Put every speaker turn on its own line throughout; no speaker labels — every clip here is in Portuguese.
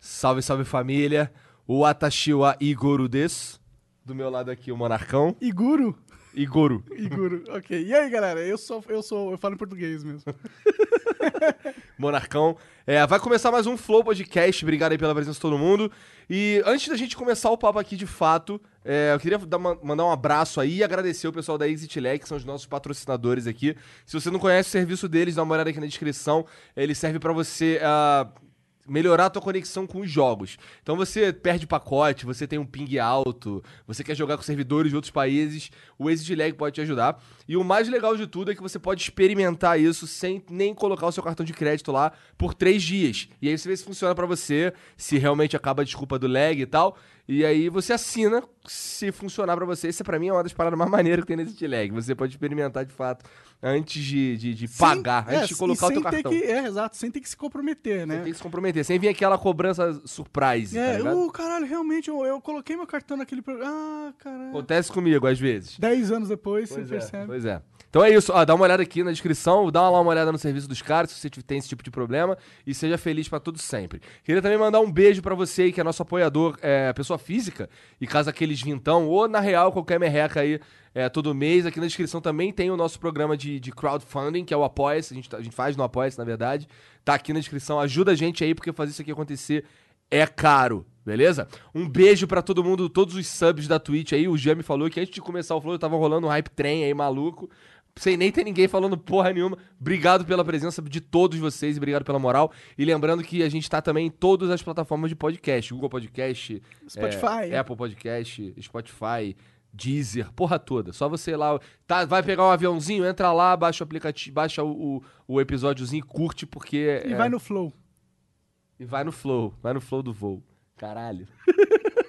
Salve, salve família. O Atashiwa Igoro des. Do meu lado aqui o Monarcão.
Iguro?
Igoro.
Iguro, ok. E aí, galera? Eu sou, eu sou, eu falo em português mesmo.
Monarcão. É, vai começar mais um Flow Podcast. Obrigado aí pela presença de todo mundo. E antes da gente começar o papo aqui de fato, é, eu queria dar uma- mandar um abraço aí e agradecer o pessoal da ExitLag, que são os nossos patrocinadores aqui. Se você não conhece o serviço deles, dá uma olhada aqui na descrição. Ele serve pra você. ah, melhorar a tua conexão com os jogos. Então você perde pacote, você tem um ping alto, você quer jogar com servidores de outros países, o Exit Lag pode te ajudar. E o mais legal de tudo é que você pode experimentar isso sem nem colocar o seu cartão de crédito lá por três dias. E aí você vê se funciona pra você, se realmente acaba a desculpa do lag e tal. E aí você assina se funcionar pra você. Isso pra mim é uma das paradas mais maneiras que tem nesse Exit lag. Você pode experimentar de fato antes de, de, de
Sem-
pagar,
é,
antes de colocar
e
o teu
sem ter
cartão.
Que, é, exato, sem ter que se comprometer,
Você
né?
tem que se comprometer, sem vir aquela cobrança surprise, tá
É,
ligado?
uh, caralho, realmente, eu, eu coloquei meu cartão naquele programa. Ah, caralho.
Acontece comigo, às vezes.
Dez anos depois,
Pois
você
é,
percebe.
pois é. Então é isso, ó, dá uma olhada aqui na descrição, dá lá uma olhada no serviço dos caras, se você tem esse tipo de problema, e seja feliz pra tudo sempre. Queria também mandar um beijo pra você aí, que é nosso apoiador, é, pessoa física, e casa aqueles vintão, ou na real, qualquer merreca aí, é, todo mês, aqui na descrição também tem o nosso programa de, de crowdfunding, que é o Apoia-se, a, gente tá- a gente faz no Apoia-se, na verdade, tá aqui na descrição, ajuda a gente aí, porque fazer isso aqui acontecer é caro. Beleza? Um beijo pra todo mundo, todos os subs da Twitch aí. O Jean me falou que antes de começar o flow, eu tava rolando um hype trem aí maluco. Sem nem ter ninguém falando porra nenhuma. Obrigado pela presença de todos vocês, obrigado pela moral. E lembrando que a gente tá também em todas as plataformas de podcast: Google Podcast,
Spotify.
é, Apple Podcast, Spotify, Deezer, porra toda. Só você ir lá, tá, vai pegar um aviãozinho, entra lá, baixa o aplicativo, baixa o, o, o episódiozinho, e curte, porque.
E
é,
vai no flow.
e vai no flow, vai no flow do voo. Caralho.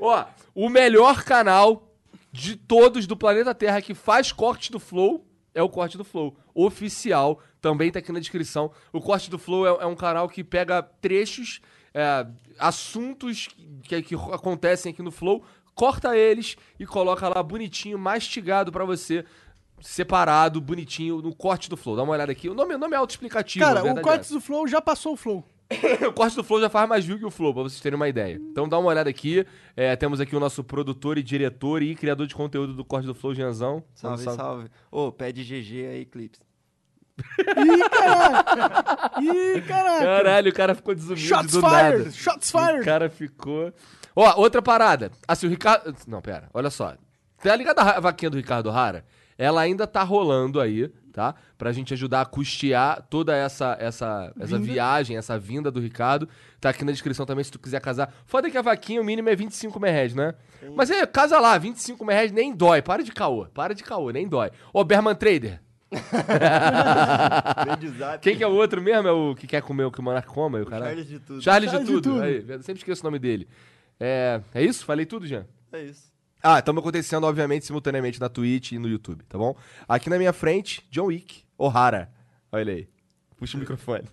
Ó, o melhor canal de todos do planeta Terra que faz corte do flow é o corte do flow. Oficial, também tá aqui na descrição. O corte do flow é, é um canal que pega trechos, é, assuntos que, que acontecem aqui no flow, corta eles e coloca lá bonitinho, mastigado pra você. Separado, bonitinho, no corte do flow. Dá uma olhada aqui. O nome, o nome é autoexplicativo. a
Cara, o
verdade é
cortes do flow já passou o flow.
o corte do Flow já faz mais view que o Flow, pra vocês terem uma ideia. Então dá uma olhada aqui. É, temos aqui o nosso produtor e diretor e criador de conteúdo do corte do Flow, Gianzão.
Salve, salve. Ô, pede GG aí, Clips.
Ih, caralho! Ih, caralho!
Caralho, o cara ficou desumilde
Shots
do
fired!
nada.
Shots
O
fired!
cara ficou... Ó, outra parada. Assim, o Ricardo... Não, pera. Olha só. Tá ligado a ra- vaquinha do Ricardo Rara? Ela ainda tá rolando aí, tá? Pra gente ajudar a custear toda essa, essa, essa viagem, essa vinda do Ricardo. Tá aqui na descrição também se tu quiser casar. Foda que a vaquinha, o mínimo é 25 reais, né? Mas é, casa lá, 25 reais nem dói. Para de caô, para de caô, nem dói. Ô, Berman Trader,
Vem de zap.
quem que é o outro mesmo? É o que quer comer o que o Monarca coma? e O cara...
Charles de tudo.
Charles,
Charles
de
de
tudo.
tudo.
Aí, eu sempre esqueço o nome dele. É, é isso? Falei tudo, Jean?
É isso.
Ah, estamos acontecendo, obviamente, simultaneamente na Twitch e no YouTube, tá bom? Aqui na minha frente, John Wick, O'Hara. Olha ele aí. Puxa o microfone.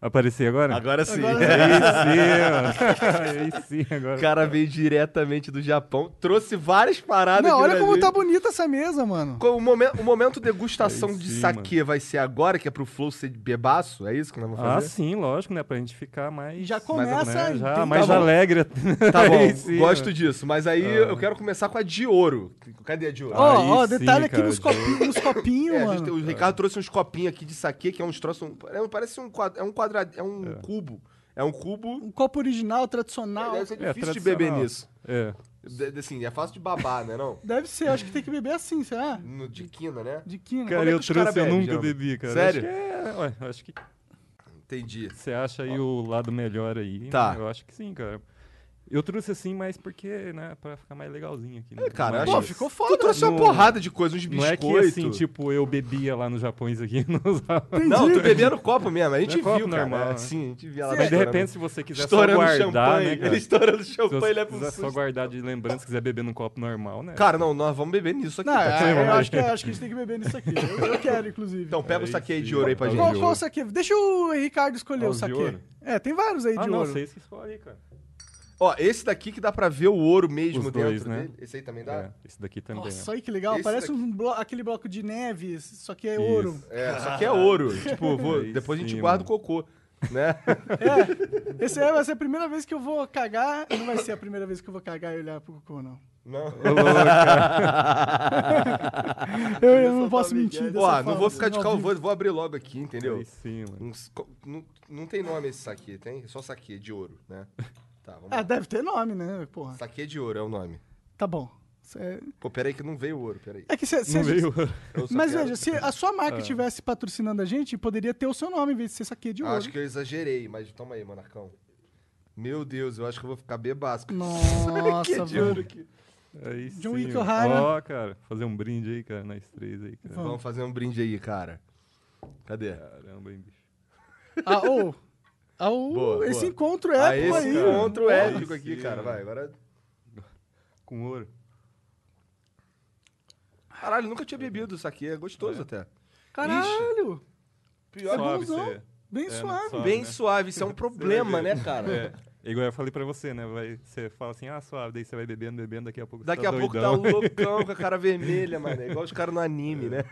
Apareci agora?
Agora sim. É,
Aí sim, ó. Aí sim,
O
agora.
cara veio diretamente do Japão, trouxe várias paradas.
Não,
aqui
olha
pra
como
gente.
tá bonita essa mesa, mano.
Co- O momento, o momento degustação
Aí
de
sim,
saque vai ser agora, que é pro Flow ser bebaço? É isso que nós vamos
Ah,
fazer?
sim, lógico, né? Pra gente ficar mais.
Já
né,
começa...
já
tem-
mais
Tá bom.
alegre.
Tá bom,
Aí sim,
gosto
ó.
disso. Mas aí eu quero começar com a de ouro. Cadê a de ouro?
Ó, ó,
Aí sim,
detalhe aqui
cara,
nos
de-
copinhos, nos copinhos,
É, a gente-
mano.
o Ricardo trouxe uns copinhos aqui de saque, que é uns troços. um- é um- parece um quadrado. É um quadrado. É um cubo. É um cubo.
Um copo original, tradicional.
Deve ser
É
difícil de beber
tradicional.
nisso.
É.
De- assim, é fácil de babar, né? Não?
Deve ser, acho que tem que beber assim, será?
No, de quina, né?
De quina.
é
Cara,
que
eu
os cara
trouxe, eu
bebe,
nunca
geralmente?
bebi, cara.
Sério?
Acho que é. Ué, eu acho que
Entendi.
você acha aí o lado melhor aí.
Tá.
Eu acho que sim, cara. Eu trouxe assim, mas porque, né, pra ficar mais legalzinho aqui. Né?
É, cara,
Mas
acho-
Pô, ficou foda.
Tu trouxe uma
No-
porrada de coisa, uns
Não é
biscoitos.
que assim, tipo, eu bebia lá no Japão isso aqui não é usava.
Não, tu bebia no copo mesmo. A gente
No
viu,
copo
cara.
normal,
é,
né?
Sim, a gente via lá.
Mas de
estourando-
repente, se você quiser só
Estourando
guardar,
champanhe.
né, cara?
ele estourando
Se você
champanhe, ele é pro
quiser só
susto.
guardar de lembrança, quiser beber num copo normal, né?
Cara, não, nós vamos beber nisso aqui.
Não,
tá?
é, eu acho que, eu acho que a gente tem que beber nisso aqui. Eu, eu quero, inclusive.
Então pega o
É
saque aí
isso,
de ouro aí pra
tá
gente.
qual,
de
qual
ouro.
o saque? Deixa o Ricardo escolher
Ah,
o
os de
saque.
ouro?
É, tem vários aí
ah,
de
não,
ouro.
vocês que escolhem, cara.
Ó, esse daqui que dá pra ver o ouro mesmo
Os
dentro
dois, né?
dele. Esse aí também dá?
É, esse daqui também.
Nossa, olha que legal.
Esse
Parece
daqui.
um blo- aquele bloco de neve, só que é
Isso.
ouro.
É, só que é ouro. tipo, vou-
Aí
depois a gente
sim,
guarda
mano.
o cocô, né?
É, esse é, vai ser a primeira vez que eu vou cagar. Não vai ser a primeira vez que eu vou cagar e olhar pro cocô, não.
Não.
Eu, eu não posso mentir. dessa
Ó,
forma,
não vou ficar de
ao
calvo,
vivo.
vou, vou abrir logo aqui, entendeu?
Aí sim, É mano.
Uns co- não, não tem nome esse saque, tem? É Só saque de ouro, né? Tá, vamos
Ah,
lá.
deve ter nome, né? Porra.
Saque de ouro é o nome.
Tá bom. Cê-
Pô, peraí que não veio ouro, peraí.
É que você.
Não veio.
Eu É. só
Mas
quero-
veja, se a sua marca estivesse patrocinando a gente, poderia ter o seu nome em vez de ser saque de ouro.
Acho que eu exagerei, mas toma aí, Monarcão. Meu Deus, eu acho que eu vou ficar bebasco.
Nossa,
de ouro
velho.
aqui.
Aí
John
sim,
Wick
mano.
O'Hara.
Ó, cara, fazer um brinde aí, cara, nós três aí, cara.
Vamos fazer um brinde aí, cara. Cadê?
Caramba, hein, bicho.
Ah, ô. Ah, ô,
Boa,
esse
boa.
encontro
Ah,
é
esse
aí.
encontro épico
Aí
aqui,
sim,
cara.
mano.
Vai, agora.
Com ouro.
Caralho, nunca tinha bebido isso aqui. É gostoso até.
Caralho.
Pior
É
Suave,
bonzão.
cê-
Bem
É,
suave.
suave.
Bem
né?
suave, isso é um problema, né, cara?
É igual eu falei pra você, né? Vai, você fala assim, ah, suave, daí você vai bebendo, bebendo, daqui a pouco
Daqui
você
a
tá
pouco tá
doidão.
um loucão com a cara vermelha, mano. É igual os caras no anime, né?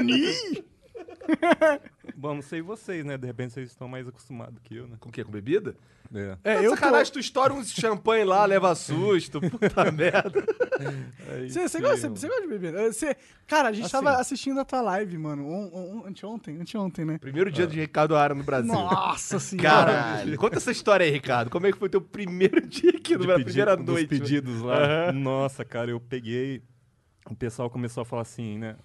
Nani!
um-
Bom, não sei vocês, né? De repente vocês estão mais acostumados que eu, né?
Com o quê? Com bebida?
É.
É,
É,
eu
eu
sacanagem, tu estoura um champanhe lá, leva susto, puta merda.
É
Você gosta, cê gosta de beber? Eh, cê- cara, a gente
Assim.
tava assistindo a tua live, mano. On, on, on- anteontem, anteontem, né?
Primeiro dia de Ricardo Ara no Brasil.
Nossa senhora.
Assim. Caralho, conta essa história aí, Ricardo. Como é que foi teu primeiro dia aqui, na né? primeira
dos
noite?
pedidos lá. Nossa, cara, eu peguei. O pessoal começou a falar assim, né?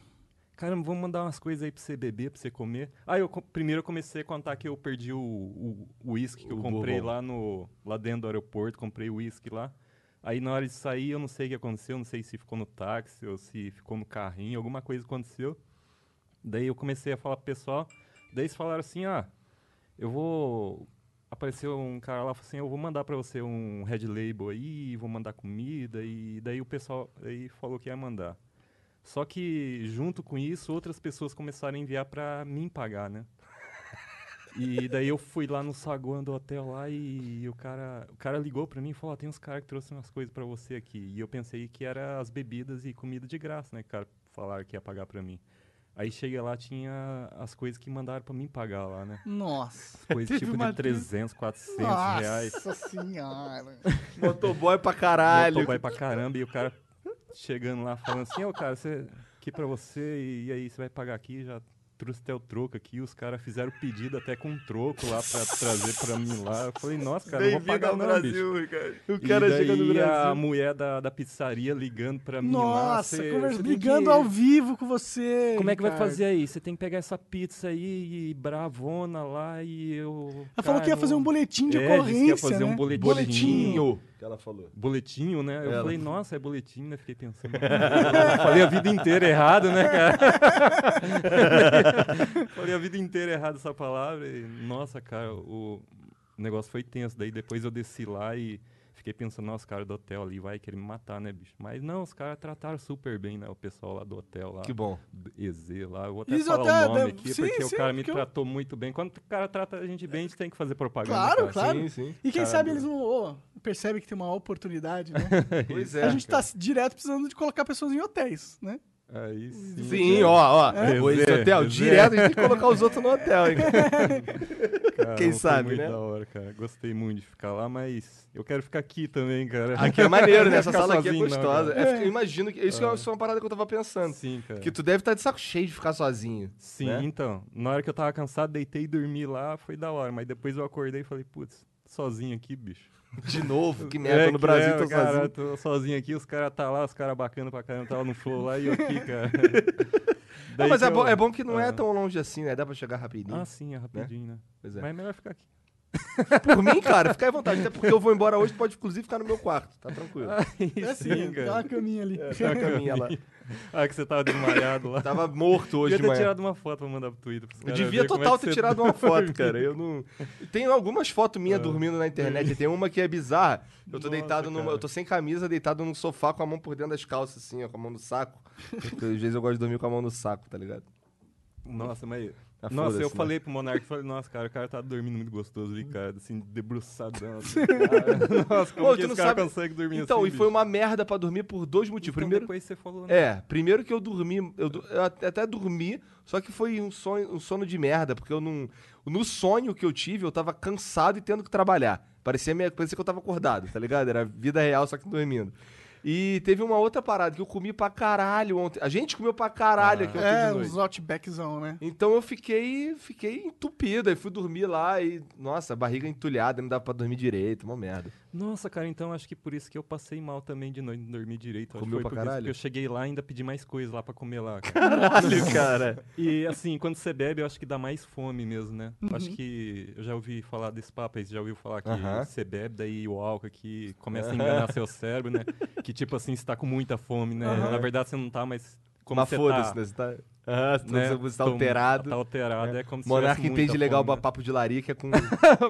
Caramba, vamos mandar umas coisas aí pra você beber, pra você comer. Aí eu co- primeiro eu comecei a contar que eu perdi o- o o uísque que eu
O
comprei
bourbon.
lá no lá dentro do aeroporto, comprei o uísque lá. Aí na hora de sair, eu não sei o que aconteceu, não sei se ficou no táxi ou se ficou no carrinho, alguma coisa aconteceu. Daí eu comecei a falar pro pessoal, daí eles falaram assim, ah, eu vou. Apareceu um cara lá e falou assim: Eu vou mandar pra você um red label aí, vou mandar comida. E daí o pessoal aí falou que ia mandar. Só que, junto com isso, outras pessoas começaram a enviar pra mim pagar, né? E daí eu fui lá no saguão do hotel lá e o cara, o cara ligou pra mim e falou: "Ó, Tem uns caras que trouxeram umas coisas pra você aqui. E eu pensei que era as bebidas e comida de graça, né? que o cara falaram que ia pagar pra mim. Aí cheguei lá, tinha as coisas que mandaram pra mim pagar lá, né?
Nossa.
Coisa
Teve
tipo
uma-
de 300, 400 reais.
Nossa senhora.
Motoboy pra caralho.
Motoboy pra caramba. E o cara chegando lá falando assim, ô cara, você, aqui pra você, e, e aí você vai pagar aqui, já trouxe até o troco aqui. Os caras fizeram pedido até com um troco lá pra trazer pra mim lá. Eu falei, nossa, cara, não vou pagar não, bicho.
Ricardo. O
E
cara
daí
chega no
a
Brasil.
mulher da, da pizzaria ligando pra mim lá.
Nossa,
"Cê-
conversa,
cê tem
brigando
que-
ao vivo com você.
Como é que vai
Ricardo.
fazer aí? Você tem que pegar essa pizza aí e bravona lá e eu.
Ela falou que ia
Cara,
fazer um boletim de
É, disse que
ocorrência.
ia fazer
né?
um boletim.
Boletinho. Que ela falou.
Boletinho, né? Eu
Ela.
falei, nossa, é boletim, né? Fiquei pensando. Eu falei a vida inteira errado, né, cara? falei a vida inteira errado essa palavra. E, nossa, cara, o negócio foi tenso. Daí depois eu desci lá e fiquei pensando, nossa, cara do hotel ali vai querer me matar, né, bicho? Mas não, os caras trataram super bem, né? O pessoal lá do hotel lá.
Que bom.
EZ lá, eu vou até
Isso
falar
até-
o nome
deve-
aqui,
né? sim,
porque
sim,
o cara me
porque eu-
tratou muito bem. Quando o cara trata a gente bem, a gente tem que fazer propaganda.
Claro,
cara.
claro.
Sim, sim.
E quem
Caramba.
sabe eles não ô, percebem que tem uma oportunidade, né?
Pois é.
a gente
cara.
tá direto precisando de colocar pessoas em hotéis, né?
Aí sim.
Sim, ó, ó.
É.
Pois
Zé,
hotel,
Zé.
direto a gente tem que colocar os outros no hotel, hein?
cara,
quem
É, foi
sabe,
muito
né?
da hora, cara. Gostei muito de ficar lá, mas eu quero ficar aqui também, cara.
Aqui é maneiro, né? Essa
Ficar
sala aqui é
sozinho, não,
gostosa.
cara. Ah.
É, fica- eu imagino que. Isso é. uma- isso é uma parada que eu tava pensando.
Sim, cara.
Que tu deve estar de saco cheio de ficar sozinho.
Sim,
né?
então. Na hora que eu tava cansado, deitei e dormi lá, foi da hora. Mas depois eu acordei e falei, putz, sozinho aqui, bicho.
De novo, que merda.
É,
no
que
Brasil
é,
tô
cara,
sozinho.
Tô sozinho aqui, os caras tá lá, os caras bacana pra caramba, tava no flow lá e eu aqui, cara.
Ah,
Daí
mas
que
é bom,
eu-
é bom que não é
Ah.
tão longe assim, né? Dá pra chegar rapidinho.
Ah, sim, é rapidinho, né?
Pois é.
Mas é melhor ficar aqui.
Por mim, cara, fica à vontade. Até porque eu vou embora hoje, tu pode inclusive ficar no meu quarto, tá
Ah.
tranquilo.
Aí
É
sim,
né?
assim, dá
cara.
uma caminha ali.
É, tá a caminha lá.
Ah, que você tava desmaiado lá.
Tava morto hoje
Devia
de
ter
manhã.
tirado uma foto pra mandar pro Twitter. pros
Eu
caras
devia
ver como é
total
que
ter
você
tirado uma foto,
dormiu.
cara. Eu não. Ah. Tem algumas fotos minhas dormindo na internet. Tem uma que é bizarra. Eu tô
Nossa,
deitado numa.
cara.
Eu tô sem camisa, deitado num sofá com a mão por dentro das calças, assim, ó, com a mão no saco. Porque às vezes eu gosto de dormir com a mão no saco, tá ligado?
Nossa, mas.
Ah,
Nossa,
foda-se,
eu
né?
falei pro Monark, falei, nossa, cara, o cara tá dormindo muito gostoso ali, cara, assim, debruçadão. assim, cara. nossa, como
Ô,
que
tu
esse
não
cara
sabe-
consegue dormir
Então,
assim,
e foi
bicho?
uma merda pra dormir por dois motivos.
Então,
Primeiro.
depois você falou, né?
É, primeiro que eu dormi, eu, du- eu at- até dormi, só que foi um sonho, um sono de merda, porque eu não. No sonho que eu tive, eu tava cansado e tendo que trabalhar. Parecia, minha, parecia que eu tava acordado, tá ligado? Era vida real, só que dormindo. E teve uma outra parada que eu comi pra caralho ontem. A gente comeu pra caralho
Ah.
aqui ontem
É,
de noite.
uns outbackzão, né?
Então eu fiquei, fiquei entupido, aí fui dormir lá e, nossa, barriga entulhada, não dava pra dormir direito, uma merda.
Nossa, cara, então acho que por isso que eu passei mal também de noite, não dormi direito. Acho que
Comeu
foi
pra
por isso,
caralho?
porque eu cheguei lá e ainda pedi mais coisa lá pra comer lá. cara.
Caralho, cara.
E assim, quando você bebe, eu acho que dá mais fome mesmo, né?
Uhum.
Acho que eu já ouvi falar desse papo aí, você já ouviu falar que
Aham.
você bebe, daí o álcool aqui começa a enganar seu cérebro, né? Que tipo assim, você tá com muita fome, né? Na verdade você não tá, mas como
Mas
você
foda-se,
tá,
né? Você tá, Aham, você tá-
né?
você tá
Tom-
alterado.
Tá alterado, é, como se
Monarca
tivesse
entende
muita
legal
fome,
o
né? É.
papo de larica com.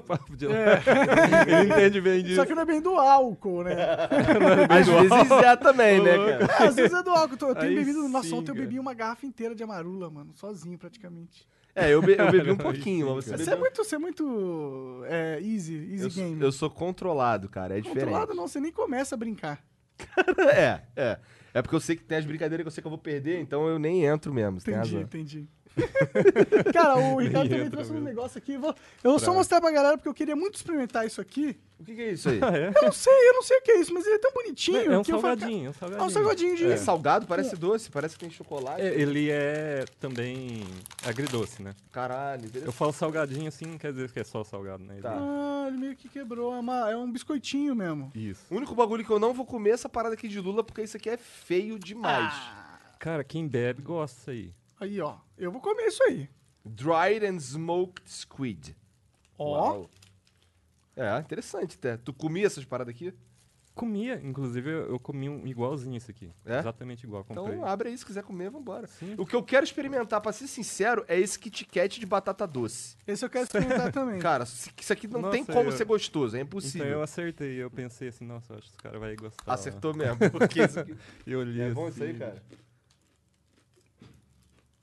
papo de Ele entende bem disso.
Só que não é bem do álcool, né?
Às vezes é também, né, cara?
Às vezes é do álcool. Eu tenho
Aí
bebido. Nossa,
sim,
ontem eu
cara.
bebi uma garrafa inteira de amarula, mano. Sozinho, praticamente.
É, eu, be- eu bebi um
Caralho,
pouquinho, mas você
Você é
bebeu.
muito, você é muito é, easy, easy
Eu, sou-
game.
eu sou controlado, cara. É diferente.
Controlado não, você nem começa a brincar.
É, é. É porque eu sei que tem as brincadeiras que eu sei que eu vou perder, então eu nem entro mesmo. Você tem
Entendi,
razão.
entendi. Cara, o Ricardo também
entra
trouxe um
mesmo.
negócio aqui. vou- eu vou só mostrar pra galera, porque eu queria muito experimentar isso aqui.
O que, que é isso aí?
Ah, é?
Eu não sei, eu não sei o que é isso, mas ele é tão bonitinho.
É um
que eu falei,
salgadinho, é um
cara, É
salgadinho.
um salgadinho de...
É salgado, parece doce, parece que tem chocolate.
É, ele é também agridoce, né?
Caralho,
Eu
interessante.
falo salgadinho assim, não quer dizer que é só salgado, né? Ele-
Tá.
Ah, ele meio que quebrou. É, uma- é um biscoitinho mesmo.
é Isso.
O único bagulho que eu não vou comer é essa parada aqui de Lula, porque isso aqui é feio demais.
Ah. Cara, quem bebe gosta aí.
Ah. Aí, ó. Eu vou comer isso aí.
Dried and smoked squid.
Ó.
Uau. É, interessante até. Tu comia essas paradas aqui?
Comia, inclusive eu, eu comi um igualzinho isso aqui.
É?
Exatamente igual, comprei.
Então É abre aí, se quiser comer, vambora.
Sim.
O que eu quero experimentar, pra ser sincero, é esse Kit Kat de batata doce.
Esse eu quero experimentar também.
Cara, se- isso aqui não
Nossa,
tem como
eu-
ser gostoso, é
Então eu
impossível.
acertei, eu pensei assim, nossa, eu acho que os caras vão gostar.
Acertou mesmo, porque isso aqui...
Eu olhei
É bom
assim,
isso aí, cara?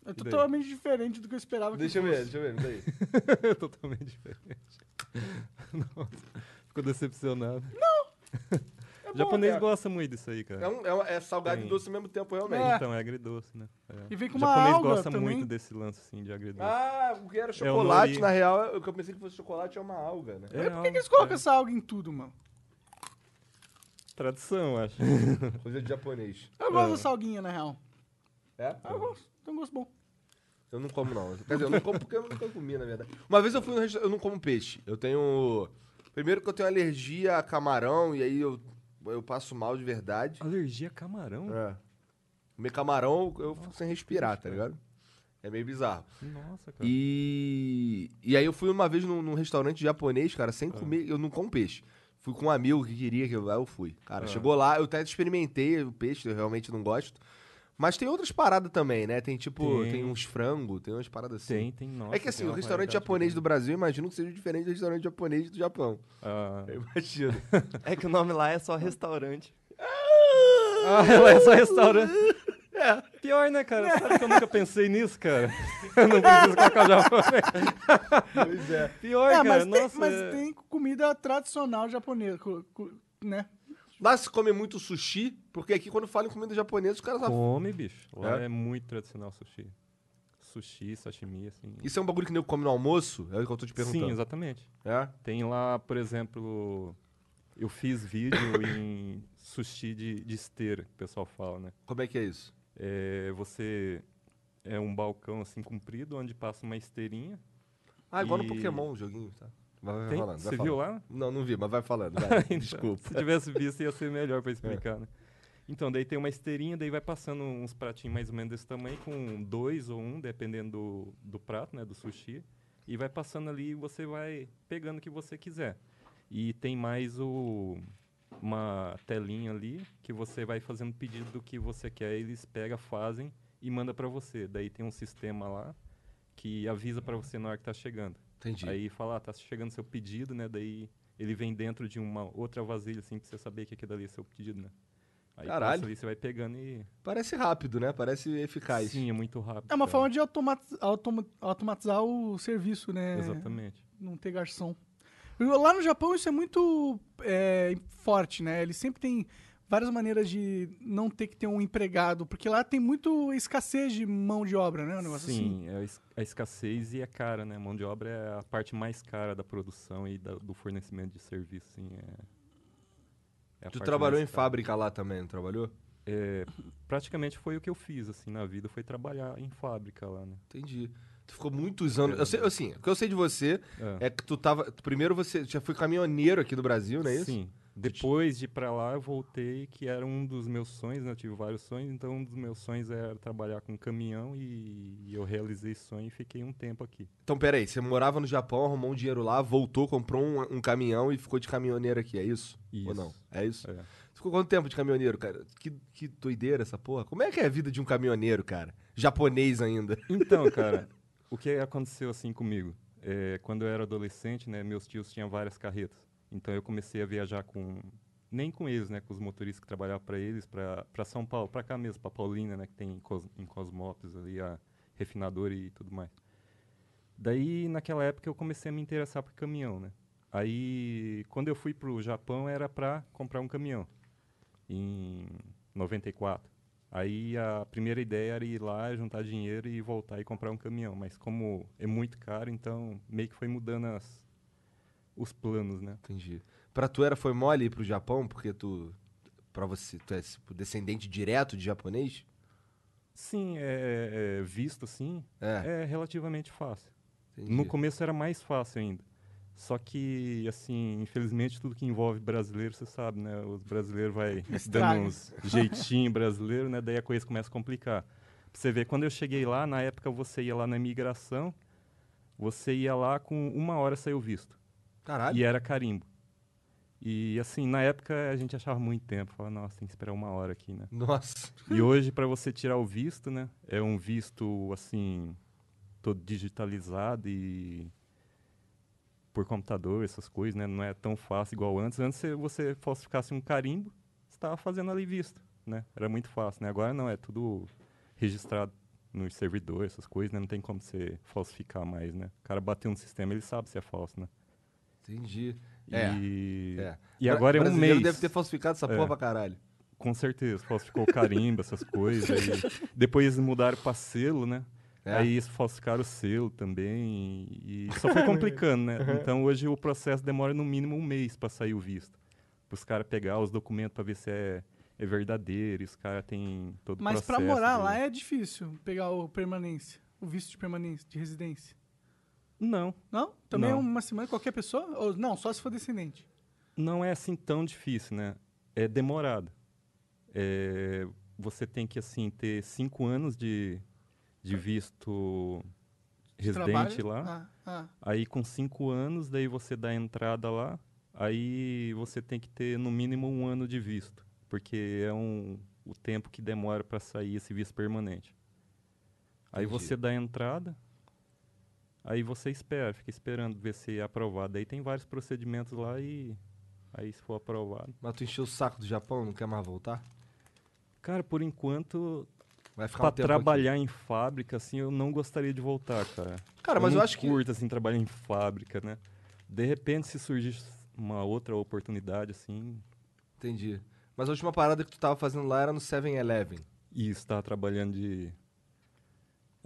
É totalmente diferente do que eu esperava.
Deixa eu
que
ver,
fosse.
deixa eu ver, daí.
É Totalmente diferente. Nossa, ficou decepcionado.
É
o
bom,
japonês
cara.
gosta muito disso aí, cara.
É, um- é um- é salgado
Tem.
e doce ao mesmo tempo,
É.
realmente.
Então é agridoce, né? É.
E vem com
o
uma
japonês
alga
gosta
também.
muito desse lance assim de agridoce.
Ah, o que era
o
chocolate,
nori.
na real, o que eu pensei que fosse chocolate é uma alga, né?
É
Por que, que eles
alga,
colocam
é.
essa alga em tudo, mano?
Tradição, eu acho.
Coisa de japonês.
Eu gosto dessa alguinha, na real.
É?
Eu gosto, tem um gosto bom.
Eu não como, não. Quer dizer, eu não como porque eu nunca comi, na verdade. Uma vez eu fui no restaurante, eu não como peixe. Eu tenho. Primeiro que eu tenho alergia a camarão, e aí eu, eu passo mal de verdade.
Alergia a camarão?
É. Comer camarão, eu fico sem respirar, tá ligado? É meio bizarro.
Nossa, cara.
E, e aí eu fui uma vez num, num restaurante japonês, cara, sem comer, eu não como peixe. Fui com um amigo que queria que eu, aí eu fui. Cara,
Ah.
chegou lá, eu até experimentei o peixe, eu realmente não gosto. Mas tem outras paradas também, né? Tem tipo, tem,
Tem.
uns frango, tem umas paradas assim.
Tem, tem, nossa.
é que assim,
tem
o
uma
restaurante
variedade
japonês do
grande.
Brasil, eu imagino que seja diferente do restaurante japonês do Japão.
Ah.
Eu imagino.
É que o nome lá é só restaurante.
Ah, ela é só restaurante. Pior, né, cara? Sabe que eu nunca pensei nisso, cara? Eu não preciso colocar o japonês.
pois é.
Pior,
é,
cara.
mas,
Nossa,
tem, mas
é-
tem comida tradicional japonesa, cu- cu- né?
Lá se come muito sushi, porque aqui quando falam em comida japonesa, os caras...
Come, bicho. Lá
É?
é? muito tradicional sushi. Sushi, sashimi, assim.
Isso é um bagulho que nem come no almoço? É o que eu tô te perguntando.
Sim, exatamente.
É?
Tem lá, por exemplo, eu fiz vídeo em sushi de, de esteira, que o pessoal fala, né?
Como é que é isso?
É, você é um balcão assim comprido onde passa uma esteirinha.
Ah, igual
E-
no Pokémon, o joguinho, tá? Vai, vai
Tem-
falando, vai
Você
falando.
viu lá?
Não, não vi, mas vai falando, vai.
Então,
Desculpa.
Se tivesse visto, ia ser melhor pra explicar, né? Então, daí tem uma esteirinha, daí vai passando uns pratinhos mais ou menos desse tamanho, com dois ou um, dependendo do, do prato, né? Do sushi. E vai passando ali e você vai pegando o que você quiser. E tem mais o uma telinha ali que você vai fazendo pedido do que você quer, eles pegam, fazem e manda para você. Daí tem um sistema lá que avisa para você na hora que tá chegando.
Entendi.
Aí fala, ah, tá chegando seu pedido, né? Daí ele vem dentro de uma outra vasilha, assim, pra você saber que aquilo ali é seu pedido, né? Aí
Caralho.
passa ali, você vai pegando e...
Parece rápido, né? Parece eficaz.
Sim, é muito rápido.
É uma
cara.
forma de automati- automa- automatizar o serviço, né?
Exatamente.
Não ter garçom. Lá no Japão isso é muito é, forte, né? Eles sempre têm várias maneiras de não ter que ter um empregado, porque lá tem muito escassez de mão de obra, né? Um negócio assim.
Sim, é a es- a escassez e é cara, né? Mão de obra é a parte mais cara da produção e da- do fornecimento de serviço, sim. É, é a
Tu
parte
trabalhou em
mais cara.
fábrica lá também, não trabalhou?
Praticamente foi o que eu fiz, assim, na vida. Foi trabalhar em fábrica lá, né?
Entendi. Tu ficou muitos anos. Eu sei, assim, o que eu sei de você é,
É.
que tu tava. Primeiro você já foi caminhoneiro aqui do Brasil, não é isso?
Sim. Depois de ir pra lá, eu voltei, que era um dos meus sonhos, né? Eu tive vários sonhos, então um dos meus sonhos era trabalhar com caminhão e, e eu realizei esse sonho e fiquei um tempo aqui.
Então, peraí, você morava no Japão, arrumou um dinheiro lá, voltou, comprou um, um caminhão e ficou de caminhoneiro aqui, é isso? Ou
Isso.
não? É isso?
É.
Ficou quanto tempo de caminhoneiro, cara? Que, que doideira essa porra. Como é que é a vida de um caminhoneiro, cara? Japonês ainda.
Então, cara, o que aconteceu assim comigo? É, quando eu era adolescente, né, meus tios tinham várias carretas. Então eu comecei a viajar com nem com eles, né, com os motoristas que trabalhavam para eles, para São Paulo, para cá mesmo, para Paulina, né, que tem em, Cos, em Cosmópolis ali a refinadora e tudo mais. Daí naquela época eu comecei a me interessar por caminhão, né? Aí quando eu fui pro Japão era para comprar um caminhão em 94. Aí a primeira ideia era ir lá, juntar dinheiro e voltar e comprar um caminhão. Mas como é muito caro, então meio que foi mudando as, os planos, né?
Entendi. Pra tu era foi mole ir pro Japão, porque tu. Pra você, tu é tipo, descendente direto de japonês?
Sim, é, é, visto assim,
É.
é relativamente fácil.
Entendi.
No começo era mais fácil ainda. Só que, assim, infelizmente tudo que envolve brasileiro, você sabe, né? Os brasileiros vai
Estraga.
dando uns jeitinho brasileiro, né? Daí a coisa começa a complicar. Pra você ver, quando eu cheguei lá, na época você ia lá na imigração, você ia lá com uma hora saiu visto.
Caralho.
E era carimbo. E, assim, na época a gente achava muito tempo. Falava, nossa, tem que esperar uma hora aqui, né?
Nossa.
E hoje, para você tirar o visto, né? É um visto, assim, todo digitalizado e por computador, essas coisas, né? Não é tão fácil igual antes. Antes, se você falsificasse um carimbo, você estava fazendo ali visto, né? Era muito fácil, né? Agora não, é tudo registrado nos servidores, essas coisas, né? Não tem como você falsificar mais, né? O cara bateu no sistema, ele sabe se é falso, né?
Entendi. É.
e
é.
e
Bra-
agora é um
brasileiro
mês.
deve ter falsificado essa
É.
porra pra caralho.
Com certeza, falsificou o carimbo, essas coisas. aí depois eles mudaram para selo, né?
É.
Aí eles falsificaram o selo também. E só foi complicando, né? Então hoje o processo demora no mínimo um mês para sair o visto. Para os caras pegar os documentos para ver se é, é verdadeiro. E os caras têm todo o
Mas pra
processo.
morar
de-
lá é difícil pegar o permanência, o visto de permanência, de residência.
Não,
Não? Também
Não.
é uma semana qualquer pessoa? Ou, não, só se for descendente.
não é assim tão difícil, né? É demorado. É, você tem que, assim, ter cinco anos de, de visto
De
residente
trabalho?
lá.
Ah, ah.
Aí com cinco anos, daí você dá a entrada lá. Aí você tem que ter no mínimo um ano de visto, porque é um, o tempo que demora para sair esse visto permanente. Aí
Entendi.
você dá a entrada, aí você espera, fica esperando ver se é aprovado. Aí tem vários procedimentos lá e aí se for aprovado.
Mas tu encheu o saco do Japão, não quer mais voltar?
Cara, por enquanto,
Vai ficar um
para
tempo
trabalhar em fábrica, assim, eu não gostaria de voltar, cara.
aqui. Cara, mas eu
não
acho que.
curto, assim, trabalhar em fábrica, né? De repente, se surgir uma outra oportunidade, assim,
Entendi. Mas a última parada que tu tava fazendo lá era no 7-Eleven.
e estar trabalhando de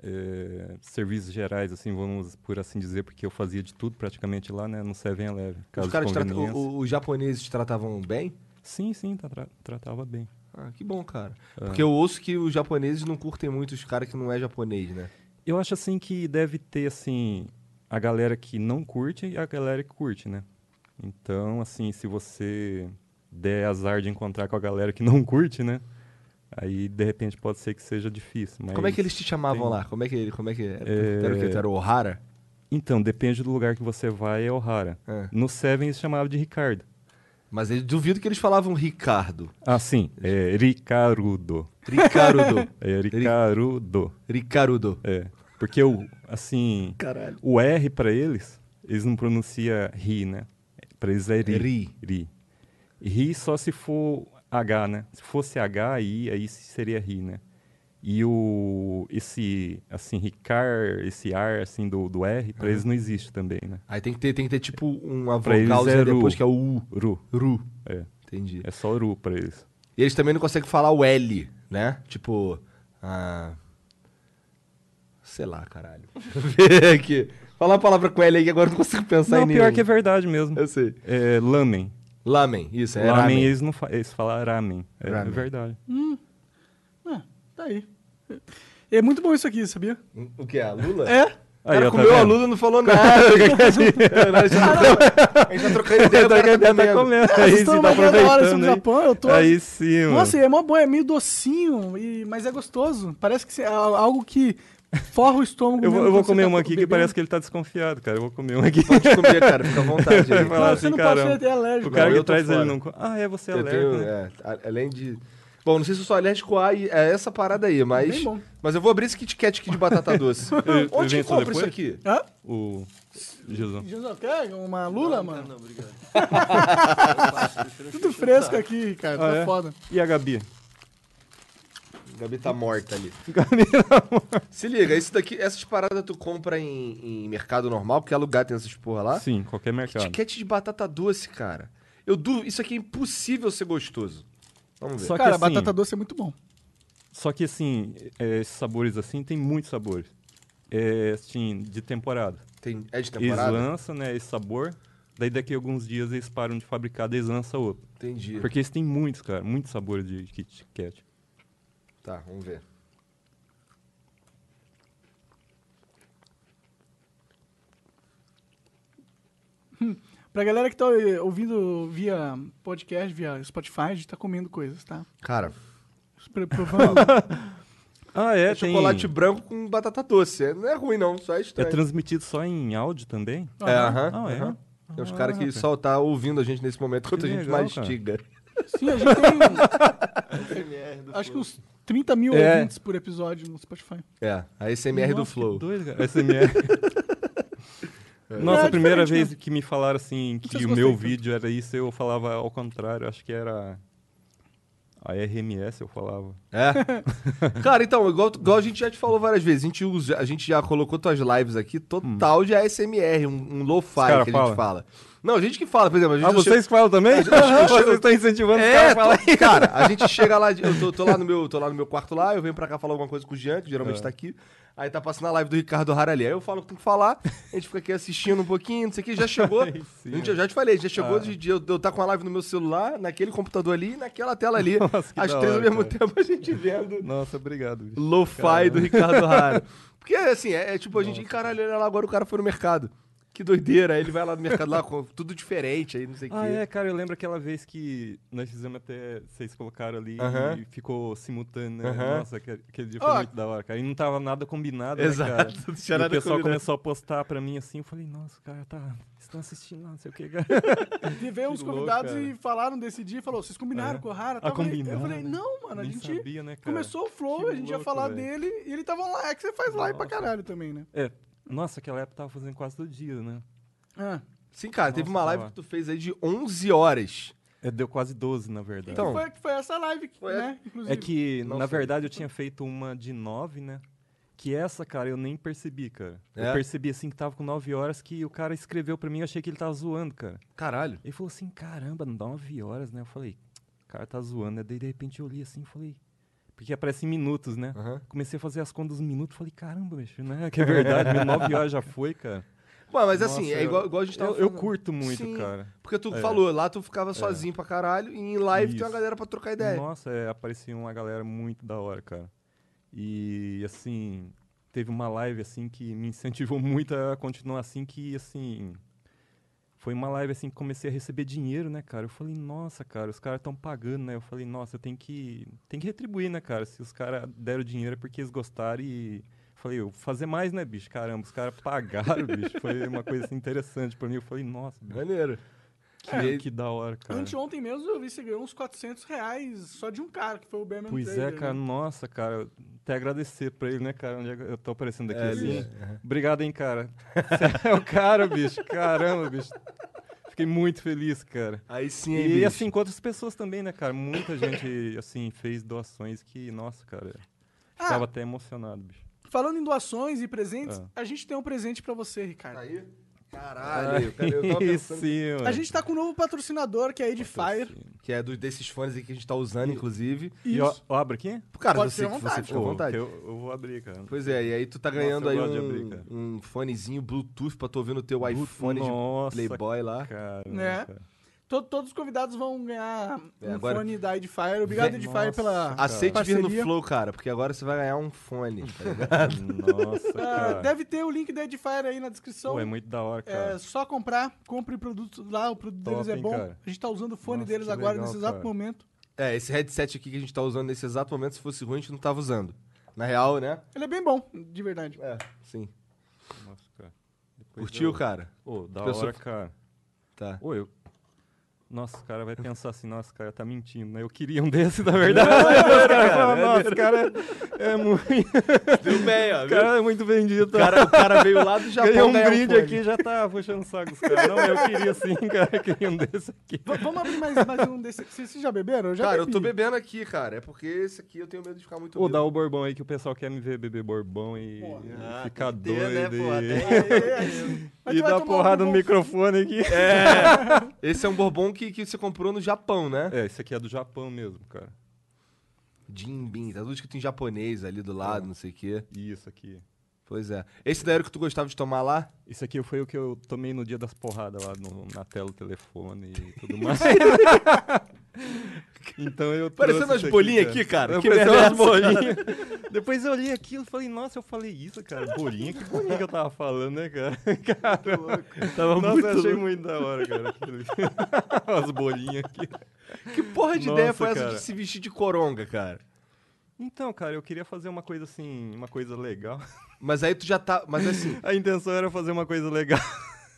eh, serviços gerais, assim, vamos por assim dizer, porque eu fazia de tudo praticamente lá, né? No 7-Eleven.
Os
caso de
caras te tratam-
conveniência.
o- o- os japoneses te tratavam bem?
Sim, sim, tá- tra- tratava bem.
Ah, que bom, cara.
É.
Porque eu ouço que os japoneses não curtem muito os caras que não é japonês, né?
Eu acho, assim, que deve ter, assim, a galera que não curte e a galera que curte, né? Então, assim, se você der azar de encontrar com a galera que não curte, né? Aí, de repente, pode ser que seja difícil, mas...
Como é que eles te chamavam
tem-
lá? Como é que ele, como é que era? Tu era o quê? Tu era o O'Hara?
Então, depende do lugar que você vai, é O'Hara.
É.
No Seven eles chamavam de Ricardo.
Mas eu duvido que eles falavam Ricardo.
Ah, sim, é Ricarudo.
Ricardo.
É Ricarudo.
Ricardo.
É. Porque o, assim,
Caralho.
o R pra eles, eles não pronunciam ri, né? Pra eles é ri.
Ri.
Ri. Ri só se for H, né? Se fosse H, aí, aí seria ri, né? E o, esse, assim, ricar, esse ar, assim, do, do R, pra eles não existe também, né?
Aí tem que ter, tem que ter tipo uma
Pra eles
vogal
é
depois
Ru.
que é o U.
Ru.
Ru.
É.
Entendi.
É só Ru pra eles.
E eles também não conseguem falar o L, né? Tipo. ah, Sei lá, caralho. Vê aqui. Fala a palavra com L aí que agora eu não consigo pensar
Não,
em
pior
nenhum.
que é verdade mesmo.
Eu sei.
É, lamen.
Lamen, isso, é
lamen,
ramen.
eles não fa- eles falam ramen. É,
Ramen.
é verdade.
Ah, tá aí. É muito bom isso aqui, sabia?
O que é? A Lula?
É?
O cara
Aí, ó, tá
comeu a
vendo?
Lula e não falou nada. a gente tá trocando ideia, o
Tá
cara tá
tá
comendo.
comendo.
Vocês
Aí
estão
sim,
imaginando
tá
a hora
aproveitando.
sobre o
hein?
Japão, eu tô.
Aí sim, mano.
Nossa, e é mó bom, é meio docinho, e... mas é gostoso. Parece que é algo que forra o estômago.
eu vou,
mesmo
eu vou
quando você
comer
tá
uma aqui que
bebendo.
parece que ele tá desconfiado, cara. Eu vou comer uma aqui.
Pode comer, cara, fica à vontade.
Vai
aí.
falar
Não,
assim,
você não pode
caramba.
ser é alérgico.
O cara
Não, eu
que
tô
traz ele
fora.
não... co- Ah, é, você é
Eu
alérgico.
tenho,
né?
é, a- além de... Bom, não sei se eu sou alérgico a e- é essa parada aí, mas...
Bem bom.
Mas eu vou abrir esse Kit Kat aqui de batata doce.
Eu- eu
Onde que
invento
compra
depois?
isso aqui?
Hã?
O... Jesus.
Jesus, quer uma lula, mano?
Não, obrigado.
Tudo fresco aqui, cara.
Ah,
tá
é?
foda.
E a Gabi?
Gabi tá morta ali.
tá
Se liga, isso daqui, essas paradas tu compra em, em mercado normal, porque é lugar tem essas porra lá.
Sim, qualquer mercado.
Etiquete de batata doce, cara. Eu duvido, isso aqui é impossível ser gostoso. Vamos ver.
Só que
cara,
assim,
batata doce é muito bom.
Só que assim, é, esses sabores assim, tem muitos sabores. É, assim, de temporada.
Tem, é de
Eles
temporada?
lançam, né, esse sabor. Daí daqui a alguns dias eles param de fabricar, daí eles lançam outro.
Entendi.
Porque eles têm muitos, cara, muitos sabores de Kit Kat.
É Tá, vamos ver.
Pra galera que tá eh, ouvindo via podcast, via Spotify, a gente tá comendo coisas, tá?
Cara,
é
Pro- Provando.
Ah, é,
é
tem...
chocolate branco com batata doce. É- Não é ruim, não. Só é
É
estranho.
transmitido só em áudio também?
É, aham.
Ah, é?
aham. Tem uns
Ah,
caras que
rapaz.
só tá ouvindo a gente nesse momento enquanto a gente
legal, cara.
mastiga.
Sim, a gente tem um-
SMR do
acho que
Flow.
uns 30 mil
É.
ouvintes por episódio no Spotify.
É, a SMR do
Nossa, que
Flow.
doido, cara. SMR. Nossa,
É,
a primeira
diferente,
vez que me falaram
sei
assim que
se
o
gostei
meu
tanto.
vídeo era isso, eu falava ao contrário. Acho que era a RMS, eu falava.
É. Cara, então, igual, igual a gente já te falou várias vezes, a gente, usa, a gente já colocou tuas lives aqui total de ASMR, um, um lo-fi que
Hum. Os cara
a gente
fala?
fala. Não, a gente que fala, por exemplo, a gente
Ah, vocês que falam também?
eu-
Vocês estão incentivando os caras
É,
a falar.
tô- cara, a gente chega lá, de- eu tô, tô lá no meu, tô lá no meu quarto lá, eu venho pra cá falar alguma coisa com o Jean, que
É.
geralmente tá aqui. Aí tá passando a live do Ricardo Harali. Aí eu falo o que tem que falar, a gente fica aqui assistindo um pouquinho, não sei o que, já chegou.
Ai, sim.
a gente, eu já te falei, já chegou
Ah.
de, de eu, de eu tá com a live no meu celular, naquele computador ali, naquela tela ali,
Nossa, que
às
da
três ao
hora,
mesmo
cara.
tempo a gente vendo
Nossa, obrigado. bicho.
Lo-fi do Ricardo Rara. Porque, assim, é, é tipo a gente. "Ih, Caralho, olha lá, agora o cara foi no mercado. Que doideira. Aí ele vai lá no mercado lá, com tudo diferente, aí não sei o
Ah,
quê.
é, cara, eu lembro aquela vez que nós fizemos até. Vocês colocaram ali
Aham.
e ficou simultâneo, né?
Aham.
Nossa, aquele, aquele dia foi
Ó.
muito da hora, cara. E não tava nada combinado, né, cara?
Exato, não tinha
E
nada
o pessoal
combinado.
começou a postar pra mim assim, eu falei, nossa, cara, tá. Estão assistindo lá, não sei o que, cara.
E veio uns
louco,
convidados
cara.
e falaram desse dia e falou: vocês combinaram
É.
com o Rara?
Ah,
tal?" Eu falei- Eu
combinaram,
falei,
né?
não, mano, a
Nem
gente
sabia, né, cara?
começou o flow,
Que
a gente ia
louco,
falar
velho.
dele e ele tava lá, é que você faz live pra
Nossa.
caralho também, né?
É, nossa, aquela época eu tava fazendo quase todo dia, né?
Ah,
Sim, cara, teve
Nossa,
uma
tá
live
lá.
que tu fez aí de 11 horas.
É, deu quase 12, na verdade.
Então,
foi, foi essa live, que,
Foi
né? Inclusive.
é que,
não
na
sei.
verdade, eu tinha feito uma de 9, né? Que essa, cara, eu nem percebi, cara.
É?
Eu percebi, assim, que tava com 9 horas, que o cara escreveu pra mim, eu achei que ele tava zoando, cara.
Caralho.
Ele falou assim, caramba, 9 horas, né? Eu falei, o cara tá zoando, né? Daí de repente eu li assim e falei. Porque aparece em minutos, né?
Aham.
Comecei a fazer as contas dos minutos, falei, caramba, bicho, né? Que é verdade, meu 9 horas já foi, cara.
Pô, mas
Nossa,
assim, é
eu-
igual, igual a gente tava
Eu, eu
falando.
curto muito,
Sim,
cara.
Porque tu
É.
falou, lá tu ficava sozinho pra caralho, e em live tem uma
Isso.
galera pra trocar ideia.
Nossa, é, aparecia uma galera muito da hora, cara. E assim, teve uma live assim que me incentivou muito a continuar assim que assim, foi uma live assim que comecei a receber dinheiro, né, cara? Eu falei, nossa, cara, os caras estão pagando, né? Eu falei, nossa, eu tenho que, tem que retribuir, né, cara? Se os caras deram dinheiro é porque eles gostaram e Falei, eu fazer mais, né, bicho? Caramba, os caras pagaram, bicho. Foi uma coisa assim, interessante pra mim. Eu falei, nossa, bicho,
Maneiro.
que, É, que da hora, cara.
Anteontem mesmo eu vi que você ganhou uns 400 reais só de um cara, que foi o Berman
Pois é,
Trader,
cara,
né?
nossa, cara. eu Até agradecer pra ele, né, cara? Onde é que eu tô aparecendo aqui
É,
assim.
ele
Obrigado, hein, cara. Você é o cara, bicho. Caramba, bicho. Fiquei muito feliz, cara.
Aí sim, hein,
E
bicho?
assim, com outras pessoas também, né, cara? Muita gente, assim, fez doações que, nossa, cara,
Ah.
ficava até emocionado, bicho.
Falando em doações e presentes,
Ah.
a gente tem um presente pra você, Ricardo.
Aí? Caralho, cara, eu tava
Isso,
pensando
sim, mano.
A gente tá com um novo patrocinador, que é a Edifier.
que é do- desses fones aí que a gente tá usando, inclusive.
E ó, eu abro aqui?
Cara,
Pode
você,
ser à
que você
vontade.
fica à
Ô,
vontade.
Eu, eu vou abrir, cara.
Pois é, e aí tu tá
Nossa,
ganhando
eu
aí
gosto de
um,
abrir, cara.
um fonezinho Bluetooth pra tu ouvir no teu iPhone
Nossa,
de Playboy lá.
Cara,
Né?
cara.
To- todos os convidados vão ganhar
É,
um
agora-
fone da Edifier. Obrigado,
Vem-
Edifier, pela Ah,
Nossa,
Aceite vir no
Parceria.
Flow, cara, porque agora você vai ganhar um fone. tá ligado?
Nossa,
Ah,
cara.
deve ter o link da Edifier aí na descrição.
Pô, é muito da hora, cara.
É só comprar, compre produtos lá, o produto
Top,
deles é
hein,
bom.
cara?
A gente tá usando o fone
Nossa,
deles
que
agora
legal,
nesse exato
cara.
momento.
é, esse headset aqui que a gente tá usando nesse exato momento, se fosse ruim, a gente não tava usando. Na real, né?
Ele é bem bom, de verdade.
É, sim.
Nossa, cara. Depois
Curtiu,
eu-
cara?
Ô, da
Pessoa-
hora, cara.
Tá.
Ô, eu... Nossa, o cara vai pensar assim, nossa, o cara tá mentindo, né? Eu queria um desse, na verdade. Os caras falam, nossa, o é, cara né? é muito,
Deu bem, ó.
o cara é muito vendido.
O cara, o cara veio lá do Japão
Ganhou um
ganhar
brinde
fone.
aqui e já tá puxando o saco dos caras. Não, eu queria sim, cara, eu queria um desse aqui.
V- vamos abrir mais, mais um desse. Vocês vocês já beberam? Eu já
Cara, eu
bebi.
tô bebendo aqui, cara. É porque esse aqui eu tenho medo de ficar muito
Ou dá um-
bêbado.
o Borbão aí, que o pessoal quer me ver beber Borbão e,
Porra.
e
Ah,
ficar
tem que ter,
doido.
né, pô,
e-
É,
até-
Mas
e
tu vai
dar
tomar
porrada
um
no
bom-
microfone aqui. É.
Esse é um bourbon que, que você comprou no Japão, né?
esse aqui é do Japão mesmo, cara.
Jimbim, tá tudo escrito em japonês ali do
É.
lado, não sei o quê.
E isso aqui.
Pois é. Esse daí era o que tu gostava de tomar lá?
Isso aqui foi o que eu tomei no dia das porradas lá no- na tela do telefone e tudo mais. então eu
Parecendo
trouxe
umas
isso
bolinhas aqui, cara.
Eu
Que
parecendo
merda é
umas bolinhas. é Depois eu olhei aquilo e falei, nossa, eu falei isso, cara. Bolinha, que bolinha que eu tava falando, né, cara? cara
Tava
nossa, eu achei muito da hora, cara. aquilo. As bolinhas aqui.
Que porra de
Nossa,
ideia foi essa
cara.
de se vestir de coronga, cara?
Então, cara, eu queria fazer uma coisa assim, uma coisa legal.
Mas aí tu já tá. Mas assim.
A intenção era fazer uma coisa legal.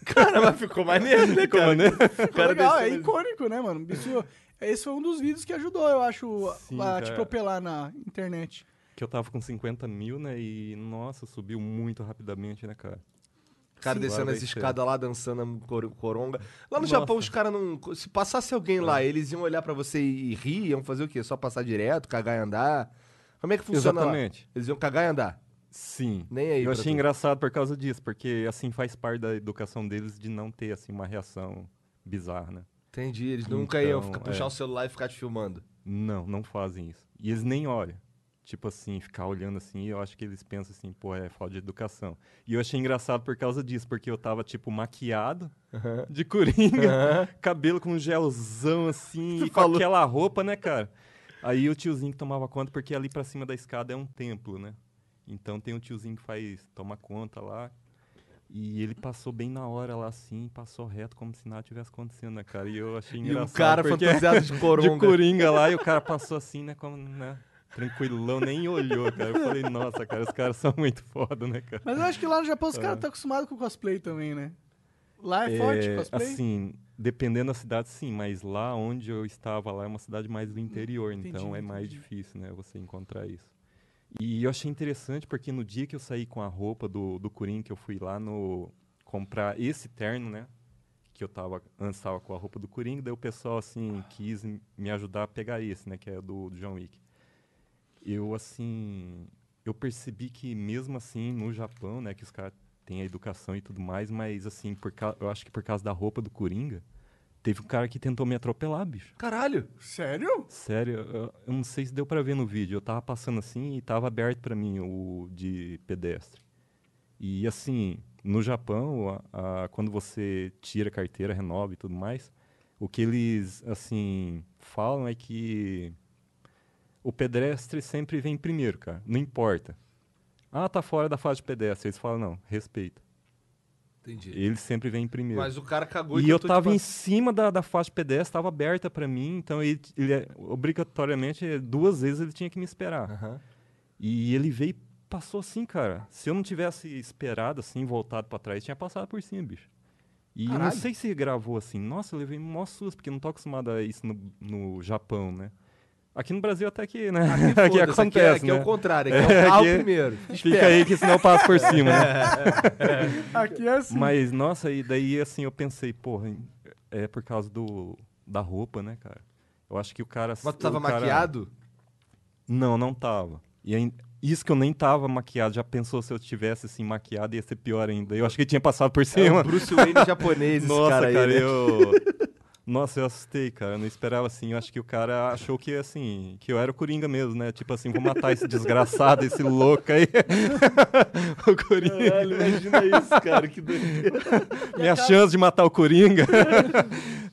cara, mas ficou maneiro, né,
Como, né?
Ficou legal, é
desceu, mas-
icônico, né, mano? Isso- esse foi um dos vídeos que ajudou, eu acho, a-
Sim,
a te
cara.
propelar na internet.
Que eu tava com 50 mil, né? E, nossa, subiu muito rapidamente, né, cara?
Cara
Sim.
descendo
Agora
as
vai ser.
escadas lá, dançando a cor- coronga. Lá no
Nossa. É.
Japão, os caras não. Se passasse alguém lá, eles iam olhar pra você e rir, iam fazer o quê? Só passar direto, cagar e andar? Como é que funciona lá?
Exatamente.
Eles iam cagar e andar.
Sim.
Nem aí
eu
pra
achei
tu.
engraçado por causa disso, porque assim faz parte da educação deles de não ter assim uma reação bizarra, né?
Entendi, eles nunca iam
Então,
ficar- puxar
é.
o celular e ficar te filmando.
Não, não fazem isso. E eles nem olham. Tipo assim, ficar olhando assim, eu acho que eles pensam assim, pô, é falta de educação. E eu achei engraçado por causa disso, porque eu tava, tipo, maquiado de coringa, cabelo com gelzão assim, e com
falou.
aquela roupa, né, cara? Aí o tiozinho que tomava conta, porque ali pra cima da escada é um templo, né? Então tem um tiozinho que faz, toma conta lá. E ele passou bem na hora lá assim, passou reto como se nada tivesse acontecendo, né, cara? E eu achei
E um
engraçado.
cara
porque... é
fantasiado de coronga.
De Coringa lá, e o cara passou assim, né? Como, né tranquilão, nem olhou, cara. Eu falei, nossa, cara, os caras são muito foda, né, cara?
Mas eu acho que lá no Japão
É.
os caras estão acostumados com cosplay também, né? Lá é, forte cosplay?
Assim, dependendo da cidade, sim, mas lá onde eu estava, lá é uma cidade mais do interior,
Hum, Entendi,
então é mais
entendi.
difícil, né, você encontrar isso. E eu achei interessante porque no dia que eu saí com a roupa do, do Coringa, que eu fui lá no comprar esse terno, né? Que eu tava, antes tava com a roupa do Coringa, daí o pessoal, assim, quis m- me ajudar a pegar esse, né? Que é do, do John Wick. Eu, assim, eu percebi que mesmo assim, no Japão, né? Que os caras têm a educação e tudo mais, mas, assim, por ca- eu acho que por causa da roupa do Coringa, teve um cara que tentou me atropelar, bicho.
Caralho!
Sério?
Sério, eu, eu não sei se deu pra ver no vídeo. Eu tava passando assim e tava aberto pra mim o de pedestre. E assim, no Japão, a- a- quando você tira a carteira, renova e tudo mais, o que eles assim falam é que o pedestre sempre vem primeiro, cara. Não importa. Ah, tá fora da fase de pedestre. Eles falam, não, respeita.
Entendi.
Ele sempre vem primeiro.
Mas o cara cagou
E eu
tentou te
tava em
passar.
cima da, da faixa pedestre, estava aberta para mim, então ele,
Ah.
ele é- obrigatoriamente duas vezes ele tinha que me esperar.
Aham.
E ele veio Passou assim, cara. Se eu não tivesse esperado assim, voltado pra trás, tinha passado por cima, bicho. E eu não
Caralho.
sei se gravou assim. Nossa, eu levei mó susto, porque eu não tô acostumado a isso no, no Japão, né? Aqui no Brasil até que,
Aqui,
né?
foda-se,
Aqui,
aqui é,
acontece,
aqui é
né?
o contrário, aqui é o carro
Aqui-
primeiro.
Fica aí que senão eu passo por cima, né?
Aqui é assim.
Mas, nossa, e daí assim, eu pensei, porra, hein, é por causa do, da roupa, né, cara? Eu acho que o cara...
Mas tu
o
tava
cara-
maquiado?
Não, não tava. E aí- isso que eu nem tava maquiado. Já pensou se eu tivesse assim maquiado ia ser pior ainda. Eu acho que tinha passado por
É
cima.
o Bruce Wayne japonês, esse
Nossa,
cara aí. né?
eu Nossa, eu assustei, cara. Eu não esperava assim. Eu acho que o cara achou que assim, que eu era o Coringa mesmo, né? Tipo assim, vou matar esse desgraçado, esse louco aí. o Coringa.
imagina isso, cara, que doideira.
Minha chance de matar o Coringa.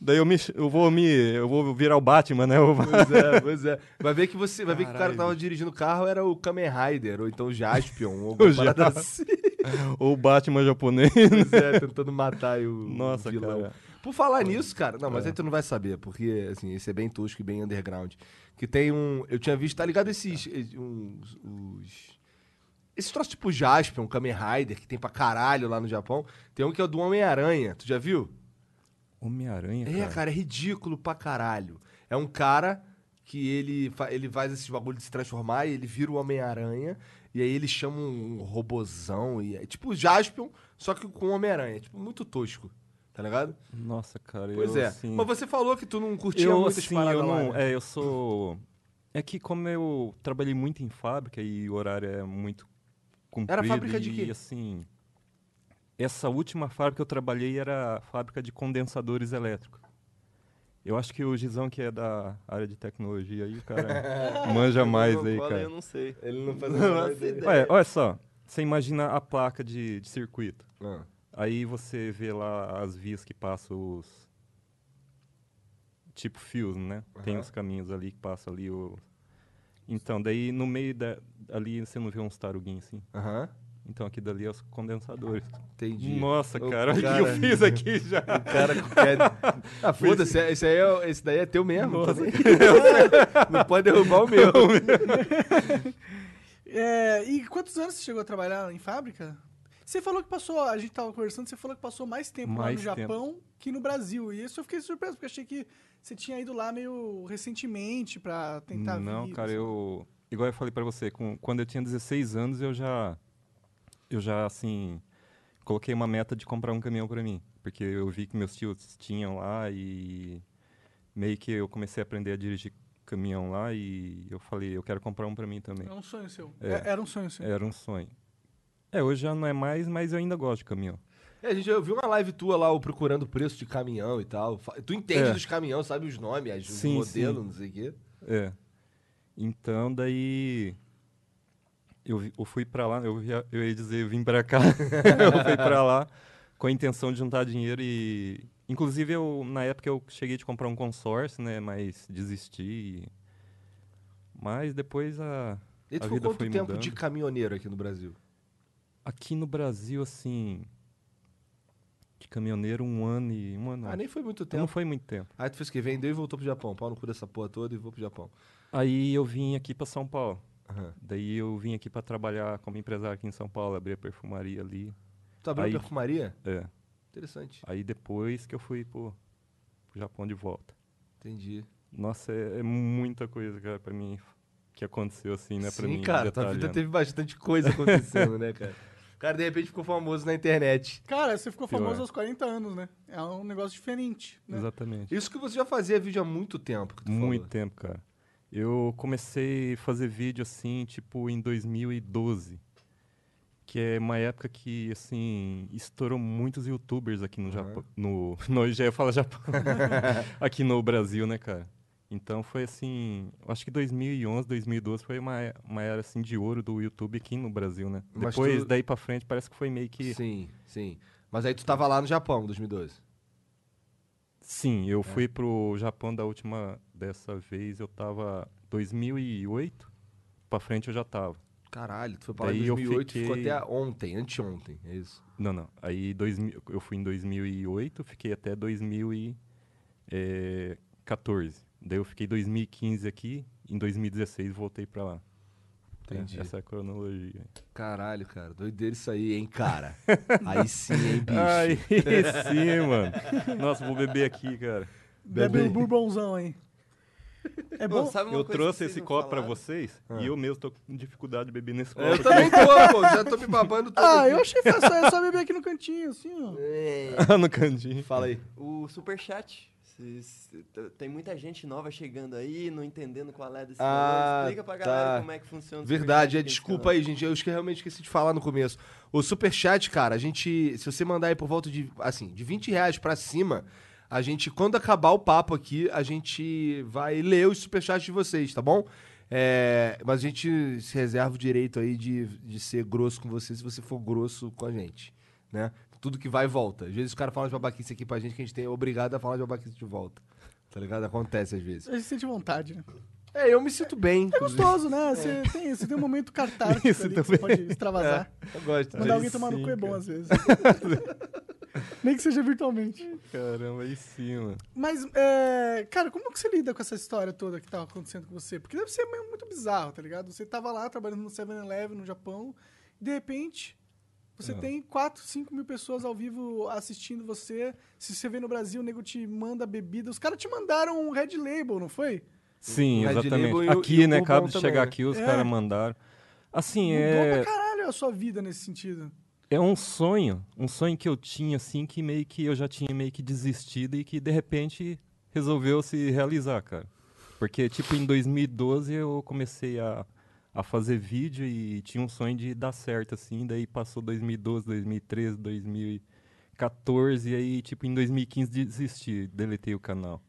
Daí eu, me, eu vou me. Eu vou virar o Batman, né? Eu vou-
Pois é, pois é. Vai ver que você, vai ver que o cara
Caralho.
que tava dirigindo o carro era o Kamen Rider, ou então o Jaspion, ou
O
alguma parada
Jaspion.
assim.
Ou o Batman japonês.
Pois é, tentando matar aí o
Nossa,
o vilão.
cara. É.
Por falar nisso, cara, não, mas aí tu não vai saber, porque, assim, esse é bem tosco e bem underground. Que tem um, eu tinha visto, tá ligado esses,
É.
eh, uns, os... Esses troços tipo Jaspion, Kamen Rider, que tem pra caralho lá no Japão. Tem um que é o do Homem-Aranha, tu já viu?
Homem-Aranha.
É, cara, é ridículo pra caralho. É um cara que ele, fa- ele faz esse bagulho de se transformar e ele vira o Homem-Aranha. E aí ele chama um robozão. E é tipo o Jaspion, só que com o Homem-Aranha. É, Tipo, muito tosco. Tá ligado?
Nossa, cara.
Pois
eu,
é.
assim-
Mas você falou que tu não curtia
eu,
muitas
assim,
paradas
eu
lá,
não,
né?
É, eu sou... É que como eu trabalhei muito em fábrica e o horário é muito comprido...
fábrica de
e,
quê?
assim... Essa última fábrica que eu trabalhei era a fábrica de condensadores elétricos. Eu acho que o Gizão, que é da área de tecnologia aí, o cara manja mais
Não,
aí,
qual
cara.
Eu não sei.
é, Ele não faz
Não,
nada.
essa ideia.
Olha, olha só, você imagina a placa de, de circuito.
Ah,
Aí você vê lá as vias que passam os. Tipo fios, né? Tem
Aham.
os caminhos ali que passam ali o. Então, daí no meio da. Ali você não vê uns taruguinhos assim.
Aham.
Então aqui dali é os condensadores.
Entendi.
Nossa,
O
cara, olha o que eu fiz aqui já?
O cara que quer. Ah, foda-se, esse, aí é, o- esse daí é teu mesmo.
Nossa,
tá ligado? não pode derrubar o meu.
É, e quantos anos você chegou a trabalhar em fábrica? Você falou que passou, a gente tava conversando, você falou que passou mais tempo lá no
Mais tempo.
Japão que no Brasil. E isso eu fiquei surpreso, porque achei que você tinha ido lá meio recentemente pra tentar vir. assim.
Não, cara, eu. Igual eu falei pra você, com- quando eu tinha 16 anos, eu já. Eu já, assim. Coloquei uma meta de comprar um caminhão pra mim. Porque eu vi que meus tios tinham lá e. Meio que eu comecei a aprender a dirigir caminhão lá e eu falei, eu quero comprar um pra mim também.
É um sonho seu.
É.
É- Era um sonho seu.
Era um sonho. É, hoje já não é mais, mas eu ainda gosto de caminhão.
É, a gente, eu vi uma live tua lá, o procurando preço de caminhão e tal. Fa- Tu entende
É.
dos caminhões, sabe os nomes, as, os
Sim,
modelos,
sim.
não sei o quê.
É. Então, daí. Eu, vi- eu fui pra lá, eu, ia- eu ia dizer, vim pra cá. eu fui pra lá com a intenção de juntar dinheiro e. Inclusive, eu, na época eu cheguei de comprar um consórcio, né? Mas desisti. e- Mas depois a.
E
a
tu ficou
vida
quanto
foi
tempo
mudando.
de caminhoneiro aqui no Brasil?
Aqui no Brasil, assim. De caminhoneiro, um ano e. Um ano.
Ah, nem foi muito
Não
tempo.
foi muito tempo.
Aí tu fez o quê? Vendeu e voltou pro Japão. Pau no cu dessa porra toda e vou pro Japão.
Aí eu vim aqui pra São Paulo.
Aham.
Daí eu vim aqui pra trabalhar como empresário aqui em São Paulo, abri a perfumaria ali.
Tu abriu
Aí-
uma perfumaria?
É.
Interessante.
Aí depois que eu fui pro, pro Japão de volta.
Entendi.
Nossa, é, é muita coisa, cara, pra mim, que aconteceu assim, né? pra
Sim,
mim,
cara, tua vida
detalhando.
teve bastante coisa acontecendo, né, cara? O cara de repente ficou famoso na internet.
Cara, você ficou
Pior.
famoso aos 40 anos, né? É um negócio diferente, né?
Exatamente.
Isso que você já fazia vídeo há muito tempo. que tu
Muito
falou.
tempo, cara. Eu comecei a fazer vídeo assim, tipo, em 2012. Que é uma época que, assim, estourou muitos youtubers aqui no Japão. No, no, já ia falar Japão. aqui no Brasil, né, cara? Então foi assim, eu acho que 2011, 2012 foi uma, e- uma era assim de ouro do YouTube aqui no Brasil, né?
Mas
Depois
tu-
daí pra frente parece que foi meio que
Sim, sim. Mas aí tu tava lá no Japão, 2012.
Sim, eu fui pro Japão da última dessa vez, eu tava 2008 pra frente eu já tava.
Caralho, tu foi pra lá em
Daí eu
2008 e ficou
fiquei-
até ontem, anteontem, é isso.
Não, não. Aí dois, mi- eu fui em 2008, fiquei até 2014. Daí eu fiquei 2015 aqui, em 2016 voltei pra lá.
Entendi.
Essa é a cronologia.
Caralho, cara. Doideira isso aí, hein, cara. aí sim, hein, bicho.
Aí sim, mano. Nossa, vou beber aqui, cara.
Bebe um bourbonzão aí. É
Ô,
bom.
sabe uma
eu
coisa
trouxe
que vocês
esse
não
copo pra
falaram?
vocês e eu mesmo tô com dificuldade de beber nesse copo.
Eu
aqui.
também tô, pô. Já tô me babando todo.
Ah,
aqui.
eu achei fácil. É só beber aqui no cantinho, assim, ó.
É. no cantinho.
Fala aí.
O superchat. Vocês- t- Tem muita gente nova chegando aí, não entendendo qual é desse
Ah,
rolê. Explica pra galera
tá.
como é que funciona o
Verdade,
superchat
é
que eles
desculpa
falam.
aí, gente. Eu esque- realmente esqueci de falar no começo. O superchat, cara, a gente. Se você mandar aí por volta de. Assim, de 20 reais pra cima, a gente, quando acabar o papo aqui, a gente vai ler os superchats de vocês, tá bom? É, mas a gente se reserva o direito aí de, de ser grosso com você se você for grosso com a gente, né? Tudo que vai e volta. Às vezes o cara fala de babaquice aqui pra gente que a gente tem é obrigado a falar de babaquice de volta. Tá ligado? Acontece às vezes.
A gente sente vontade, né?
É, eu me sinto bem.
É gostoso, né? Você tem, você tem um momento catártico
Isso
ali que você
também. É.
pode extravasar.
Eu gosto.
Mandar alguém tomar
sim,
no cu é bom,
cara.
às vezes. Nem que seja virtualmente.
Caramba, aí sim, mano.
Mas, é, cara, como que você lida com essa história toda que tá acontecendo com você? Porque deve ser meio muito bizarro, tá ligado? Você tava lá trabalhando no 7-Eleven no Japão, e de repente você tem 4, 5 mil pessoas ao vivo assistindo você. Se você vem no Brasil, o nego te manda bebida. Os caras te mandaram um Red Label, não foi?
Sim,
Red Label
exatamente.
e o-
aqui,
e o
né,
Bourbon
acaba de
também,
chegar
né?
aqui, os
É.
caras mandaram. Assim,
Mudou pra
é,
caralho a sua vida nesse sentido.
é um sonho, um sonho que eu tinha, assim, que meio que eu já tinha meio que desistido e que de repente resolveu se realizar, cara. Porque, tipo, em 2012 eu comecei a, a fazer vídeo e tinha um sonho de dar certo, assim, daí passou 2012, 2013, 2014, e aí, tipo, em 2015 desisti, deletei o canal.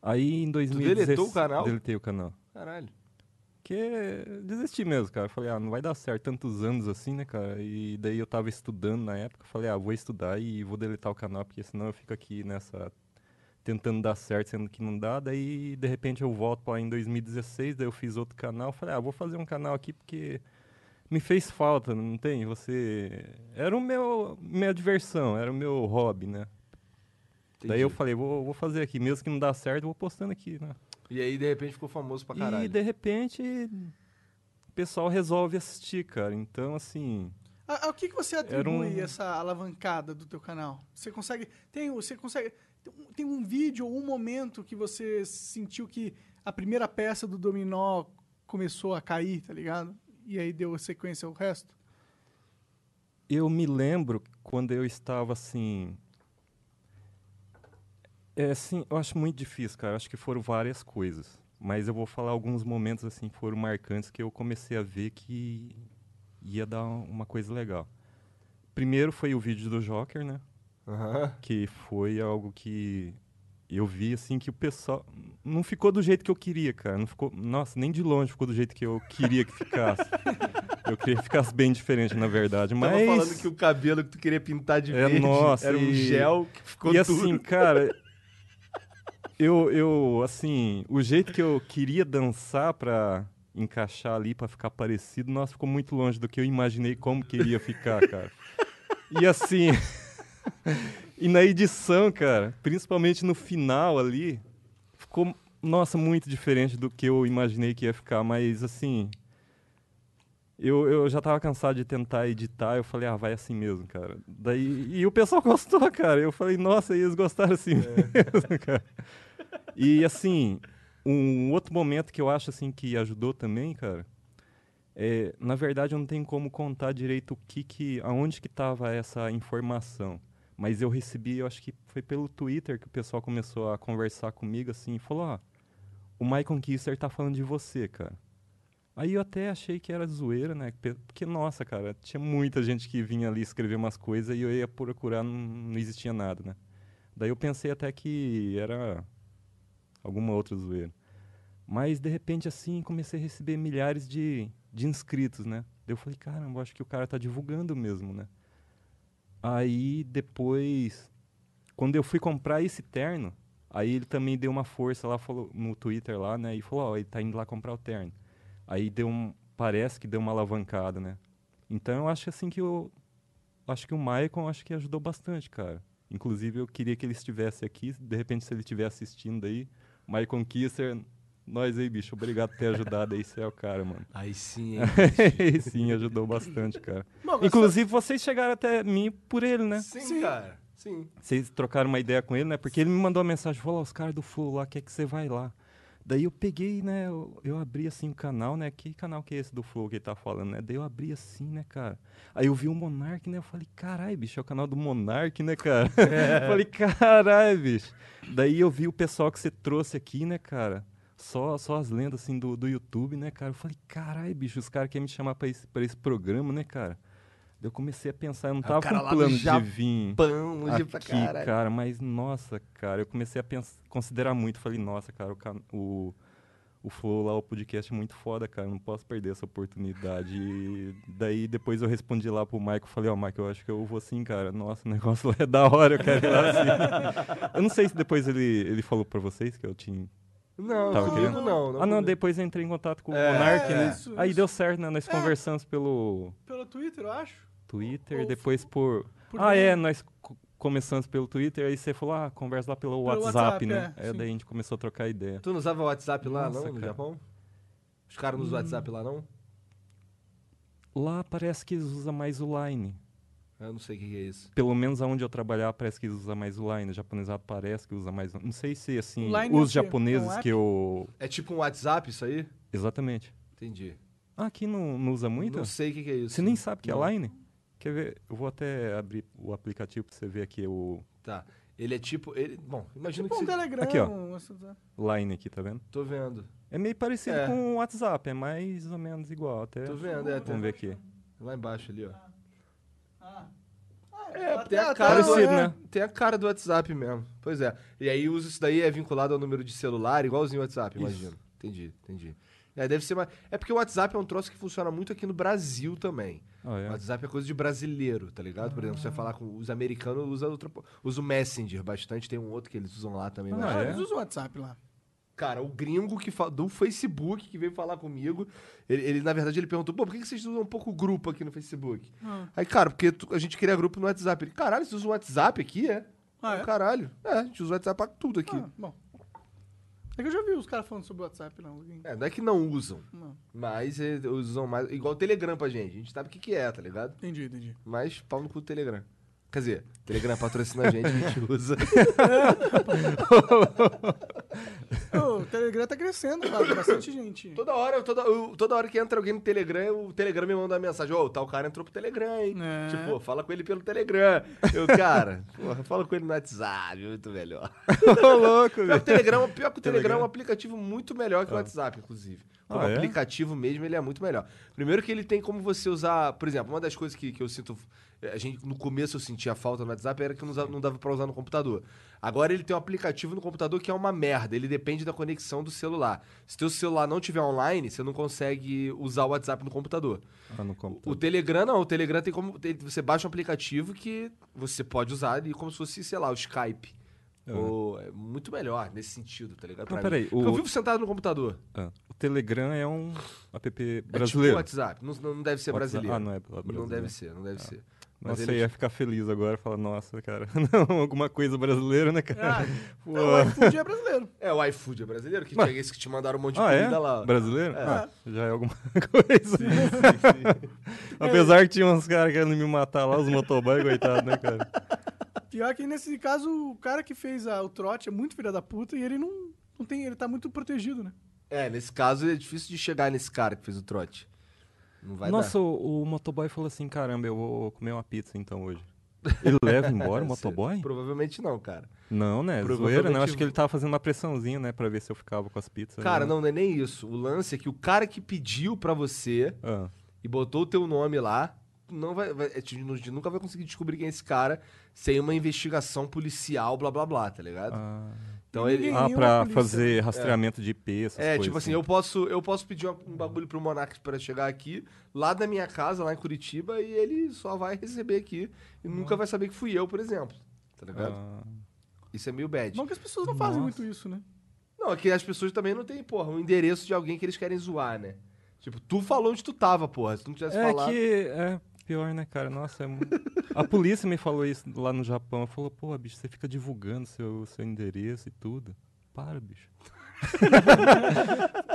Aí em 2016.
deletou o canal?
Deletei o canal.
Caralho.
Porque desisti mesmo, cara. Falei, ah, não vai dar certo tantos anos assim, né, cara? E daí eu tava estudando na época. Falei, ah, vou estudar e vou deletar o canal, porque senão eu fico aqui nessa. tentando dar certo, sendo que não dá. Daí, de repente, eu volto lá em 2016, daí eu fiz outro canal. Falei, ah, vou fazer um canal aqui porque me fez falta, não tem? Você. Era o meu. minha diversão, era o meu hobby, né? Daí eu
Entendi.
falei, vou, vou fazer aqui, mesmo que não dá certo, eu vou postando aqui, né?
E aí, de repente, ficou famoso pra caralho.
E de repente o pessoal resolve assistir, cara. Então, assim.
A- Ao que, que você
Era um-
atribui essa alavancada do teu canal? Você consegue. Tem, o- você consegue. tem um- Tem um vídeo ou um momento que você sentiu que a primeira peça do dominó começou a cair, tá ligado? E aí deu sequência ao resto?
Eu me lembro quando eu estava assim. É assim, eu acho muito difícil, cara. Acho que foram várias coisas. Mas eu vou falar alguns momentos assim que foram marcantes que eu comecei a ver que ia dar uma coisa legal. Primeiro foi o vídeo do Joker, né?
Aham.
que foi algo que eu vi assim que o pessoal não ficou do jeito que eu queria, cara. Não ficou, nossa, nem de longe ficou do jeito que eu queria que ficasse. eu queria que ficasse bem diferente, na verdade, mas
Tava falando que o cabelo que tu queria pintar de
É,
verde
nossa,
era um
e-
gel que ficou
e
duro.
assim, cara, eu, eu, assim, o jeito que eu queria dançar pra encaixar ali, pra ficar parecido, nossa, ficou muito longe do que eu imaginei como queria ficar, cara. E assim, e na edição, cara, principalmente no final ali, ficou, nossa, muito diferente do que eu imaginei que ia ficar, mas assim. Eu, eu já tava cansado de tentar editar, eu falei, ah, vai assim mesmo, cara. Daí, e o pessoal gostou, cara. Eu falei, nossa, e eles gostaram assim mesmo, cara. E assim, um outro momento que eu acho assim que ajudou também, cara, é, na verdade eu não tenho como contar direito o que que aonde que tava essa informação, mas eu recebi, eu acho que foi pelo Twitter que o pessoal começou a conversar comigo assim, e falou: "Ó, o Michael Kister tá falando de você, cara". Aí eu até achei que era zoeira, né? Pe- Porque, nossa, cara, tinha muita gente que vinha ali escrever umas coisas e eu ia procurar, não, não existia nada, né? Daí eu pensei até que era alguma outra zoeira. Mas, de repente, assim, comecei a receber milhares de, de inscritos, né? Daí eu falei, caramba, acho que o cara tá divulgando mesmo, né? Aí, depois, quando eu fui comprar esse terno, aí ele também deu uma força lá falou, no Twitter lá, né? E falou, ó, ele tá indo lá comprar o terno. Aí deu um, parece que deu uma alavancada, né? Então eu acho assim que eu acho que o Maicon acho que ajudou bastante, cara. Inclusive eu queria que ele estivesse aqui, de repente se ele estiver assistindo aí, Maicon Kisser Nós aí, bicho, obrigado por ter ajudado aí, você é o cara, mano.
Aí sim, hein?
Sim, ajudou bastante, cara.
Bom, eu
Inclusive, vocês chegaram até mim por ele, né?
Sim, cara. Sim.
Vocês trocaram uma ideia com ele, né? Porque ele me mandou uma mensagem, falou, "Ó, os caras do Flow lá, quer que você vai lá? Daí eu peguei, né? Eu, eu abri assim o canal, né? Que canal que é esse do Flow que ele tá falando, né? Daí eu abri assim, né, cara? Aí eu vi o Monark, né? Eu falei, carai, bicho, é o canal do Monark, né, cara?
É.
Eu falei, carai, bicho. Daí eu vi o pessoal que você trouxe aqui, né, cara? Só, só as lendas, assim, do, do YouTube, né, cara? Eu falei, carai, bicho, os caras querem me chamar pra esse, pra esse programa, né, cara? Daí eu comecei a pensar, eu não tava
cara
com
lá no
plano de
Japão.
vir
Pão, longe pra
aqui,
caralho.
cara, mas nossa, cara, eu comecei a pens- considerar muito, falei, nossa, cara, o, can- o, o Flow lá, o podcast é muito foda, cara, não posso perder essa oportunidade. E daí depois eu respondi lá pro Michael, falei, ó, Michael, eu acho que eu vou sim, cara, nossa, o negócio lá é da hora, eu quero ir lá sim. eu não sei se depois ele, ele falou pra vocês que eu tinha...
Não,
Tava
comigo
querendo?
não.
ah, não,
comigo.
depois eu entrei em contato com
É,
o Monark, né?
isso,
Aí
isso.
deu certo, né, nós
É.
conversamos pelo...
Pelo Twitter, eu acho.
Twitter,
Ou-
depois por...
por
Ah,
e-mail.
é, nós co- começamos pelo Twitter, aí você falou, ah, conversa lá pelo, WhatsApp,
WhatsApp,
né?
é,
É,
sim.
daí a gente começou a trocar ideia.
Tu não usava WhatsApp lá,
Nossa,
não, no
cara. Hum.
Japão? Os caras não usam WhatsApp lá, não?
Lá parece que eles usam mais o Line.
Eu não sei o que que é isso.
Pelo menos aonde eu trabalhar, parece que eles usam mais o Line. O japonesado parece que usa mais... Não sei se, assim,
O Line é o
os
quê?
japoneses
É um app?
que eu...
É tipo um WhatsApp isso aí?
Exatamente.
Entendi.
Ah, aqui não, não usa muito?
Não sei o que que é isso.
Você nem sabe o que
Não.
é Line? Quer ver? Eu vou até abrir o aplicativo pra você ver aqui o
Tá. Ele é tipo... Ele... Bom, imagino
Tipo um né?
que você...
Telegram.
Aqui, ó.
essa-
Line aqui, tá vendo?
Tô vendo.
É meio parecido
É.
com o WhatsApp, é mais ou menos igual. Até...
Tô vendo, é.
Vamos ver aqui.
Lá embaixo ali, ó.
Ah,
É, tem a
tá,
cara
tá,
do,
parecido,
é,
né?
Tem a cara do WhatsApp mesmo. Pois é. E aí uso isso daí é vinculado ao número de celular, igualzinho o WhatsApp,
Isso.
imagino. Entendi, entendi. É, deve ser mais... É porque o WhatsApp é um troço que funciona muito aqui no Brasil também.
Ah,
O
é.
WhatsApp é coisa de brasileiro, tá ligado? Por exemplo, você vai falar com os americanos, usa outra, po- usa o Messenger bastante, tem um outro que eles usam lá também.
Ah,
mas-
Ah,
é?
eles usam o WhatsApp lá.
Cara, o gringo que fa- do Facebook que veio falar comigo, ele, ele, na verdade ele perguntou, pô, por que que vocês usam um pouco grupo aqui no Facebook?
Ah.
Aí, cara, porque tu- a gente cria grupo no WhatsApp. Ele, caralho, vocês usam WhatsApp aqui, é?
Ah,
Eu,
é?
Caralho. É, a gente usa o WhatsApp pra tudo aqui.
Ah, bom. É que eu já vi os caras falando sobre o WhatsApp, não. alguém-
É, não é que não usam,
Não.
mas é, usam mais. Igual o Telegram pra gente. A gente sabe o que, que é, tá ligado?
Entendi, entendi.
Mas pau no cu do Telegram. Quer dizer, Telegram patrocina a gente, a gente usa.
Ô, o Telegram tá crescendo, cara. Bastante gente.
Toda hora, toda, eu- toda hora que entra alguém no Telegram, o Telegram me manda uma mensagem, ô, tal cara entrou pro Telegram, hein?
É.
Tipo, fala com ele pelo Telegram. Eu, cara, porra, fala com ele no WhatsApp, muito melhor. é
Ô, louco,
Pior que o Telegram, pior que o Telegram Ah. é um
Telegram.
aplicativo muito melhor que o WhatsApp, inclusive. Como
Ah, é?
aplicativo mesmo, ele é muito melhor. Primeiro que ele tem como você usar, por exemplo, uma das coisas que, que eu sinto. eh, A gente, no começo eu sentia falta no WhatsApp era que não, usava- não dava pra usar no computador. Agora ele tem um aplicativo no computador que é uma merda. Ele depende da conexão do celular. Se teu celular não tiver online, você não consegue usar o WhatsApp no computador.
Ah, no
O
computador.
Telegram não, o Telegram tem como. tem- você baixa um aplicativo que você pode usar ali como se fosse, sei lá, o Skype.
Aham.
Ou, é muito melhor nesse sentido, tá ligado?
Mas
Pra mim.
peraí,
Porque Eu
o-
vivo sentado no computador.
Ah, o Telegram é um app
É tipo o
brasileiro.
WhatsApp. Não, não deve ser
WhatsApp-
brasileiro.
Ah, não é brasileiro. Ah.
Não deve ser, não deve ser. Mas
Nossa,
ele-
eu ia ficar feliz agora, falar, nossa, cara, não, alguma coisa brasileira, né, cara?
Ah,
tipo,
Pô.
não, o iFood é brasileiro.
É, o iFood é brasileiro, que
Mas-
tinha esse que te mandaram um monte de
Ah, é?
comida lá.
Brasileiro?
É.
Ah, já é alguma coisa. Apesar que tinha uns caras querendo me matar lá, os motoboy, coitado, né, cara?
Pior que nesse caso, o cara que fez a- o trote é muito filha da puta e ele não, não tem. Ele tá muito protegido, né?
É, nesse caso é difícil de chegar nesse cara que fez o trote. Não vai
Nossa,
dar.
o, o motoboy falou assim, caramba, eu vou comer uma pizza então hoje. Ele leva embora o um motoboy?
Provavelmente não, cara.
Não, né?
Provavelmente
Zoeira, né? Acho que ele tava fazendo uma pressãozinha, né, pra ver se eu ficava com as pizzas.
Cara,
né?
não, não é nem isso. O lance é que o cara que pediu pra você
Ah.
e botou o teu nome lá, não vai, vai- a gente nu- nunca vai conseguir descobrir quem é esse cara sem uma investigação policial, blá blá blá, tá ligado?
Ah,
então ele.
ninguém-
Ah,
nenhuma
pra
polícia.
fazer rastreamento de IP, essas
É,
coisas né?
tipo assim, eu posso eu posso pedir uma- um bagulho pro Monark pra chegar aqui, lá da minha casa, lá em Curitiba, e ele só vai receber aqui e nunca vai saber que fui eu, por exemplo. Tá ligado?
Ah,
Isso é meio bad.
Não que as pessoas não fazem
Nossa.
muito isso, né?
Não, é que as pessoas também não têm, porra, um endereço de alguém que eles querem zoar, né? Tipo, tu falou onde tu tava, porra. Se tu não tivesse
É
falado.
que é pior, né, cara? Nossa, é mu- a polícia me falou isso lá no Japão. Falou, pô, bicho, você fica divulgando seu, seu endereço e tudo. Para, bicho.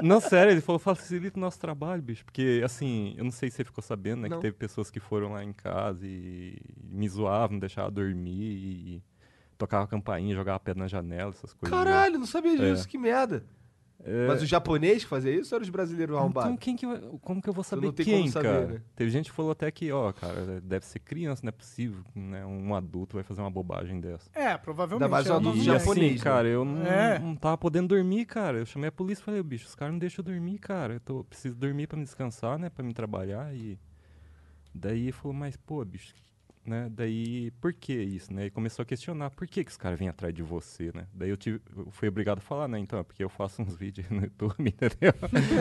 Não, sério, ele falou, facilita o nosso trabalho, bicho. Porque, assim, eu não sei se você ficou sabendo, né?
Não.
Que teve pessoas que foram lá em casa e me zoavam, não deixavam dormir e tocava campainha, jogava pedra na janela, essas coisas. né?
Caralho, não sabia disso,
É.
que merda.
É.
Mas o japonês que fazia isso ou era os brasileiros arrombados?
Então, quem que vai- como que eu vou saber
não tem como
quem,
saber,
cara?
né?
Teve gente que falou até que, ó, cara, deve ser criança, não é possível, né? Um adulto vai fazer uma bobagem dessa.
É, provavelmente.
Ainda mais
é
um
uma
adulto
E
mulher.
japonês,
assim,
né?
cara, eu não,
É.
não tava podendo dormir, cara. Eu chamei a polícia e falei, bicho, os caras não deixam eu dormir, cara. Eu tô, preciso dormir pra me descansar, né? Pra me trabalhar. E daí falou, mas, pô, bicho, né? Daí, por que isso, né? E começou a questionar, por que, que os caras vêm atrás de você, né? Daí eu, tive, eu fui obrigado a falar, né? Então, é porque eu faço uns vídeos no YouTube, entendeu?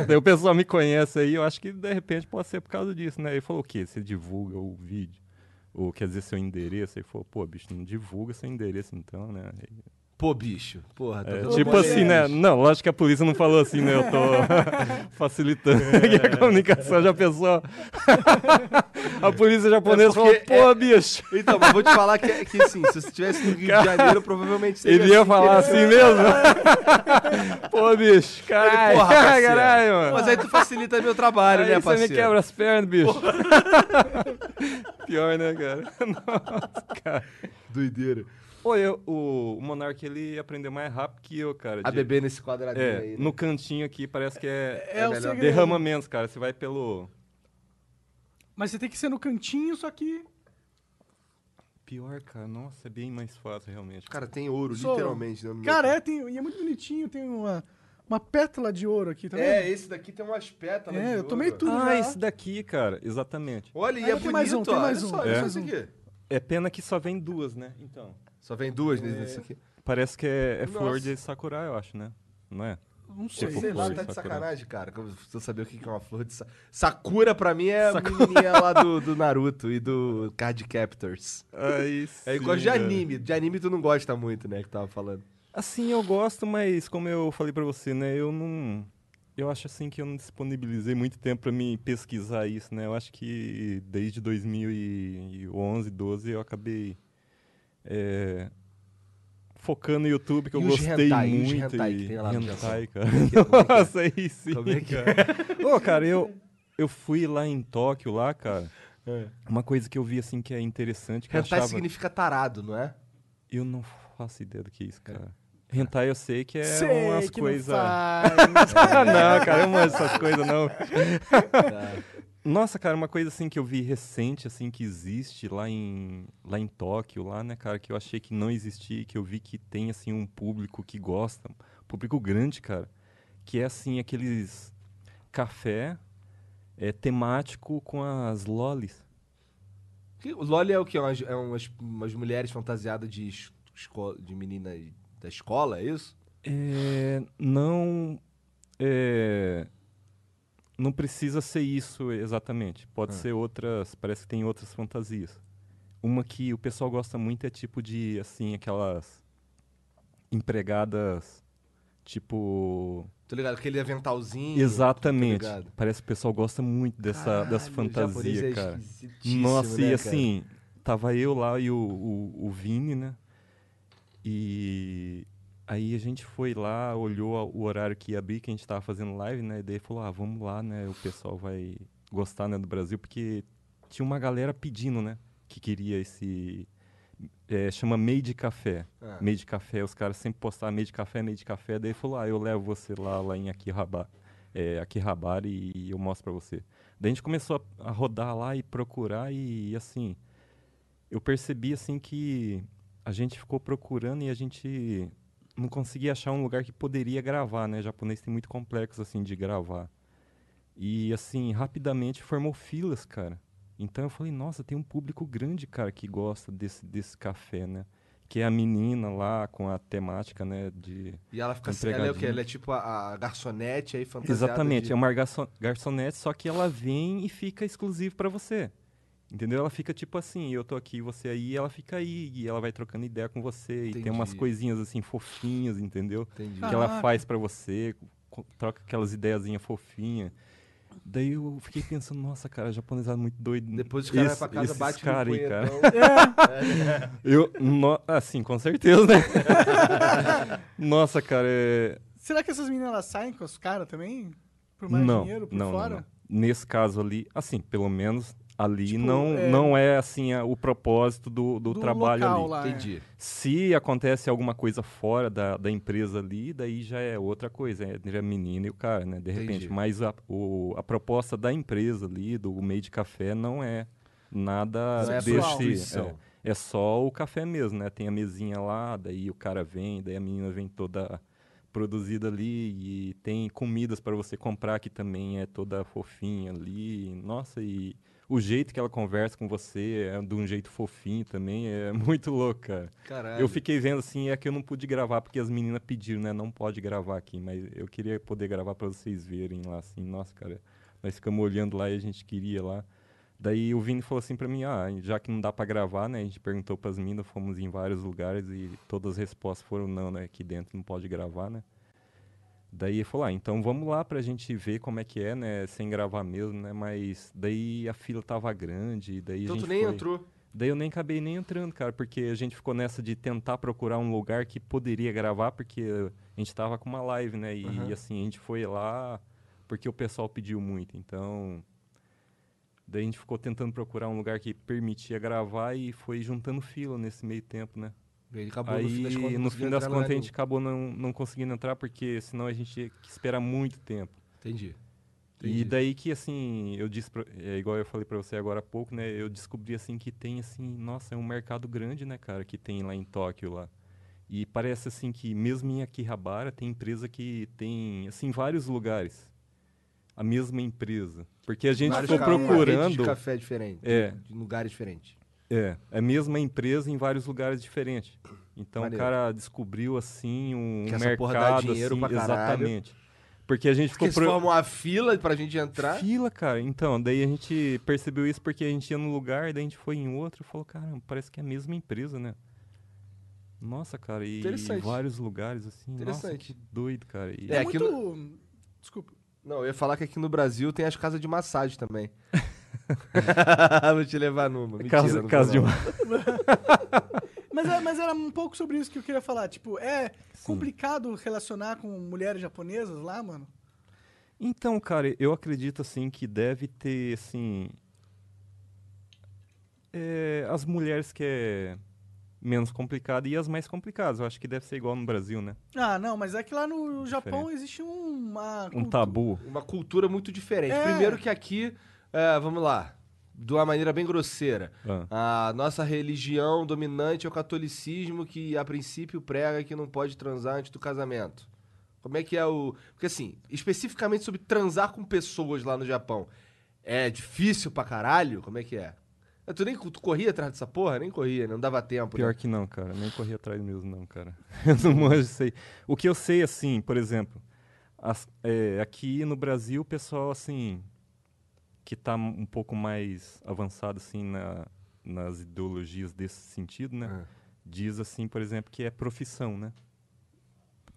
daí o pessoal me conhece aí, eu acho que de repente pode ser por causa disso, né? Ele falou, o quê? Você divulga o vídeo? Ou quer dizer seu endereço? Ele falou, pô, bicho, não divulga seu endereço então, né?
Pô, bicho. Porra, tá
É,
todo
tipo
mundo
assim, né?
aí.
Não, lógico que a polícia não falou assim, né? Eu tô facilitando aqui a comunicação já pensou. a polícia japonesa
É
falou,
porque
pô, bicho.
Então, mas vou te falar que, que sim, se você estivesse no Rio de Janeiro, provavelmente seria
Ele ia
assim.
falar assim mesmo? pô, bicho,
Ele,
caralho.
porra, parceiro.
caralho, mano.
Mas aí tu facilita meu trabalho,
Aí
né,
você me
parceiro?
quebra as pernas, bicho. Pior, né, cara? Nossa, cara.
Doideira.
Pô, eu, o, o Monark, ele aprendeu mais rápido que eu, cara.
A
de-
bebê nesse quadradinho
É,
aí. né?
no cantinho aqui parece que é...
É, o
melhor.
segredo.
Derrama menos, cara. Você vai pelo.
Mas você tem que ser no cantinho, só que.
Pior, cara. Nossa, é bem mais fácil, realmente.
Cara, tem ouro,
Sou-
literalmente. Né, no meu-
Cara, é, tem, e é muito bonitinho, tem uma, uma pétala de ouro aqui, tá vendo?
É, esse daqui tem umas pétalas.
É,
de
eu
ouro,
tomei
ó.
tudo.
ah,
já.
esse daqui, cara. Exatamente.
Olha, e
Aí
é
tem
bonito,
mais um, tem
ó,
mais
olha
um,
Só,
tem
olha
mais
só
um.
isso aqui.
É pena que só vem duas, né? Então.
Só vem duas nesse aqui.
Parece que é, é flor
Nossa.
de sakura, eu acho, né? Não é?
Não sei.
Tipo,
Sei lá,
flor de
tá de
sakura.
sacanagem, cara. que Eu preciso saber o que que é uma flor de sakura. Sakura, pra mim, é a menininha lá do, do Naruto e do Card Captors.
Aí
É igual de anime. De anime tu não gosta muito, né, que tava falando.
Assim, eu gosto, mas como eu falei pra você, né? Eu não. Eu acho assim que eu não disponibilizei muito tempo pra me pesquisar isso, né? Eu acho que desde 2011, 12 eu acabei é, focando no YouTube que eu
E os
gostei
hentai, e os
muito.
hentai que
e-
tem lá no Japão?
hentai, cara.
que é? Como é que é?
Nossa, aí sim.
Como é que é?
cara. Ô, cara, eu eu fui lá em Tóquio lá, cara.
É.
Uma coisa que eu vi assim que é interessante que eu
Hentai
achava...
significa tarado, não é?
Eu não faço ideia do que é isso, cara. Hentai eu sei que é
Sei
umas
que não
coisas.
faz.
não, cara, eu manjo essas coisas, não.
É.
Nossa, cara, uma coisa assim que eu vi recente, assim, que existe lá em, lá em Tóquio, lá, né, cara, que eu achei que não existia, e que eu vi que tem, assim, um público que gosta, um público grande, cara, que é, assim, aqueles café é, temático com as lolis.
Que- O Loli é o quê? Umas, é umas, umas mulheres fantasiadas de, es- esco- de menina da escola, é isso?
É, não é, não precisa ser isso exatamente. Pode ser outras, parece que tem outras fantasias. Uma que o pessoal gosta muito é tipo de assim aquelas empregadas tipo
Tô Tá ligado? Aquele aventalzinho.
exatamente.
tô ligado.
Parece que o pessoal gosta muito dessa dessa
tipo, Caralho, o japonês
fantasia,
é
cara.
esquisitíssimo,
Nossa,
né,
e
cara?
assim, tava eu lá e o, o, o Vini, né? E aí a gente foi lá, olhou a- o horário que ia abrir, que a gente tava fazendo live, né? E daí falou, ah, vamos lá, né? O pessoal vai gostar, né, do Brasil, porque tinha uma galera pedindo, né? Que queria esse... É, chama Made Café.
Ah.
Made Café, os caras sempre postavam Made Café, Made Café. Daí falou, ah, eu levo você lá, lá em Akihabara, é, Akihabara e eu mostro pra você. Daí a gente começou a, a rodar lá e procurar e, assim, eu percebi assim que a gente ficou procurando e a gente não conseguia achar um lugar que poderia gravar, né? Japonês tem muito complexo assim de gravar. E assim, rapidamente formou filas, cara. Então eu falei, nossa, tem um público grande, cara, que gosta desse desse café, né? Que é a menina lá com a temática, né, de
E ela fica assim, ela é o quê?
Empregadinha.
Ela é tipo a, a garçonete aí fantasiada.
Exatamente,
Um de-
é uma garço- garçonete, só que ela vem e fica exclusivo pra você. Entendeu? Ela fica tipo assim, eu tô aqui, você aí, e ela fica aí, e ela vai trocando ideia com você, e tem umas
Entendi.
coisinhas assim fofinhas, entendeu?
Entendi.
Que é ela
Caraca.
faz pra você, co- troca aquelas ideiazinhas fofinhas. Daí eu fiquei pensando, nossa, cara, japonesado muito doido.
Depois os caras
um Esse-
vai pra casa,
esses
bate no
cara aí, cara.
punhetão.
Eu, no- assim, com certeza, né? Nossa, cara, é...
Será que essas meninas elas saem com os caras também? Por mais
não,
dinheiro, por
não, não,
fora?
não. Nesse caso ali, assim, pelo menos ali
Tipo,
não,
é-
não é assim a- o propósito do, do,
Do
trabalho
local
ali.
lá, é.
Entendi.
Se acontece alguma coisa fora da, da empresa ali, daí já é outra coisa, é entre a menina e o cara, né? De repente.
Entendi.
Mas a, o- a proposta da empresa ali, do meio de café, não é nada
Não é
desse.
prostituição.
É, é só o café mesmo, né? Tem a mesinha lá, daí o cara vem, daí a menina vem toda produzida ali e tem comidas para você comprar que também é toda fofinha ali. Nossa, e o jeito que ela conversa com você é de um jeito fofinho também, é muito louca.
Caralho.
Eu fiquei vendo assim, é que eu não pude gravar porque as meninas pediram, né? Não pode gravar aqui, mas eu queria poder gravar para vocês verem lá assim. Nossa, cara, nós ficamos olhando lá e a gente queria lá. Daí o Vini falou assim para mim, ah, já que não dá para gravar, né? A gente perguntou para as meninas, fomos em vários lugares e todas as respostas foram não, né? Aqui dentro não pode gravar, né? Daí ele falou, ah, então vamos lá pra gente ver como é que é, né? Sem gravar mesmo, né? Mas daí a fila tava grande, daí a
Então
gente
tu nem
foi...
entrou.
Daí eu nem acabei nem entrando, cara, porque a gente ficou nessa de tentar procurar um lugar que poderia gravar, porque a gente tava com uma live, né? E,
Aham.
assim, a gente foi lá porque o pessoal pediu muito, então. Daí a gente ficou tentando procurar um lugar que permitia gravar e foi juntando fila nesse meio tempo, né?
Ele acabou
Aí,
no fim das contas. não
no
conseguiu
fim das
entrar em lugar
contas, a gente acabou não, não conseguindo entrar, porque senão a gente tinha que esperar muito tempo.
nenhum. Entendi.
E daí que, assim, eu disse, pra- é, igual eu falei pra você agora há pouco, né? Eu descobri, assim, que tem, assim, nossa, é um mercado grande, né, cara, que tem lá em Tóquio, lá. E parece, assim, que mesmo em Akihabara tem empresa que tem, assim, vários lugares. A mesma empresa. Porque a gente
Vários
ficou
ca- uma rede
procurando...
De café diferente.
É.
De lugares diferentes.
É, é a mesma empresa em vários lugares diferentes. Então
Maneiro.
o cara descobriu assim um
Que essa
mercado
porra dá dinheiro
assim,
pra caralho.
exatamente. Porque a gente
Porque
ficou
eles
pro-
formam a fila pra gente entrar.
fila, cara. Então, daí a gente percebeu isso porque a gente ia num lugar, daí a gente foi em outro e falou, caramba, parece que é a mesma empresa, né? Nossa, cara, e em
Interessante.
vários lugares assim, nossa,
Interessante.
que doido, cara. E-
É,
É,
aqui
muito... Desculpa.
Não, eu ia falar que aqui no Brasil tem as casas de massagem também. Vou te levar numa. Mentira,
casa,
não
casa de
vou não.
uma...
Mas, é- mas era um pouco sobre isso que eu queria falar. Tipo, é
Sim.
complicado relacionar com mulheres japonesas lá, mano?
Então, cara, eu acredito assim que deve ter assim é, as mulheres que é menos complicada e as mais complicadas. Eu acho que deve ser igual no Brasil, né?
Ah, não, mas é que lá no Japão existe uma.
Um
cultu-
tabu.
Uma cultura muito diferente.
É.
Primeiro que aqui, é, vamos lá, de uma maneira bem grosseira.
Ah,
A nossa religião dominante é o catolicismo, que a princípio prega que não pode transar antes do casamento. Como é que é o. Porque, assim, especificamente sobre transar com pessoas lá no Japão, é difícil pra caralho? Como é que é? Ah, Tu nem tu corria atrás dessa porra? Nem corria, né? não dava tempo. né?
Pior que não, cara. Nem corri atrás mesmo, não, cara. Eu não manjo isso aí. O que eu sei, assim, por exemplo, as- é, aqui no Brasil, o pessoal, assim, que tá um pouco mais avançado, assim, na- nas ideologias desse sentido, né?
Ah.
Diz, assim, por exemplo, que é profissão, né?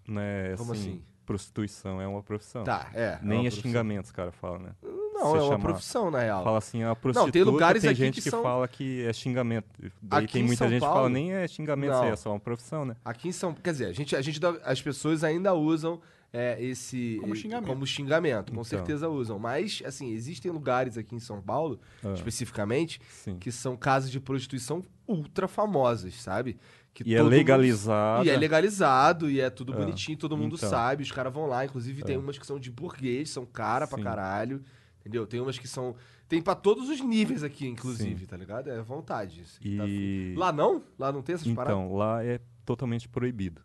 Não é,
Como assim?
Prostituição é uma profissão.
Tá, é. é
Nem
uma
é
profissão.
xingamentos, cara, fala, né?
Não,
se
é uma
chamar.
profissão, na real.
Fala assim, a prostituta,
lugares aqui
gente
que
que,
são-
fala que é xingamento. Daí
Aqui
tem
em
muita
São
gente que
Paulo?
fala, nem é xingamento, isso aí,
Não.
é só uma profissão, né?
Aqui em São Quer dizer, a gente, a gente, dá- as pessoas ainda usam é, esse.
Como
eh,
xingamento.
como xingamento, com
Então.
certeza usam. Mas, assim, existem lugares aqui em São Paulo,
Ah.
especificamente,
Sim.
que são casas de prostituição ultra famosas, sabe? Que
E é
todo mundo-
legalizado.
E é legalizado, e é tudo
Ah,
bonitinho, todo mundo
então. É.
sabe, os caras vão lá. Inclusive, tem umas que são de burguês, são cara pra
Sim.
caralho. Entendeu? Tem umas que são. Tem pra todos os níveis aqui, inclusive, tá ligado? É vontade. assim, tá afim.
E
Lá não? Lá não tem essas paradas?
então, lá é totalmente proibido.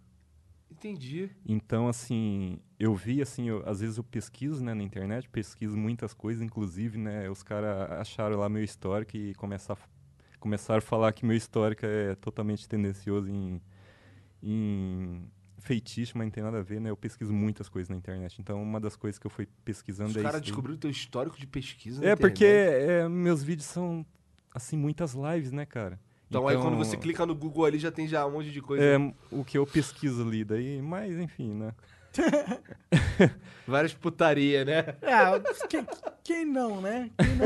Entendi.
Então, assim, eu vi, assim, eu- às vezes eu pesquiso, né, na internet, pesquiso muitas coisas, inclusive, né, os caras acharam lá meu histórico e começar, a f- começaram a falar que meu histórico é totalmente tendencioso em, em feitiço, mas não tem nada a ver, né, eu pesquiso muitas coisas na internet. Então, uma das coisas que eu fui pesquisando
Os
é
caras
isso aí.
descobriram o teu histórico de pesquisa na
É, porque
internet.
é, meus vídeos são, assim, muitas lives, né, cara?
Então, aí quando você clica no Google ali já tem já um monte de coisa.
É, o que eu pesquiso ali, daí, mas enfim, né?
Várias putaria, né?
É, quem, quem não, né? Quem não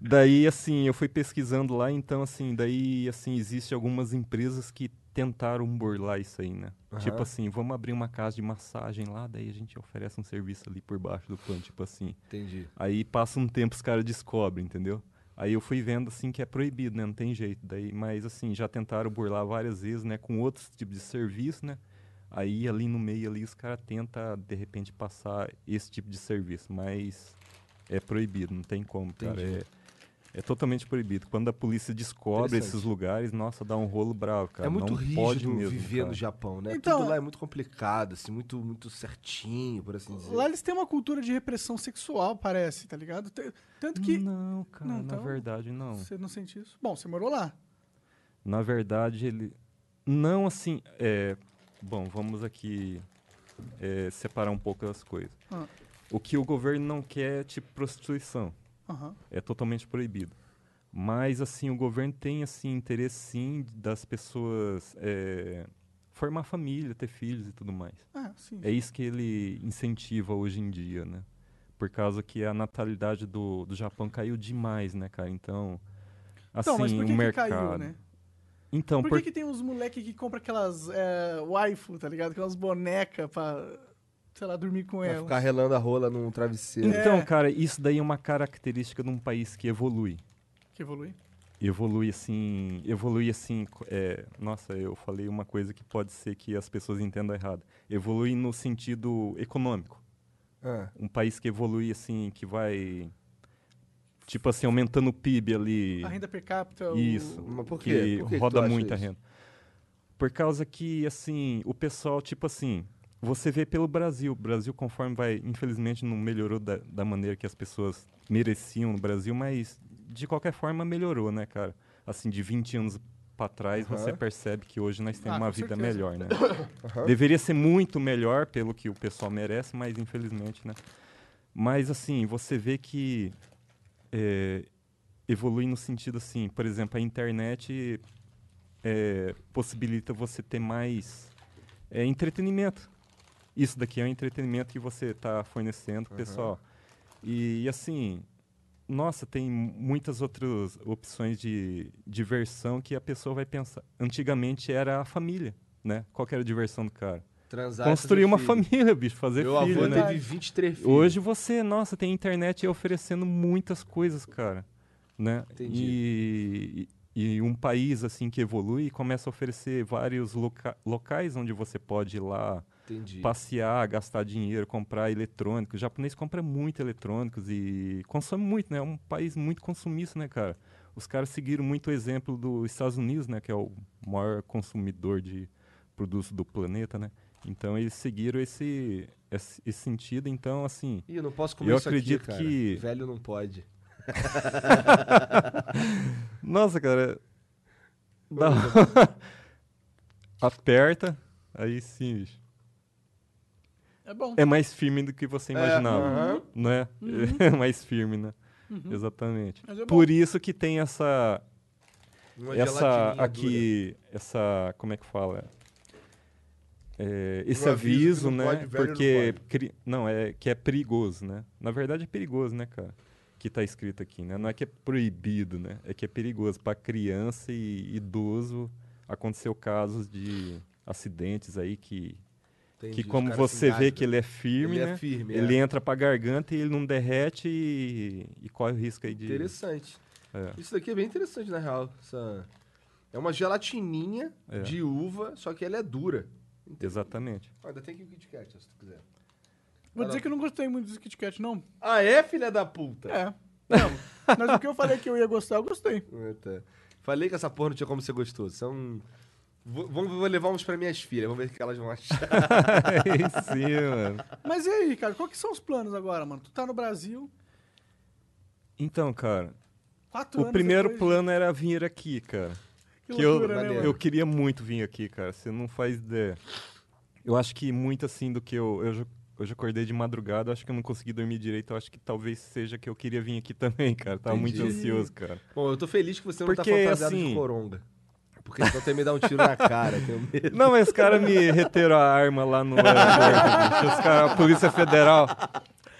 Daí, assim, eu fui pesquisando lá, então, assim, daí, assim, existe algumas empresas que tentaram burlar isso aí, né?
Aham.
Tipo assim, vamos abrir uma casa de massagem lá, daí a gente oferece um serviço ali por baixo do pano, tipo assim.
Entendi.
Aí passa um tempo os caras descobrem, entendeu? Aí eu fui vendo assim que é proibido, né? Não tem jeito. Daí, mas assim, já tentaram burlar várias vezes, né? Com outros tipos de serviço, né? Aí ali no meio ali os caras tentam, de repente, passar esse tipo de serviço, mas é proibido, não tem como, cara.
Entendi.
É, é totalmente proibido. Quando a polícia descobre
Interessante.
esses lugares, nossa, dá um rolo bravo, cara.
é muito
não
rígido
pode mesmo,
viver
cara.
no Japão, né?
Então-
Tudo lá é muito complicado, assim, muito, muito certinho, por assim dizer.
é
Lá eles têm uma cultura de repressão sexual, parece, tá ligado? T- Tanto que.
Não, cara,
Não,
na
então-
verdade não.
Você não sente isso? Bom, você morou lá.
Na verdade, ele. Não assim. É... Bom, vamos aqui é, separar um pouco as coisas.
Ah.
O que o governo não quer é tipo prostituição.
Aham.
É totalmente proibido. Mas assim, o governo tem assim interesse sim das pessoas é, formar família, ter filhos e tudo mais.
Ah, sim.
É isso que ele incentiva hoje em dia, né? Por causa que a natalidade do, do Japão caiu demais, né, cara? Então, assim,
então, mas por que,
o
que
mercado.
caiu, né?
Então,
Por
por-
que, que tem uns moleque que compra aquelas é, waifu, tá ligado? Aquelas bonecas pra, sei lá, dormir com
Vai
ela.
ficar relando a rola num travesseiro.
Então,
É.
cara, isso daí é uma característica de um país que evolui.
Que evolui.
Evolui assim. Evolui assim. co- é, nossa, eu falei uma coisa que pode ser que as pessoas entendam errado. Evolui no sentido econômico.
Ah,
Um país que evolui assim, que vai. Tipo assim, aumentando o PIB ali.
A renda per capita. o-
Isso.
Mas por quê?
que
Por que que
roda
tu acha
muito a
isso?
renda. Por causa que, assim, o pessoal, tipo assim, você vê pelo Brasil. O Brasil, conforme vai, infelizmente, não melhorou da, da maneira que as pessoas mereciam no Brasil, mas de qualquer forma melhorou, né, cara? Assim, de 20 anos pra trás,
Aham.
você percebe que hoje nós temos
Ah,
uma
com
vida
certeza.
melhor, né?
Aham.
Deveria ser muito melhor pelo que o pessoal merece, mas infelizmente, né? Mas assim, você vê que é, evolui no sentido assim, por exemplo, a internet é, possibilita você ter mais é, entretenimento. Isso daqui é um entretenimento que você está fornecendo, pro pessoal. E, e, assim, nossa, tem muitas outras opções de diversão que a pessoa vai pensar. Antigamente era a família, né? Qual que era a diversão do cara?
Transar e
Construir
fazer
uma
filho.
família, bicho, fazer
Meu
filho,
avô
né?
teve 23 filhos.
Hoje você, nossa, tem internet oferecendo muitas coisas, cara, né?
Entendi.
E, e um país assim que evolui começa a oferecer vários loca- locais onde você pode ir lá
Entendi.
passear, gastar dinheiro, comprar eletrônicos. O japonês compra muito eletrônicos e consome muito, né? É um país muito consumista, né, cara? Os caras seguiram muito o exemplo dos Estados Unidos, né, que é o maior consumidor de produtos do planeta, né? Então eles seguiram esse esse, esse sentido, então assim,
Ih, eu não posso comer
Eu
isso aqui,
acredito
cara.
que-
Velho não pode.
nossa, cara, dá aperta, aí sim, bicho.
É bom.
é mais firme do que você imaginava.
aham.
não é? É mais firme, né? Exatamente.
Mas é bom.
Por isso que tem essa
Uma
essa
gelatininha dura.
aqui essa como é que fala? É, esse
Um aviso
aviso,
que não
né?
pode, velho, não
Porque
pode.
cri- não é que é perigoso, né? Na verdade é perigoso, né, cara? Que tá escrito aqui, né? Não é que é proibido, né? É que é perigoso para criança e idoso. Aconteceu casos de acidentes aí que
Entendi,
que
os
como
caras se
você vê
engasgam.
que ele é firme,
Ele é
né?
firme, é.
ele entra pra garganta e ele não derrete e, e corre o risco aí de.
Interessante.
É.
Isso daqui é bem interessante, na real. Essa- É uma gelatininha
É.
de uva, só que ela é dura.
Exatamente.
Ah, Ainda tem que o Kit Kat, se tu quiser.
Vou dizer que eu não gostei muito desse Kit Kat, não.
Ah, é, filha da puta?
É. Não, mas o que eu falei que eu ia gostar, eu gostei.
Ah, tá. Falei que essa porra não tinha como ser gostoso. São... Vou, vamos- vou levar uns pra minhas filhas, vamos ver o que elas vão achar.
Aí sim, mano.
Mas e aí, cara, qual que são os planos agora, mano? Tu tá no Brasil,
Então, cara,
quatro anos
o primeiro
depois-
plano era vir aqui, cara.
Que
que eu-
loucura, né,
Maneiro.
mano?
Eu queria muito vir aqui, cara. Você não faz ideia. Eu acho que muito assim do que eu. Eu já, eu já acordei de madrugada, eu acho que eu não consegui dormir direito. Eu acho que talvez seja que eu queria vir aqui também, cara. Tava muito
Entendi.
ansioso, cara.
Bom, eu tô feliz que você não tá
Porque,
fantasiado de
assim-
coronga. Porque senão até me dar um tiro na cara. que eu medo.
Não, mas os caras me reteram a arma lá no aeroporto. bicho. Os cara, a Polícia Federal.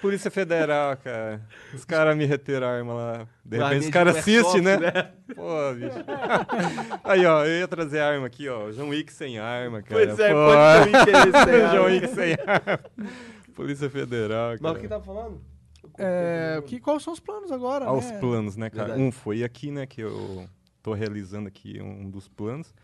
Polícia Federal, cara. Os caras me reteram a arma lá. De
Guardinha
repente os
de
caras
Airsoft,
assistem, né? Pô, bicho. Aí, ó, eu ia trazer arma aqui, ó. João Wick sem arma, cara.
Pois é,
Pô,
pode ter um interesse aí,
John
né?
Wick sem arma. Polícia Federal,
Mas
cara.
o que tava falando?
É, que, quais são os planos agora?
aos
né?
planos, né, cara?
Verdade.
Um foi aqui, né, que eu tô realizando aqui um dos planos.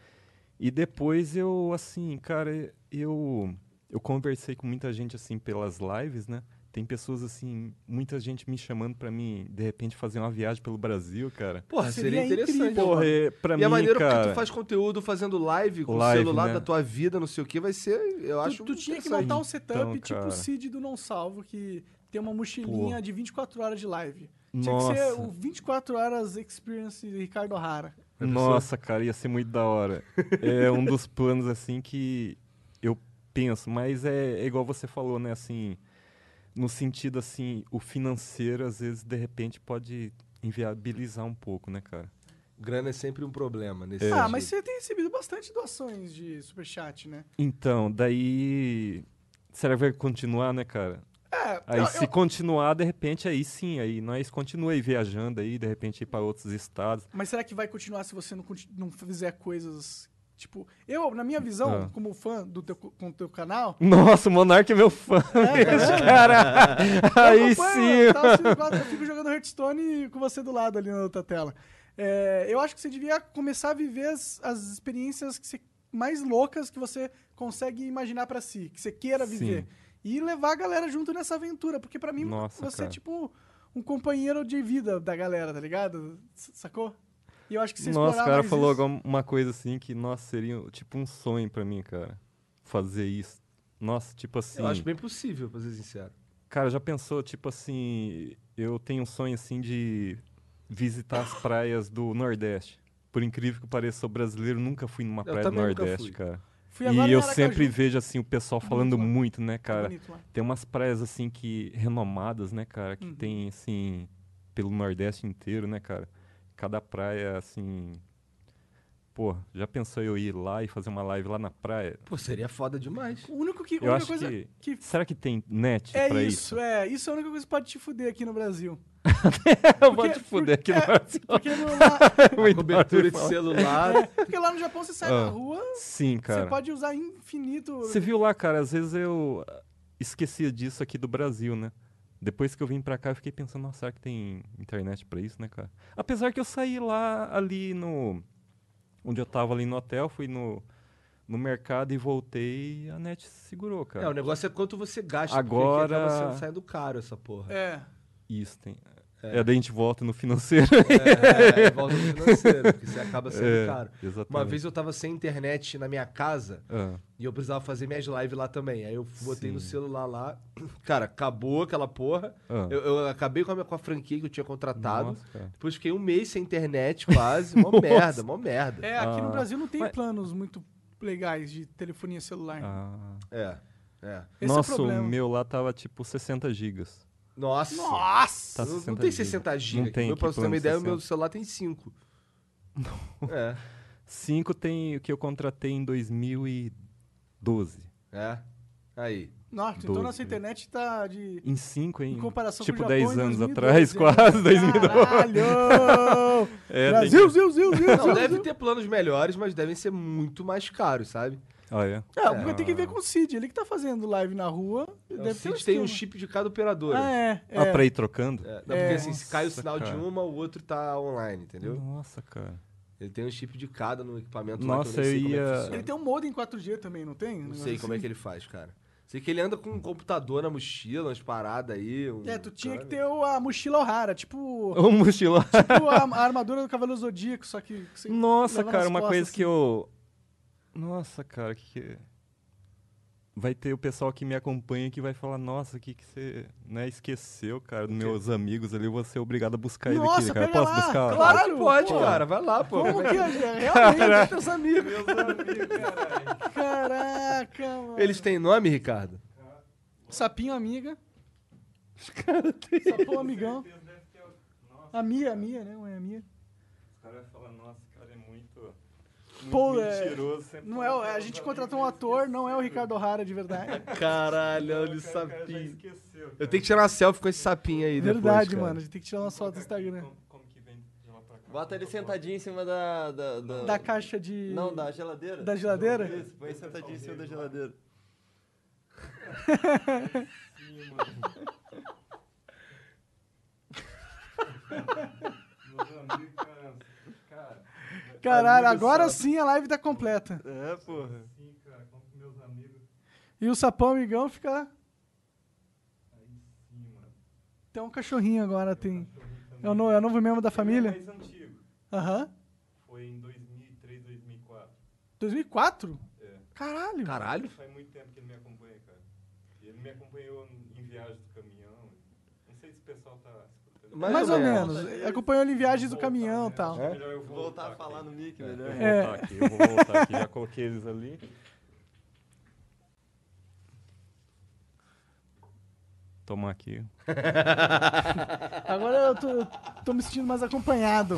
E depois eu, assim, cara, eu eu conversei com muita gente assim pelas lives, né? Tem pessoas assim, muita gente me chamando pra mim, de repente fazer uma viagem pelo Brasil, cara.
Porra, seria,
Seria
interessante.
incrível.
Porra, é, pra
e
mim,
é maneiro porque
cara.
tu faz conteúdo fazendo live com o
Live,
celular
né?
da tua vida, não sei o que, vai ser, eu
Tu-
acho.
tu, tinha que
interessante.
montar um setup
Então,
tipo
cara.
o Cid do Não Salvo, que tem uma mochilinha de 24 horas de live. Tinha que ser
Nossa.
o 24 horas Experience Ricardo Hara.
Nossa, cara, ia ser muito da hora. É um dos planos, assim, que eu penso, mas é, é igual você falou, né? Assim, no sentido, assim, o financeiro, às vezes, de repente, pode inviabilizar um pouco, né, cara?
Grana é sempre um problema nesse
É,
Ah,
sentido.
mas você tem recebido bastante doações de superchat, né?
Então, daí. Será que vai continuar, né, cara?
É,
Aí,
eu-
se continuar, de repente, aí sim, aí nós continua aí viajando aí, de repente, ir para outros estados.
Mas será que vai continuar se você não, conti- não fizer coisas. Tipo, eu, na minha visão,
Ah.
como fã do teu, co- com teu canal.
Nossa, o Monark é meu fã, esse cara. Aí
é. eu acompanho,
sim.
tal, assim, quatro, eu fico jogando Hearthstone com você do lado ali na outra tela. É, eu acho que você devia começar a viver as, as experiências que você- mais loucas que você consegue imaginar pra si, que você queira
Sim.
viver. E levar a galera junto nessa aventura, porque pra mim
Nossa,
você é
cara.
tipo um companheiro de vida da galera, tá ligado? S- Sacou? E eu acho que você
Nossa,
explorar
o cara
mais
falou
isso-
alguma- uma coisa assim que, nossa, seria tipo um sonho pra mim, cara. Fazer isso. Nossa, tipo assim.
Eu acho bem possível, pra ser sincero.
Cara, já pensou, tipo assim, eu tenho um sonho assim de visitar as praias do Nordeste. Por incrível que pareça, sou brasileiro, nunca fui numa praia do
também nunca
Nordeste,
fui.
cara.
Fui agora
e
em
eu
Aracaju.
sempre vejo assim o pessoal falando
lá.
muito, né, cara?
Bonito lá.
Tem umas praias assim que renomadas, né, cara, que
Uhum.
tem assim pelo Nordeste inteiro, né, cara? Cada praia assim, pô, já pensou eu ir lá e fazer uma live lá na praia?
Pô, seria foda demais.
O único que, a
Eu
única
acho
coisa
que-
que
Será que tem net
É
pra
isso,
isso?
é. Isso é a única coisa que pode te fuder aqui no Brasil.
eu vou
Porque-
te fuder aqui
é,
no Brasil.
Porque, no- lá,
Muito
Cobertura
hora
de
falar.
celular.
porque lá no Japão você sai
Ah,
na rua,
Sim,
você
cara.
pode usar infinito.
Você viu lá, cara, às vezes eu ah, esquecia disso aqui do Brasil, né? Depois que eu vim pra cá, eu fiquei pensando, nossa, será que tem internet pra isso, né, cara? Apesar que eu saí lá ali no onde eu tava ali no hotel, fui no no mercado e voltei, a net segurou,
É, o
cara.
negócio é quanto você gasta.
Agora-
Porque aqui acaba sendo- saindo caro essa porra.
É.
Isso tem.
É.
É. daí a gente volta no financeiro.
É, é, volta no financeiro, porque você acaba sendo
É,
caro.
Exatamente.
Uma vez eu tava sem internet na minha casa
Ah,
e eu precisava fazer minhas lives lá também. Aí eu botei no
Sim.
celular lá. Cara, acabou aquela porra.
ah.
Eu, eu acabei com a, minha- com a franquia que eu tinha contratado.
Nossa, cara.
Depois fiquei um mês sem internet, quase. Mó merda, mó merda.
É, aqui no
Ah,
Brasil não tem
mas-
planos muito legais de telefonia celular.
Ah.
É. É.
Esse é
Nossa,
o
o
problema.
meu lá tava tipo 60 gigas.
Nossa.
Nossa!
Tá
não, não
60
tem
giga.
60 GB.
Não tem
Meu, pra
aqui
você ter uma
plano
ideia, o
60.
meu celular tem 5. É,
5 tem o que eu contratei em 2012.
é. Aí.
Nossa, então
Doze.
nossa internet tá de.
Em 5, hein?
Em comparação
tipo
com o Japão,
10
em
anos
2012,
atrás,
hein?
quase 2012.
Caralho!
É, tem
Brasil, Zil, Zil, Zil,
Não,
Zil,
deve
Zil.
ter planos melhores, mas devem ser muito mais caros, sabe?
que- Ah, é.
É, porque tem que ver com o Cid. Ele que tá fazendo live na rua.
Deve
deve
o
ter
Cid tem um
esquema.
chip de cada operadora.
Ah, é. é.
Ah, pra ir trocando?
É, não, porque
É.
assim, se cai o
Nossa,
sinal de
cara. Uhum.
uma, o outro tá online, entendeu?
Nossa, cara.
Ele tem um chip de cada no equipamento lá que
Nossa,
eu nem sei
eu
como é
ia-
que funciona.
Ele tem um modem 4G também, não tem?
Não sei como é que ele faz, cara. Sei que ele anda com um computador na mochila, umas paradas aí. um
É, tu tinha que
câmera.
ter o- a mochila O'Hara, tipo,
O mochilão.
tipo a, a armadura do Cavaleiro Zodíaco, só que... que você
Hum,
Nossa,
leva
cara,
nas
uma
costas,
coisa que eu. Nossa, cara, que. que- Vai ter o pessoal que me acompanha que vai falar, nossa, o que, que você né, esqueceu, cara, dos meus amigos ali, eu vou ser obrigado a buscar ele
é? Nossa,
aqui, cara.
pega
Posso
lá,
buscar?
claro.
Claro que pode,
pô.
cara. Vai lá, pô.
Como que é?
Cara.
Realmente,
Teus amigos.
caraca, mano.
Eles têm nome, Ricardo?
Sapinho amiga. Sapão amigão. A Mia, a Mia, né? É a Mia.
Os caras vão falar, nossa, cara, é muito.
Pô, é,
Mentiroso, sempre
não é,
fala,
o- a gente contratou um ator, não é o Ricardo O'Hara de verdade.
Caralho, olha o
"Cara, o cara já
sapinho.
esqueceu,
Eu
cara."
tenho que tirar uma selfie com esse sapinho aí depois,
verdade,
cara.
mano. A gente tem que né? tirar umas fotos do Instagram.
Como, como que vem de lá pra cá?
Bota ele sentadinho em cima da. Da, da-
Da caixa de.
Não, da geladeira.
Da geladeira?
Isso, põe ele sentadinho em cima da geladeira.
Meus amigos, cara, cara,
Caralho,
Amigo
agora
sapo.
sim a live tá completa.
É, porra.
sim, cara, como que meus amigos.
E o sapão amigão fica.
tá Sim, mano.
Tem um cachorrinho agora, tem. É o no- é o novo membro da
Ele
família?
é mais antigo.
Aham.
Foi em 2003, 2004.
2004?
É.
Caralho.
Caralho.
Faz muito tempo que ele me acompanha, cara. E ele me acompanhou em viagem do caminhão. Não sei se o pessoal tá escutando.
Mais
Mais
ou
ou
menos.
menos. Acompanhou ele em viagens do
Voltar,
caminhão
né?
e tal.
Acho melhor eu
Voltar a falar no mic,
Eu
melhor.
vou
É.
voltar aqui, eu vou voltar aqui. Já coloquei eles ali. Tomar aqui.
Agora eu tô, eu tô me sentindo mais acompanhado.